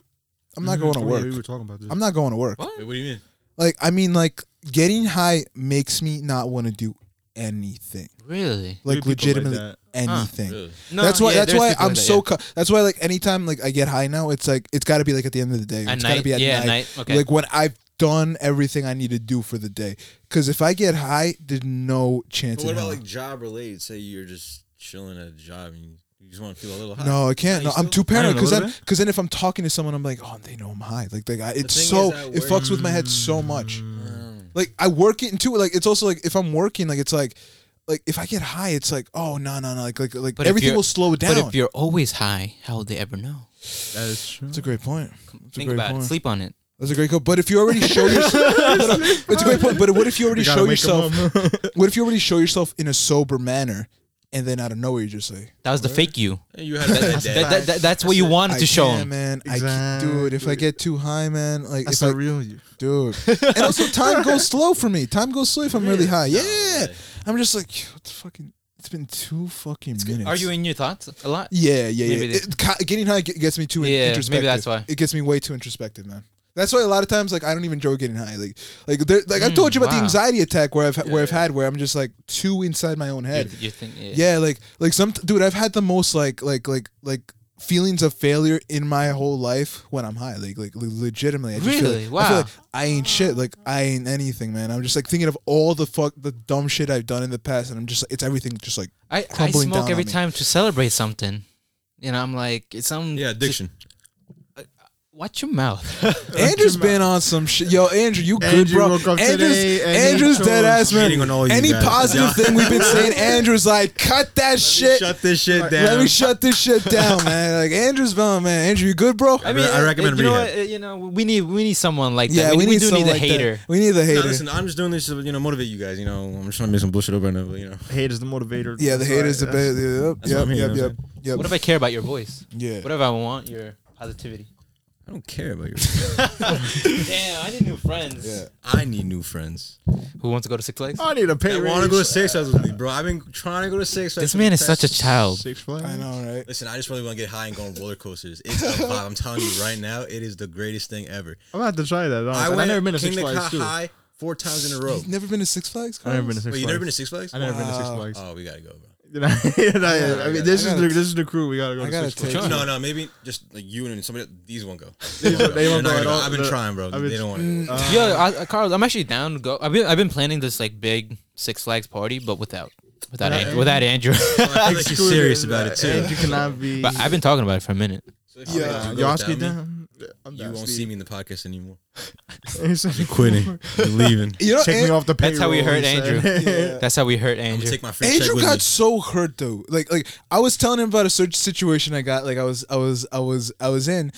A: I'm not
D: Mm-hmm.
A: going to work.
D: We were talking about this.
A: I'm not going to work.
B: What?
C: Wait, what do you mean?
A: Like I mean like getting high makes me not want to do anything.
B: Really?
A: Like legitimately anything.
C: Really?
B: No.
A: that's why.
B: yeah,
A: that's
B: there's
A: why
B: people
A: I'm
B: like that,
A: so. cu- that's why, like, anytime like I get high now, it's like it's got to be like at the end of the day.
B: yeah.
A: It's got
B: at night.
A: to be at
B: yeah,
A: night.
B: at night. Okay.
A: Like when I've done everything I need to do for the day. Because if I get high, there's no chance.
C: But what
A: in
C: about
A: hell.
C: like job related? Say you're just chilling at a job and you just want to feel a little high.
A: No, I can't.
C: Yeah,
A: No,
C: you
A: I'm too
C: still-
A: paranoid.
D: I don't
A: Because
D: know,
A: then, because then, if I'm talking to someone, I'm like, oh, they know I'm high. Like, like I, it's
C: thing
A: so
C: is at
A: it
C: work-
A: fucks with my head so much.
C: Mm.
A: Like I work it into it. Like it's also like if I'm working, like it's like, like if I get high, it's like, oh no, no, no. Like, like, like
B: But if
A: everything
B: you're-
A: will slow down.
B: But if you're always high, how would they ever know?
D: That is true.
A: That's a great point. That's a
B: Think
A: great
B: about
A: point.
B: it. Sleep on it.
A: That's a great point. But if you already show yourself, it's a great point. But what if you already show yourself? What if you already show yourself in a sober manner, and then out of nowhere you just say,
B: That was the fake you.
C: And you had a bad day.
B: That, that, that, that's what you wanted to
A: I
B: show
A: can't,
B: him.
A: man. I can dude. If I
D: Exactly.
A: get too high, man, like
D: That's
A: if I,
D: not real you.
A: dude. and also, time goes slow for me. Time goes slow if I'm really high. Yeah,
C: way.
A: I'm just like, what the fucking. It's been two fucking minutes.
B: Are you in your thoughts a lot?
A: Yeah, yeah, yeah.
B: Maybe they-
A: It- ca- getting high ge- gets me too in-
B: Yeah, maybe
A: introspective.
B: that's why.
A: It gets me way too introspective, man. That's why a lot of times, like, I don't even enjoy getting high. Like, like, there, like I've
B: Mm,
A: told you about the
B: wow.
A: anxiety attack where I've ha- where I've had where I'm just like too inside my own
B: You,
A: head.
B: you think, yeah.
A: Yeah, like, like some dude, I've had the most like, like, like, like feelings of failure in my whole life when I'm high. Like, like, le- legitimately. I just feel
B: Really?
A: like- I feel
B: Wow.
A: like I ain't shit. Like, I ain't anything, man. I'm just like thinking of all the fuck, the dumb shit I've done in the past, and I'm just, it's everything, just like,
B: I, I
A: crumbling down
B: smoke
A: on
B: every
A: me.
B: time to celebrate something. You know, I'm like, it's some.
C: Yeah, addiction.
B: Watch your mouth.
A: Andrew's been on some shit. Yo, Andrew, you good,
D: Andrew
A: bro.
D: woke up
A: Andrew's,
D: today and he Oh,
A: Andrew's
D: chose-
A: dead ass, man.
C: Hating on all you
A: Any
C: guys.
A: positive
C: Yeah.
A: thing we've been saying, Andrew's like, cut that shit.
C: Shut this shit down.
A: Let me shut this shit down, man. Like, Andrew's been, man. Andrew, you good, bro?
C: I mean, I recommend
B: uh, you know,
C: rehab.
B: what, you know, we need we need someone like
A: yeah,
B: that.
A: we, need
B: do
A: someone
B: need a
A: like that.
B: hater.
A: We need the hater.
C: No, listen, I'm just doing this to you know motivate you guys. You know, I'm just trying to make some bullshit over and over. You know,
D: Hate is the motivator.
A: yeah, the
D: That's
A: hater's the
D: right. That's-
A: best.
C: that's what
A: Yep,
C: I'm
A: yep, yep,
C: hearing, you know
A: yep,
C: what
A: yep.
B: What if I care about your voice?
A: Yeah.
B: Whatever I want, your positivity.
C: I don't care about you.
B: Damn, I need new friends.
A: Yeah.
C: I need new friends.
B: Who wants to go to Six Flags?
D: I need a pay
C: I
D: raise.
C: want to go to Six Flags with me, bro. I've been trying to go to Six Flags.
B: This
C: for the
B: man is
C: past-
B: such a child.
D: Six Flags.
A: I know, right?
C: Listen, I just really want to get high and go on roller coasters. It's a vibe. I'm telling you right now, it is the greatest thing ever.
D: I'm gonna have to try
C: I
D: that. Honestly.
C: went
D: I've never been to
C: King
D: Six
C: Nick
D: Flags
C: High-
D: too. I've
C: high four times in a row.
A: You've never been to Six Flags?
D: never been to
A: Carlos?
D: Six
C: Wait,
D: Flags.
C: you never been to Six Flags?
D: I've never been to Six
A: Wow.
D: Flags.
C: Oh, we gotta go, bro.
D: You know, I,
A: gotta-
D: mean, this
A: I
D: is
A: gotta-
D: the, this is the crew. We gotta go.
A: I
D: to
A: gotta
D: Six Flags.
A: take-
C: No, no, maybe just like you and somebody. These won't go.
D: They won't- they
C: They're
D: won't
C: not
D: go
C: gonna
D: at
C: go.
D: all.
C: I've been
D: The-
C: trying, bro.
D: I've
C: they
D: been-
C: don't want to. Go.
A: Mm,
D: Uh,
B: Yo, I, I, Carl, I'm actually down to go. I've been I've been planning this like big Six Flags party, but without without
D: Without
B: An- without Andrew.
C: I feel like he's
D: Excluded,
C: serious about it too.
D: and You cannot be. uh,
B: but I've been talking about it for a minute.
C: So if you
A: Yeah.
C: go
D: you
C: without
D: ask me
C: me,
D: down. I'm
C: You won't see me in the podcast anymore.
D: me.
C: Quitting, You're leaving.
A: You know,
D: Take
A: An-
D: me off the payroll.
B: That's how we hurt
D: he said.
B: Andrew.
A: Yeah.
B: That's how we hurt
C: I'm gonna
B: Andrew.
C: take my free check
A: Andrew
C: with
A: got
C: me.
A: so hurt though. Like like I was telling him about a certain situation I got. Like I was I was I was I was in.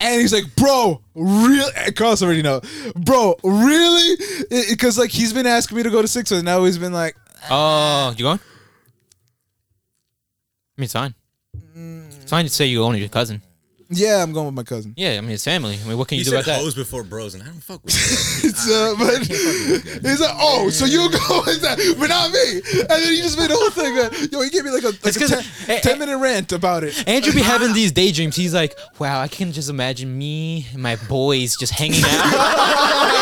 A: And he's like, bro, really? Carlos already know, bro, really? Because like he's been asking me to go to six, and now he's been like,
B: Oh, you going? I mean, it's fine. It's fine to say you own your cousin.
A: yeah, I'm going with my cousin.
B: Yeah, I mean, it's family. I mean, what can
C: He
B: you do
C: said
B: about that?
C: hoes before bros, and I don't fuck with that.
A: It's, uh, but he's like, oh, so you go with that, but not me. And then he just made the whole thing. Uh, yo, he gave me like a, like
B: It's
A: a
B: 'cause-
A: ten,
B: eh, eh.
A: 10 minute rant about it.
B: Andrew be having these daydreams. He's like, wow, I can just imagine me and my boys just hanging out.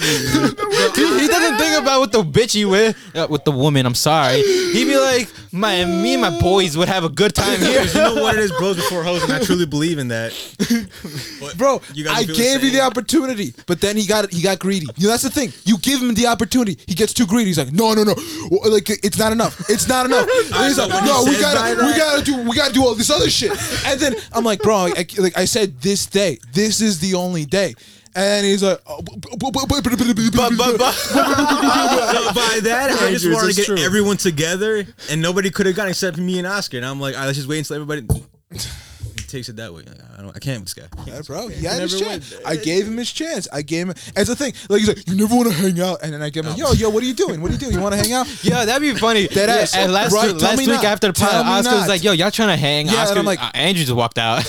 B: he, he doesn't think about what the bitch he with, uh, with the woman. I'm sorry. He'd be like, my me and my boys would have a good time here.
C: you know what it is, bros before hoes, and I truly believe in that. But
A: Bro,
C: guys
A: I
C: feel
A: gave you the
C: same?
A: opportunity, but then he got he got greedy. You know, that's the thing. You give him the opportunity, he gets too greedy. He's like, no, no, no, Well, like it's not enough. It's not enough. And he's
C: know
A: like,
C: what he
A: no, we
C: says,
A: gotta
C: right,
A: we
C: right?
A: gotta do we gotta do all this other shit. And then I'm like, bro, I, like I said, this day, this is the only day. And he's like, oh, bu- bu- bu- bu- bu- bu- bu- bu- bu-
C: So by that, I just
D: Andrews,
C: wanted to
D: it's
C: get
D: true.
C: everyone together, and nobody could have gotten except me and Oscar. And I'm like, all right, let's just wait until everybody He takes it that way. Like, I don't, I can't with this guy.
A: Yeah, bro, he had
D: never
A: his chance.
D: win.
A: I gave him his chance. I gave him. That's the thing. Like he's like, you never want to hang out, and then I give him, yo, yo, what are you doing? What are you doing? You want to hang out?
B: Yeah, that'd be funny.
A: Dead
B: yeah,
A: ass.
B: and last,
A: Right,
B: week-
A: tell
B: last
A: me
B: week
A: not.
B: after the
A: Tell
B: pilot,
A: me
B: Oscar
A: not.
B: was like, yo, y'all trying to hang.
A: Yeah, and
B: Oscar,
A: I'm like-
B: uh, Andrew just walked out.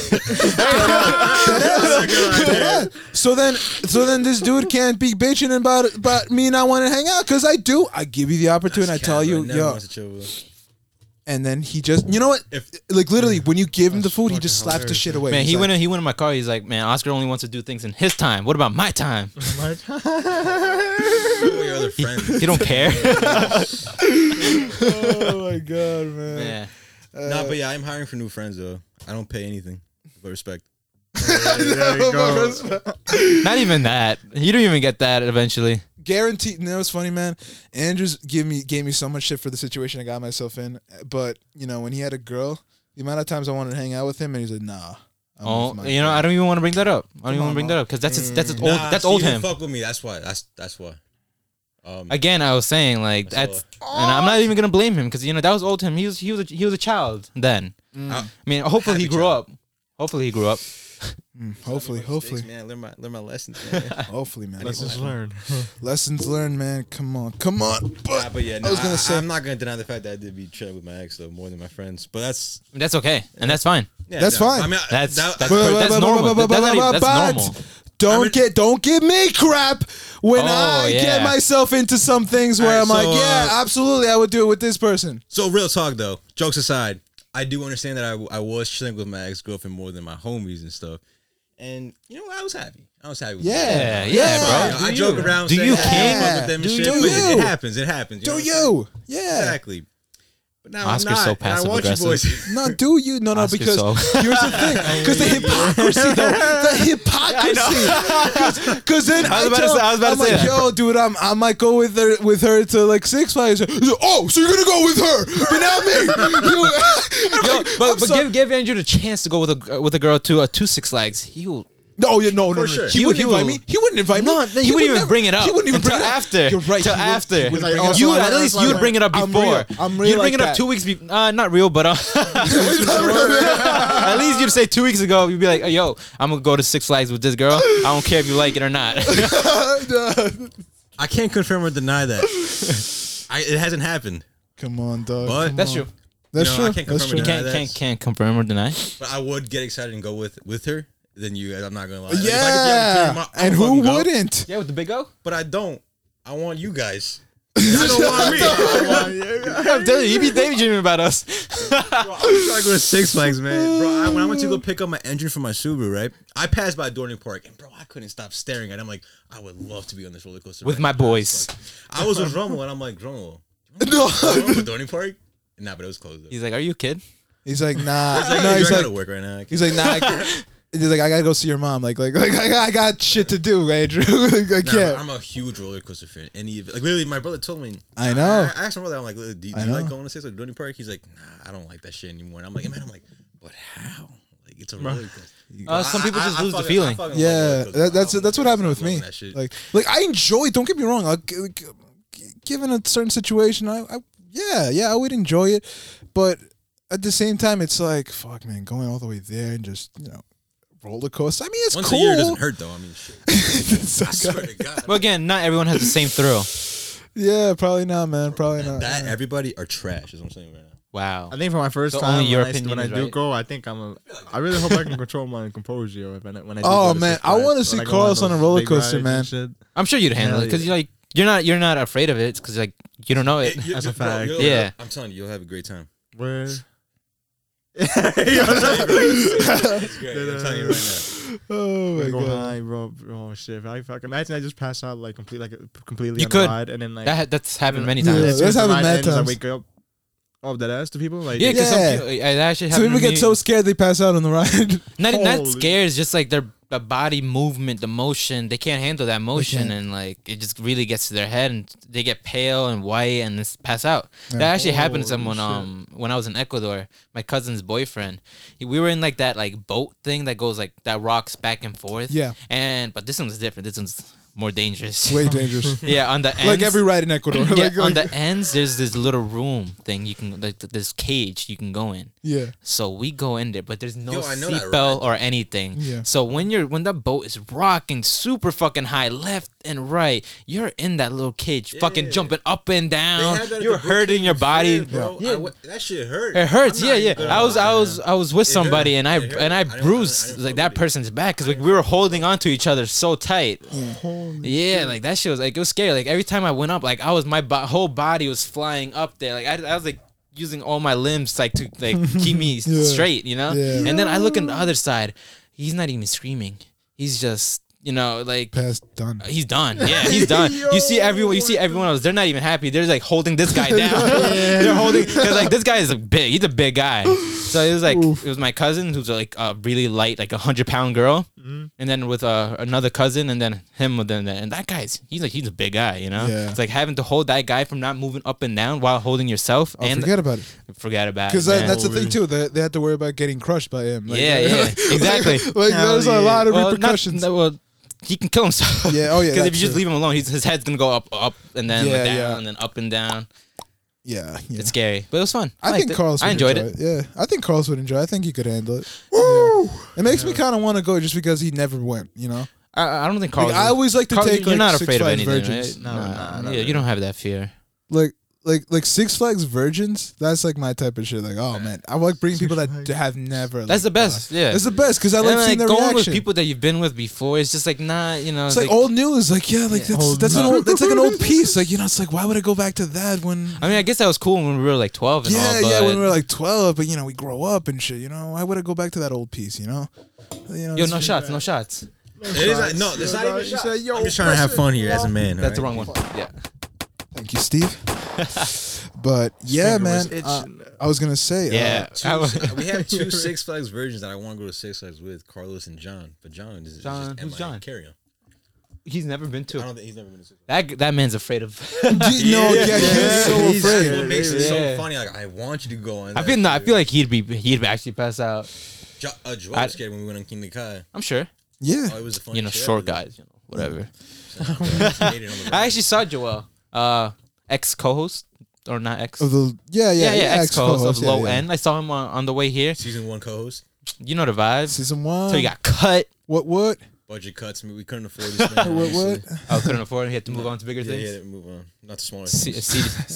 A: Yeah. So then, so then this dude can't be bitching about about me not wanting to hang out because I do. I give you the opportunity. I tell you,
C: Never
A: yo,
C: wants to chill with us.
A: and then he just, you know what?
C: If-
A: like literally, when you give him the food, he just slaps the
D: hilarious,
A: shit away.
B: man,
A: He's
B: he
A: like,
B: went in, he went in my car. He's like, man, Oscar only wants to do things in his time. What about my time?
C: Who are your other friends?
B: He don't care.
A: Oh my god, man.
B: yeah.
C: nah, but yeah, I'm hiring for new friends though. I don't pay anything, but respect.
D: There you go.
B: Not even that. You don't even get that eventually.
A: guaranteed. And that was funny, man. Andrews gave me gave me so much shit for the situation I got myself in. But you know, when he had a girl, the amount of times I wanted to hang out with him, and he's like, "Nah." I'm
B: Oh,
A: with my
B: you know, I don't even want to bring that up. I don't
A: on, Mm.
B: even want to bring
A: Mom.
B: that up because that's his, that's his old
C: Nah,
B: that's
C: see,
B: old
C: you
B: him.
C: Fuck with me. That's why. That's that's why. Um,
B: Again, I was saying like
C: That's
B: that's, and I'm not even gonna blame him because you know that was old him. He was he was a, he was a child then.
C: I-
B: I mean, hopefully he
C: Happy
B: grew up. Hopefully he grew up.
A: Mm, hopefully,
C: Make my mistakes,
A: hopefully,
C: man. Learn my learn my lessons, man.
A: hopefully, man.
D: Lessons
A: Anyway.
D: learned.
A: Lessons learned, man. Come on, come on.
C: Nah, but yeah, no,
A: was gonna
C: I,
A: say-
C: am not gonna deny the fact that I did be chatting with my ex though more than my friends. But that's
B: That's okay, and that's fine.
C: yeah,
A: That's
C: no,
A: fine.
C: I mean, I-
B: That's-
C: that,
B: that's-
C: that-
B: But that's normal. That- that's not even- that's
A: but
B: normal.
A: Don't
C: I mean-
A: get don't give me crap when
B: Oh,
A: I get
B: yeah.
A: myself into some things where
C: Alright,
A: I'm like,
C: so,
A: yeah,
C: uh,
A: absolutely, I would do it with this person.
C: so real talk though. Jokes aside, I do understand that I, w- I was chilling with my ex girlfriend more than my homies and stuff. And you know, I was happy. I was happy. With
A: Yeah,
B: Yeah, yeah,
A: yeah.
C: that.
B: bro.
C: I,
B: Do
C: joke
B: you.
C: around.
B: Do
C: saying
B: you
C: that I
B: care?
C: fuck with them and
A: Do you?
C: shit, but It, it happens. It happens.
A: Do
C: know?
A: you? Yeah.
C: Exactly. But now
B: Oscar's so
C: I'm not. and I want you
B: passive-aggressive.
C: boys.
A: No, do you? No, no,
B: Ask
A: because
B: yourself.
A: here's the thing. Because the hypocrisy, though. The hypocrisy. Because then I,
B: was about to
A: tell-
B: say- I was about
A: I'm
B: to say
A: like,
B: that.
A: yo, dude, I'm, I might go with her with her to like Six Flags. He's like, oh, so you're gonna go with her, but not me. You- I'm
B: Yo,
A: like, I'm
B: but but
A: sorry.
B: give give Andrew the chance to go with a with a girl to uh, two Six Flags. He will.
A: No, yeah, no, no, no.
C: sure.
A: He,
B: He
A: wouldn't
B: would-
A: invite
B: he
A: me.
B: would-
A: He wouldn't invite me.
B: No, he, wouldn't even
A: never-
B: bring it up.
A: He wouldn't even
B: until
A: bring it up.
B: after.
A: You're right.
B: Till
A: he wouldn't- he wouldn't bring
B: after.
A: it up.
D: also,
B: you
D: I-
B: at
D: that's
B: least
D: why
B: you'd
D: when-
B: bring it up
A: I'm
B: before.
A: real. I'm real
B: You'd
A: like
B: bring it up
A: that.
B: two weeks. Be- uh, not real, but uh, at least you'd say two weeks ago. You'd be like, "Hey, "Yo, I'm gonna go to Six Flags with this girl. I don't care if you like it or not."
C: I can't confirm or deny that. I, it hasn't happened.
A: Come on, dog.
C: But-
A: Come
B: That's
A: on.
B: true.
A: That's
C: No, I
A: true.
C: can't
A: That's
C: confirm
A: true.
C: it.
B: Can't
C: that's-
B: can't can't confirm or deny.
C: But I would get excited and go with with her. Then you guys, I'm not gonna lie. If I could be on camera,
A: Yeah.
C: I'll
A: And who
C: fucking go.
A: wouldn't?
B: Yeah, with the big O.
C: But I don't. I want you guys. I don't want me. I want you.
B: I'm telling you, he be daydreaming about us.
C: Bro, I'm trying to go to Six Flags, man. Bro, I, when I went to go pick up my engine for my Subaru, right? I passed by Dorney Park, and bro, I couldn't stop staring at. it. I'm like, I would love to be on this roller coaster
B: With
C: right
B: my
C: now.
B: boys.
C: I was with Rommel, and I'm like, Rommel,
A: No.
C: you want to go to Dorney Park? Nah, but it was closed. Though.
B: He's like, "Are you a kid?"
A: He's like, nah.
C: He's like,
A: No,
C: "Andrew,
A: he's
C: I
A: like,
C: gotta work right now. I can't."
A: he's like, nah. I can't- He's like, I gotta go see your mom. Like, like, like, I got, I got shit to do, Andrew. like,
C: Nah,
A: yeah.
C: I'm a huge roller coaster fan. And he, like, literally, my brother told me.
A: I know.
C: I, I asked my brother, I'm like, "Look, do you,
A: I
C: do you like
A: know.
C: going to Six Flags, Dorney Park? He's like, Nah, I don't like that shit anymore. And I'm like, man, I'm like, but how? Like, it's a roller coaster.
B: Uh, some
C: I-
B: people
C: I-
B: just
C: I
B: lose the
C: fucking- I
B: feeling.
C: fucking love roller
A: Yeah,
C: coasters.
A: that, that's
C: I don't
A: that's what
C: know.
A: happened with
C: I love
A: me.
C: that shit.
A: Like, like I enjoy. Don't get me wrong. Like, g- g- g- given a certain situation, I, I, yeah, yeah, I would enjoy it. But at the same time, it's like, fuck, man, going all the way there and just you know, roller coaster. I mean, it's
C: Once
A: cool.
C: a year doesn't hurt though. I mean, shit.
A: It's
C: I
A: okay.
C: swear to God.
B: Well, again, not everyone has the same thrill.
A: yeah, probably not, man. Probably not.
C: that everybody are trash. Is what I'm saying right now.
B: Wow.
D: I think for my first
B: So
D: time,
B: only your
D: when I,
B: opinion
D: when I
B: is
D: do
B: right.
D: go, I think I'm. A, I really hope I can control my composure when I, when I do
A: Oh,
D: go to
A: man,
D: Six
A: I wanna
D: Flags,
A: see
D: like, go on
A: Carlos on a
D: those
A: roller
D: big
A: coaster,
D: rides and
A: man.
D: shit.
B: I'm sure you'd handle it
D: Hell
B: because
D: yeah.
B: you're like you're not you're not afraid of it because like you don't know it.
C: It- you-
D: That's a
C: you- bro,
D: fact.
C: you'll-
B: Yeah.
C: I'm telling you, you'll have a great time.
D: Where?
C: It's great. I'm telling you right
A: Oh my
D: Go
A: god.
D: high, bro. Oh shit! If I, if I can imagine, I just pass out like complete, like completely.
B: You
D: on the
B: could.
D: ride, and then like
B: that ha- that's happened many
A: Yeah,
D: And
B: times.
D: as soon as
A: that's
D: the
A: happened
D: ride
A: mad
D: ends, I
A: times.
D: wake up. Oh, that ass to people like
B: Yeah, because
A: Yeah.
B: that actually
A: So
B: happened.
A: people get
B: to me.
A: so scared they pass out on the ride.
B: not not
D: Holy-
B: scares, just like their the body movement, the motion. They can't handle that motion,
A: can't.
B: and like it just really gets to their head, and they get pale and white, and just pass out. That actually happened to
D: Holy
B: someone. Um,
D: shit.
B: when I was in Ecuador, my cousin's boyfriend, he, we were in like that like boat thing that goes like that rocks back and forth.
A: Yeah.
B: and but this one's different. This one's more dangerous.
A: Way dangerous.
B: yeah, on the ends,
A: like every ride in Ecuador.
B: yeah,
A: like,
B: on
A: like,
B: the ends, there's this little room thing you can like th- this cage you can go in.
A: yeah.
B: So we go in there, but there's no
C: Yo, I know that
B: seatbelt or anything.
A: Yeah.
B: So when you're when that boat is rocking super fucking high, left and right, you're in that little cage, fucking
C: Yeah.
B: jumping up and
C: now.
B: down.
C: They had that at
B: You're
C: the
B: Um, hurting
C: Brookhaven
B: your body.
C: Fair, bro. I wa- that shit hurt.
B: It hurts,
C: I'm
B: yeah,
C: not
B: yeah.
C: even gonna
B: I was,
C: lie.
B: I was, I was with
C: hurt.
B: somebody, and I
C: It hurt.
B: and
C: I
B: I
C: didn't- I didn't- I
B: bruised
C: didn't
B: like
C: fuck
B: that
C: with it.
B: person's back because like we were holding onto each other so tight.
A: Oh
B: Yeah, like that shit was like it was scary. Like every time I went up, like I was my bo- whole body was flying up there. Like I, I was like using all my limbs like to like keep me
A: Yeah.
B: straight, you know.
A: Yeah.
B: And then I look on the other side. He's not even screaming. He's just you know like
A: Pass done.
B: He's done. Yeah, he's done. you see everyone. You see everyone else. They're not even happy. They're like holding this guy down. They're holding. They're like this guy is a big. He's a big guy. So it was like it was my cousin who's like a really light, like a hundred pound girl,
A: Mm-hmm.
B: and then with uh, another cousin, and then him with then and that guy's he's like he's a big guy. You know,
A: Yeah.
B: it's like having to hold that guy from not moving up and down while holding yourself
A: Oh,
B: and
A: forget about it.
B: forget about it.
A: Because that,
B: man.
A: that's the thing too. They, they had to worry about getting crushed by him. Like,
B: Yeah,
A: like-
B: yeah,
A: like-
B: exactly.
A: Like, there's a
D: Hell
A: lot of
B: Well, not-
A: repercussions.
B: no, well, he can kill himself.
A: Yeah, oh, yeah,
B: Because
A: that
B: if you just
A: too.
B: leave him alone, he's, his head's gonna go up, up, and then
A: Yeah,
B: down,
A: yeah.
B: and then up and down.
A: yeah, yeah.
B: It's scary, but it was fun.
A: I
B: liked
A: think
B: it.
A: Carlos. Would
B: I enjoyed
A: enjoy
B: it.
A: Yeah, I think Carlos would enjoy. it. I think he could handle it.
D: Woo!
A: It makes me kind of want to go just because he never went. You know,
B: I, I don't think Carlos.
A: like, I always like to
B: Carlos,
A: take like
B: you're not
A: Six
B: afraid of
A: Flags
B: anything,
A: virgins.
B: right?
D: No,
B: Nah,
D: nah, not
B: yeah,
D: really.
B: you don't have that fear.
A: Like like like Six Flags virgins. That's like my type of shit. Like oh man, I like bringing
D: Six
A: people that
D: Flags.
A: d- have never.
B: That's
A: like,
B: the best. Yeah,
A: gone. It's the best because I
B: And,
A: like seeing their
B: going
A: reaction.
B: with people that you've been with before. It's just like nah, you know.
A: It's like, old news. Like yeah, like that's
D: Old
A: that's an
D: news.
A: old that's like an old piece. Like you know, it's like why would I go back to that when?
B: I mean, I guess that was cool when we were like twelve and
A: yeah,
B: all.
A: yeah,
B: but-
A: when we were like twelve, but you know, we grow up and shit. You know, why would I go back to that old piece? You know, you know.
B: yo,
A: it's-
B: no shots, no shots.
C: It is like, no, it's not even.
D: You
C: shots.
D: said, yo,
C: I'm just trying to have fun here as a man.
B: That's the
C: alright?
B: wrong one. Yeah,
A: Thank you, Steve. but yeah,
D: Finger
A: man,
D: was
A: uh,
D: itching.
A: I was gonna say, uh,
B: yeah. I was-
C: Two- we have two Six Flags virgins that I want to go to Six Flags with Carlos and John, but John is
B: John,
C: just
B: who's
C: MIA.
B: John?
C: Carry on.
B: he's never been
C: I
B: to.
C: don't think he's never been to Six Flags.
B: That that man's afraid of.
A: you know, yeah,
C: Yeah,
A: he's
D: yeah,
A: so
D: he's-
A: afraid.
C: That's what makes it
B: Yeah.
C: so funny. Like I want you to go on.
B: I
C: that
B: feel no, I
C: too.
B: feel like he'd be he'd actually pass out.
C: Jo- uh, Joel
B: I-
C: was scared when we went on King Kai.
B: I'm sure.
A: Yeah,
C: Oh, it was the funny.
B: You know, short guys, you know, whatever. I
C: I
B: actually saw Joel, uh, ex co-host or not ex.
A: of the yeah,
B: yeah,
A: Oh, yeah,
B: yeah, ex co-host of
A: yeah,
B: Low
A: yeah.
B: End. I saw him on, on the way here.
C: season one co-host.
B: You know the vibes.
A: Season one.
B: So he got cut.
A: what? What?
C: Budget cuts. I mean, we couldn't afford this. Man,
A: What? What?
C: obviously.
B: I Oh, couldn't afford. it. He had to move on to bigger
C: Yeah,
B: things.
C: yeah. Move on. Not the smaller.
B: See,
C: things.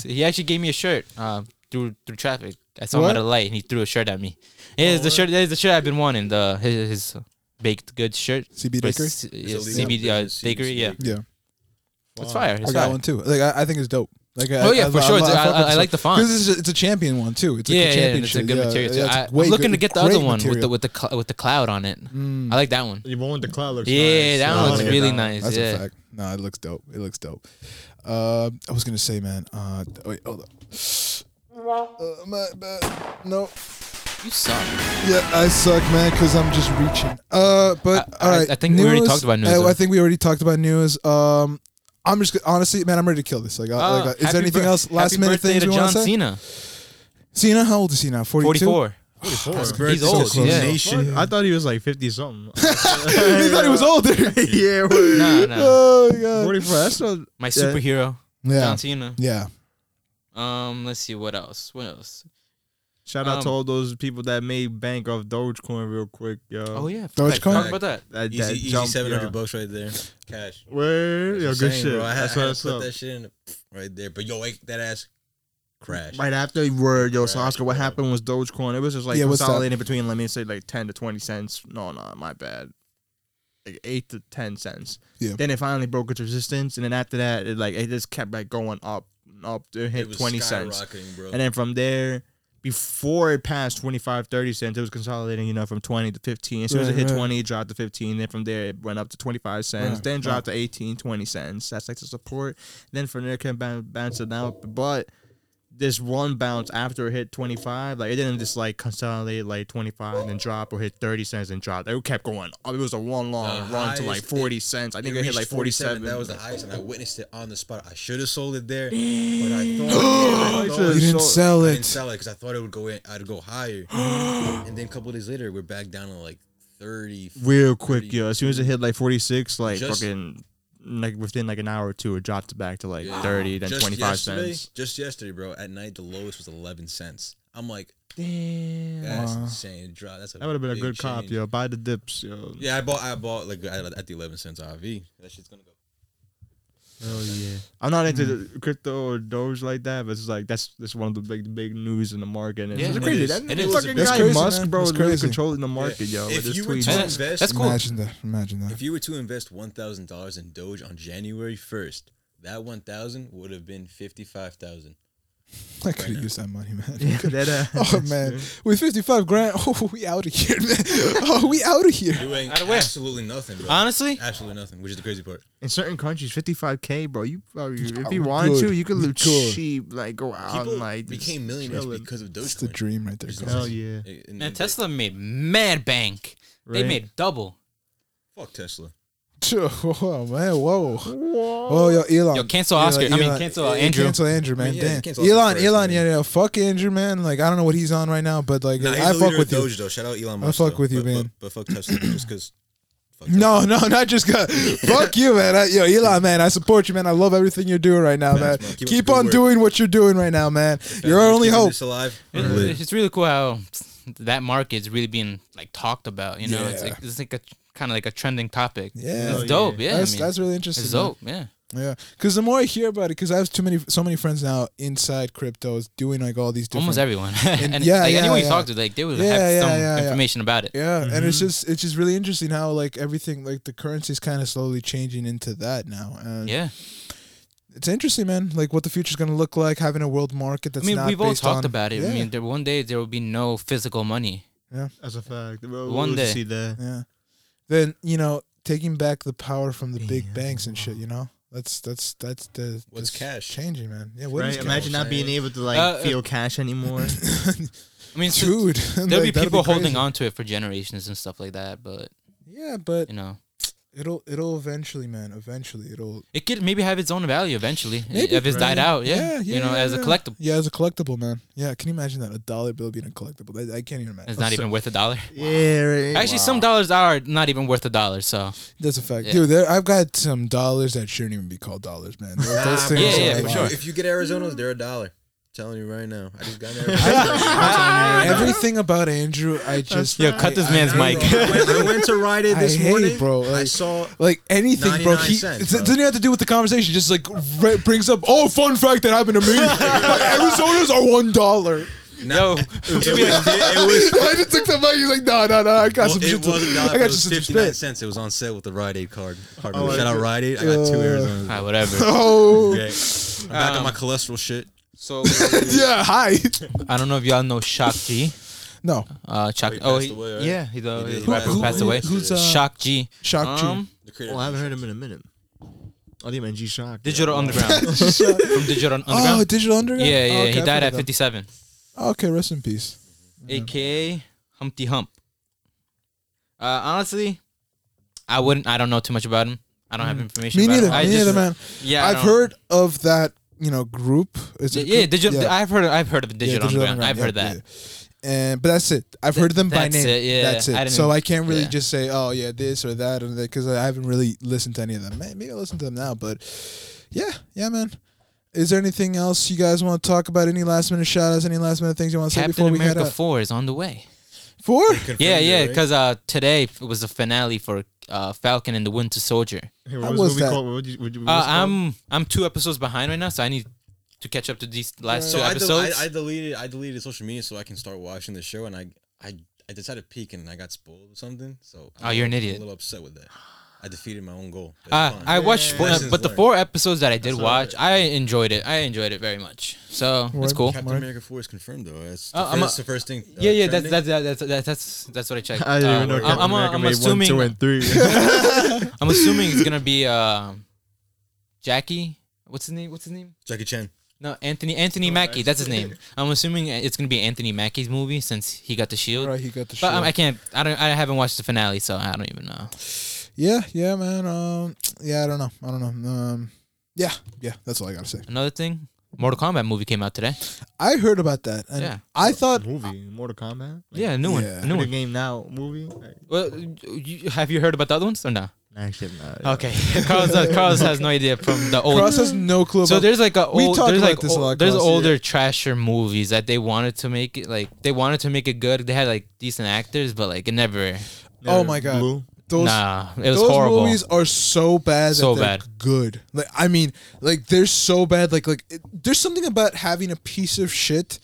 B: see, he actually gave me a shirt uh, through through traffic. I saw him
A: What?
B: at a light, and he threw a shirt at
C: Oh,
B: me. It is the
C: word.
B: shirt. It is the shirt I've been wanting. The his, his baked goods shirt.
A: CB
B: But
A: Bakery.
B: it's-
C: illegal.
B: it's CB uh,
C: It's
B: bakery. Yeah,
C: CB.
A: Yeah,
B: it's fire. It's
A: I got
B: fire.
A: one too. Like I, I think it's dope. Like I-
B: Oh yeah,
A: I-
B: for
A: I-
B: sure.
A: I,
B: It's- I, I, I
A: like
B: like the font.
A: Because it's, a- it's a champion one too. It's like
B: yeah,
A: a
B: yeah, and it's
A: championship.
B: a good
A: yeah,
B: material too.
A: yeah, it's
B: I,
A: way
B: I'm looking
A: good-
B: to get the
A: great
B: other one with the
A: material. Mm.
B: with the cl- with the cloud on it. I like that one.
D: You want the cloud looks
B: Yeah,
D: nice.
B: that
D: I
B: one
D: like
B: looks
D: it,
B: really
D: that one.
B: nice.
A: That's
B: yeah,
A: a fact. No, it looks dope. It looks dope. Uh, I was gonna say, man. Uh, th- wait, hold on. Uh, my bad. No.
B: you suck.
A: Yeah, I suck, man, because I'm just reaching. Uh, but
B: I-
A: all
B: I-
A: right.
B: I think we already talked about news,
A: I,
B: though.
A: I think we already talked about news. Um, I'm just gonna- honestly, man. I'm ready to kill this. Like, I-
B: Oh,
A: like, uh, is
B: happy
A: there anything
B: bir-
A: else? Last
B: happy
A: minute
B: birthday
A: things
B: to
A: we
B: John
A: want to say.
B: Cena,
A: Cena, how old is he now? 42?
B: 44.
C: That's
D: Fuck.
C: birthday
B: old,
C: to the
B: yeah.
C: nation.
D: I thought he was like fifty something.
A: he thought he was older.
D: yeah,
B: No, no,
A: oh my god.
D: forty four. That's not
B: my
D: Yeah.
B: superhero,
A: Yeah.
B: John Cena.
A: Yeah.
B: Um, let's see what else. What else?
D: Shout out to
B: Um,
D: all those people that made bank off Dogecoin real quick, yo.
B: Oh yeah,
A: Dogecoin?
B: Talk about that.
D: That,
C: Easy,
D: that
C: easy
D: jump,
C: seven
D: yo.
C: hundred bucks right there, cash.
D: Word, yo,
C: That's
D: good
C: insane,
D: shit.
C: Bro. I had,
D: That's
C: I had
D: what's
C: to put
D: up.
C: that shit in the, right there. But yo, wait, that ass crashed.
D: Right after word, yo, so
C: Right.
D: Oscar, what happened was Dogecoin. It was just like
A: Yeah, what's that?
D: consolidating between, let me say, like ten to twenty cents. No, no, my bad. Like eight to ten cents.
A: Yeah.
D: Then it finally broke its resistance, and then after that, it like it just kept like going up, up. It hit
C: It was
D: twenty cents,
C: skyrocketing, bro.
D: and then from there, before it passed 25, 30 cents, it was consolidating. You know, from twenty to fifteen. As soon as it
A: Right,
D: hit
A: right.
D: twenty, it dropped to fifteen. Then from there, it went up to twenty five cents.
A: Right,
D: Then dropped to 18, 20 cents. That's like the support. Then from there, it kept boun- bouncing out, but this one bounce after it hit 25 like it didn't just like consolidate like 25 and then drop or hit 30 cents and drop it kept going up it was a one long
C: The
D: run to like
C: highest
D: 40 cents i think it, hit
C: reached
D: like 47,
C: That was the highest, and I witnessed it on the spot. I should have sold it there, but I thought, I
D: You
C: thought-
A: You didn't
D: So-
A: sell
C: I
A: it.
C: didn't sell it because I thought it would go in. I'd go higher, and then a couple days later, we're back down to like thirty.
D: real quick
C: 30,
D: yo as soon as it hit like 46 like
C: Just-
D: fucking like within like an hour or two it dropped back to like
C: Yeah.
D: 30 then
C: Just
D: 25
C: yesterday,
D: cents
C: Just yesterday, bro. At night, the lowest was eleven cents. I'm like,
B: Damn.
C: that's
A: Wow.
C: insane. Drop. That's a
D: that would have been a
C: big
D: good cop
C: change.
D: yo buy the dips yo
C: Yeah, I bought. I bought like at, at the eleven cents IV. That shit's gonna go.
B: Oh yeah.
D: i'm not into
A: Mm.
D: the crypto or doge like that but it's like that's that's one of the big big news in the market and
B: Yeah,
D: it's
B: it
D: crazy
C: is.
D: that
B: It is.
D: fucking
A: That's
D: guy
A: crazy,
D: musk
A: man.
D: bro
A: That's
D: is really
A: crazy.
D: controlling the market yo with
C: If
D: his
C: you were
D: tweets.
C: to
B: tweets.
C: invest,
B: That's cool.
A: Imagine that. Imagine that.
C: If you were to invest one thousand dollars in Doge on January first, that one thousand would have been fifty-five thousand.
A: I could have used that money, man.
D: That, uh,
A: Oh man, with 55 grand, oh we out of here, man. Oh we out of here.
C: Doing
B: Outta where?
C: absolutely nothing, bro.
B: Honestly,
C: absolutely nothing, which is the crazy part.
D: in certain countries, fifty five k, bro. You probably, if you
A: Oh,
D: want
A: good.
D: to, you could
A: You
D: live
A: could.
D: cheap, like go out
C: People
D: and like just
C: became millionaires
D: chilling.
C: because of
A: It's the
C: Dogecoin.
A: dream right there.
C: Just
A: guys.
D: Hell yeah,
C: And- and-
B: man,
C: and
B: Tesla made mad bank. They
D: Right?
B: made double.
C: Fuck Tesla.
A: Sure. Oh man, whoa. Oh yo, Elon.
B: Yo, cancel
A: Elon,
B: Oscar. I mean,
A: Elon.
B: cancel,
A: Yeah,
B: uh, Andrew.
A: Cancel Andrew, man.
C: mean, yeah, you
A: Damn.
C: cancel Oscar
A: Elon,
C: first,
A: Elon,
C: man.
A: yeah, yeah. Fuck Andrew, man. Like I don't know what he's on right now, but like
C: Nah, he's
A: I
C: the
A: fuck
C: leader
A: with
C: of
A: you.
C: Doge though. Shout out Elon Musk.
A: fuck
C: though.
A: with you,
C: But- but-
A: man.
C: But, fuck Tesla just because. fuck that.
A: No, no, not just God. Fuck you, man. I, yo, Elon, man, I support you, man. I love everything you're doing right now, man.
C: Thanks, man.
A: Keep,
C: Keep up the
A: on
C: good
A: doing what you're doing right now, man.
C: If
A: Your
C: we're
A: only
C: keeping
A: hope.
C: this alive. we're
B: It-
C: lit.
B: It's, really cool how that market's really being like talked about. You know, it's
A: Yeah.
B: like it's like a kind of like a trending topic.
A: Yeah.
B: it's
A: Oh,
B: dope. Yeah,
A: that's
B: I mean,
A: that's really interesting.
B: it's
A: man.
B: dope. Yeah,
A: Yeah, because the more I hear about it, because I have too many, so many friends now inside crypto is doing like all these different.
B: almost everyone. and
A: yeah,
B: like
A: yeah,
B: anyone
A: yeah.
B: you talk to, like they would
A: Yeah,
B: have
A: yeah,
B: some
A: yeah, yeah.
B: information about it.
A: Yeah, and
B: Mm-hmm.
A: it's just it's just really interesting how like everything like the currency's kind of slowly changing into that now. And
B: Yeah,
A: it's interesting, man. Like what the future's gonna look like, having a world market that's
B: I mean,
A: not
B: we've all
A: based
B: talked
A: on-
B: about it.
A: Yeah,
B: I mean, there, one day there will be no physical money.
D: That's a fact. We'll,
B: One
D: we'll
B: day.
D: see that.
A: yeah. Then you know, taking back the power from the big
D: Yeah.
A: banks and shit. You know, that's that's that's the
C: What's
A: that's
C: cash?
A: changing, man. Yeah, what is
D: Right? Imagine not being able to like
B: Uh, uh,
D: feel cash anymore.
B: I mean,
A: cash?
B: so
A: dude?
B: there'll
A: like,
B: be
A: that'd
B: people
A: crazy.
B: holding on to it for generations and stuff like that. But
A: Yeah, but
B: you know,
A: it'll it'll eventually, man. Eventually, it'll
B: it could maybe have its own value eventually
A: Maybe,
B: if it's
A: right?
B: died out. Yeah,
A: Yeah, yeah,
B: you know,
A: yeah,
B: as a
A: yeah.
B: collectible,
A: Yeah, as a collectible, man. Yeah, can you imagine that a dollar bill being a collectible? I, I can't even imagine.
B: it's not even worth a dollar.
D: yeah. Right.
B: Actually, some dollars are not even worth a dollar. So
A: That's a fact,
B: Yeah.
A: dude. There, I've got some dollars that shouldn't even be called dollars, man. Those, those
C: Nah,
A: things
B: Ah, yeah,
A: are
B: yeah,
A: like-
B: for
C: if,
B: sure.
C: you, if you get Arizona's, they're a dollar. telling you right now. I just got an Arizona.
A: Everything about Andrew, I just
B: Yo, cut this man's
C: I
B: mic.
C: know, bro. I went to ride it
A: I
C: this
A: hate,
C: morning,
A: bro,
C: I
A: like-
C: saw
A: like anything, bro.
C: 99
A: He
C: cents,
A: it
C: bro.
A: doesn't have to do with the conversation. Just like re- brings up, oh, fun fact that happened to me. Like, Arizona's are one dollar.
B: no,
C: it was, it was
A: I just took the money. He's like, no, no, no. I got some
C: Well,
A: shit.
C: it
A: To,
C: wasn't dollar.
A: I
C: it
A: got
C: was
A: you some
C: 59
A: spit.
C: cents. It was on sale with the Rite Aid card. card
D: Oh,
C: Shout out
D: okay.
C: Rite Aid. I got two
A: Yeah.
C: Arizonas.
B: Ah, whatever.
A: Oh,
C: Okay. I'm back on
B: Um,
C: my cholesterol shit.
B: So
A: yeah. Hi.
B: I don't know if y'all know Shock G.
A: No,
B: Uh, Chuck.
C: he
B: oh,
C: passed
B: he-
C: away, right?
B: yeah, he's a
C: He
B: he
C: did.
B: rapper who
C: Who-
B: passed
C: who-
B: away.
A: who's, uh,
B: Shock G.
A: shock you.
B: Um,
C: The creator
D: Well, I haven't
C: of
D: heard him in a minute. Oh, the man, G Shock.
B: Digital Underground. From Digital Underground.
A: Oh, digital underground.
B: yeah, yeah.
A: Oh, okay,
B: he
A: I
B: died
A: forgot
B: at
A: that.
B: 57,
A: Oh, okay, rest in peace.
B: aka Humpty Hump. Uh, honestly, I wouldn't. I don't know too much about him. I don't have information.
A: Mm. Me
B: about
A: neither.
B: Him.
A: Me
B: I just-
A: neither, man.
B: Yeah, I
A: I've
B: don't-
A: heard of that. You know, group. Is it
B: Yeah,
A: group?
B: digital.
A: Yeah.
B: I've heard. I've heard of Digital,
A: Yeah, Digital
B: Underground. I've heard
A: yeah,
B: that.
A: yeah. And but that's it. I've heard them by
B: that's
A: name.
B: it, yeah.
A: That's
B: I
A: it.
B: didn't
A: so
B: even-
A: I can't really
B: yeah.
A: just say, oh yeah, this or that or that, because I haven't really listened to any of them. May- Maybe I will listen to them now, but yeah, yeah, man. Is there anything else you guys want to talk about? Any last minute shout outs? Any last minute things you want to say
B: Captain
A: before we head
B: America
A: out?
B: 4 is on the way.
A: Four?
C: Confirmed
B: Yeah,
C: it,
B: yeah,
C: right?
B: because uh, today f- was the finale for uh, Falcon and the Winter Soldier.
D: Hey,
A: How
D: what was,
A: was
D: what we
A: that?
D: called- what would you- what you- what
B: Uh,
D: was it called?
B: I'm I'm two episodes behind right now, so I need to catch up to these last
C: So
B: two
C: I, del- I,
B: episodes.
C: I deleted I deleted social media so I can start watching the show and I I, I decided to peek and I got spoiled or something. So I'm
B: Oh, you're an
C: a little-
B: idiot.
C: I'm a little upset with that. I defeated my own goal. That's
B: uh,
C: fine.
B: I watched,
C: Yeah.
B: uh,
C: Lessons
B: but the
C: learned.
B: four episodes that I did
C: That's all
B: watch,
C: right.
B: I enjoyed it. I enjoyed it very much. So
A: Word.
B: that's cool.
C: Captain
A: Mark?
C: America Four is confirmed though. That's the,
B: Uh, I'm
C: first,
B: a-
C: that's the first thing. uh,
B: Yeah, yeah, that's
C: trending.
B: that's that's that's that's, that's what I checked.
D: I didn't
B: Uh,
D: even know
B: I'm-
D: Captain
B: I'm, uh,
D: America
B: I'm
D: made
B: assuming
D: one, two, and three.
B: I'm assuming it's gonna be uh, Jackie. What's his name? What's his name?
C: Jackie Chan.
B: No, Anthony Anthony
C: Oh,
B: Mackie. That's his name. I'm assuming it's gonna be Anthony Mackie's movie since he got the shield.
A: Right, he got the
B: But um,
A: shield.
B: I can't. I don't. I haven't watched the finale, so I don't even know.
A: Yeah, yeah, man. Um, yeah, I don't know. I don't know. Um, yeah, yeah. That's all I gotta say.
B: Another thing, Mortal Kombat movie came out today.
A: I heard about that, and
B: Yeah.
A: I thought
D: movie, Mortal Kombat. Like,
B: Yeah, a new
A: Yeah.
B: one. A new
D: video
B: one.
D: game now movie. Like,
B: Well, you, have you heard about the other ones or no?
D: actually, not.
B: Okay, Carlos, has, Carlos has no idea from the old.
A: Cross has no clue.
B: so
A: about
B: there's like a
A: We
B: old,
A: talked
B: there's
A: about
B: like
A: this a
B: old-
A: lot,
B: there's
A: Carlos,
B: older trasher movies that they wanted to make it like they wanted to make it good. They had like decent actors, but like it never.
A: Oh my God.
D: Blue.
A: those
B: nah, it was
A: those
B: horrible.
A: movies are so bad.
B: So
A: that they're
B: bad.
A: Good. Like I mean, like they're so bad. Like like it, there's something about having a piece of shit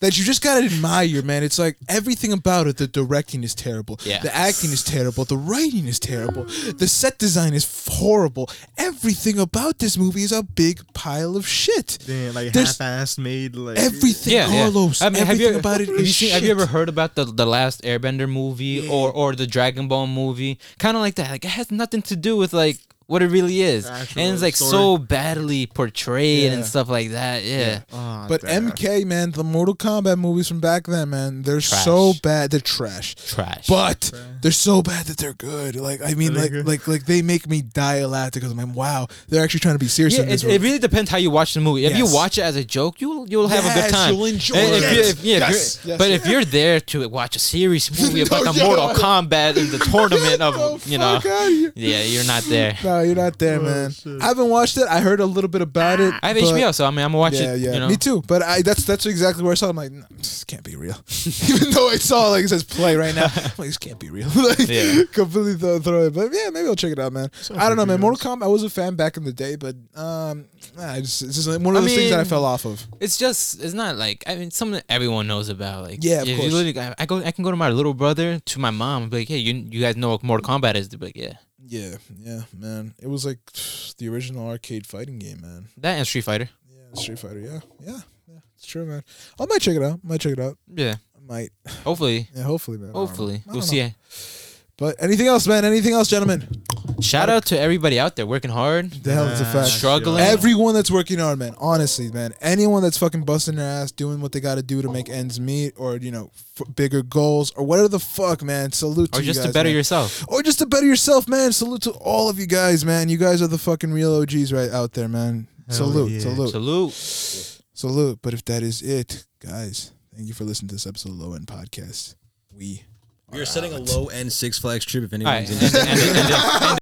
A: that you just gotta admire, man. It's like everything about it. The directing is terrible.
B: Yeah.
A: The acting is terrible. The writing is terrible. The set design is f- horrible. Everything about this movie is a big pile of shit.
D: Damn, like
A: There's-
D: half-ass made. Like
A: Everything,
B: yeah, yeah.
A: Carlos.
B: I mean, have
A: everything
B: you
A: about it
B: have you,
A: is
B: seen,
A: shit.
B: have you ever heard about the the last Airbender movie or or the Dragon Ball movie? Kind of like that. Like it has nothing to do with like what it really is,
D: Actual
B: and it's like so
D: story.
B: badly portrayed and
A: Yeah.
B: stuff like that. Yeah,
D: Ah,
A: But
D: damn.
A: MK, man, the Mortal Kombat movies from back then, man, they're so
B: Trash.
A: bad. They're trash.
B: trash.
A: But they're so bad that they're good. Like I mean,
D: Are they
A: like
D: good?
A: like like they make me die laughing because I'm like, wow, they're actually trying to be serious.
B: yeah,
A: in this
B: it, it
A: movie.
B: really depends how you watch the movie. If
A: Yes.
B: you watch it as a joke, you'll you'll have a
A: Yes,
B: good time.
A: you'll enjoy
B: And if
A: it.
B: you- if- yeah, if
A: Yes,
B: you're-
A: yes.
B: But if you're there to watch a serious movie about
A: No,
B: the
A: you're
B: Mortal
A: not.
B: Kombat and the tournament
A: Get
B: of
A: the
B: you know,
A: fuck outta here.
B: yeah, you're not there.
A: No, you're not there,
D: Oh,
A: man.
D: shit.
A: I haven't watched it. I heard a little bit about it.
B: Ah, I have
A: but-
B: HBO, so I mean, I'm gonna watch
A: Yeah,
B: it.
A: yeah,
B: you know?
A: me too. But I that's that's exactly where I saw. It. I'm like, nah, this can't be real. Even though I saw like it says play right now, I'm like this can't be real. like
B: Yeah.
A: completely throw, throw it. But yeah, maybe I'll check it out, man. I don't know, man. Mortal Kombat. I was a fan back in the day, but um, nah, I just it's just like one of
B: I
A: those things that I
B: mean-
A: fell off of.
B: It's just it's not like I mean something everyone knows about. Like
A: Yeah, of
B: if
A: course.
B: You literally, I- I go I can go to my little brother to my mom and be like, hey, you you guys know what Mortal Kombat is? They'd be like, yeah,
A: Yeah, yeah, man. It was like the original arcade fighting game, man.
B: that and Street Fighter.
A: Yeah, Street Fighter. Yeah, yeah, yeah. It's true, man. I might check it out. might check it out.
B: Yeah,
A: I might.
B: hopefully,
A: Yeah, hopefully, man. I don't know.
B: hopefully
A: I
B: we'll
A: don't
B: see. it.
A: But anything else, man? Anything else, gentlemen?
B: Shout out to everybody out there working hard.
A: The hell is a
D: Nah,
A: fact.
B: Struggling.
D: shit.
A: Everyone that's working hard, man. Honestly, man. Anyone that's fucking busting their ass, doing what they got to do to make ends meet, or you know, f- bigger goals, or whatever the fuck, man. Salute to
B: Or
A: you
B: just
A: guys,
B: to better
A: man.
B: yourself.
A: or just to better yourself, man. Salute to all of you guys, man. You guys are the fucking real OGs right out there, man. salute,
D: yeah.
A: salute,
B: Salute.
A: salute. But if that is it, guys, thank you for listening to this episode of Low End Podcast. We
C: We are setting a low end Six Flags trip if
B: All right.
C: anyone's
B: and- and- and- and-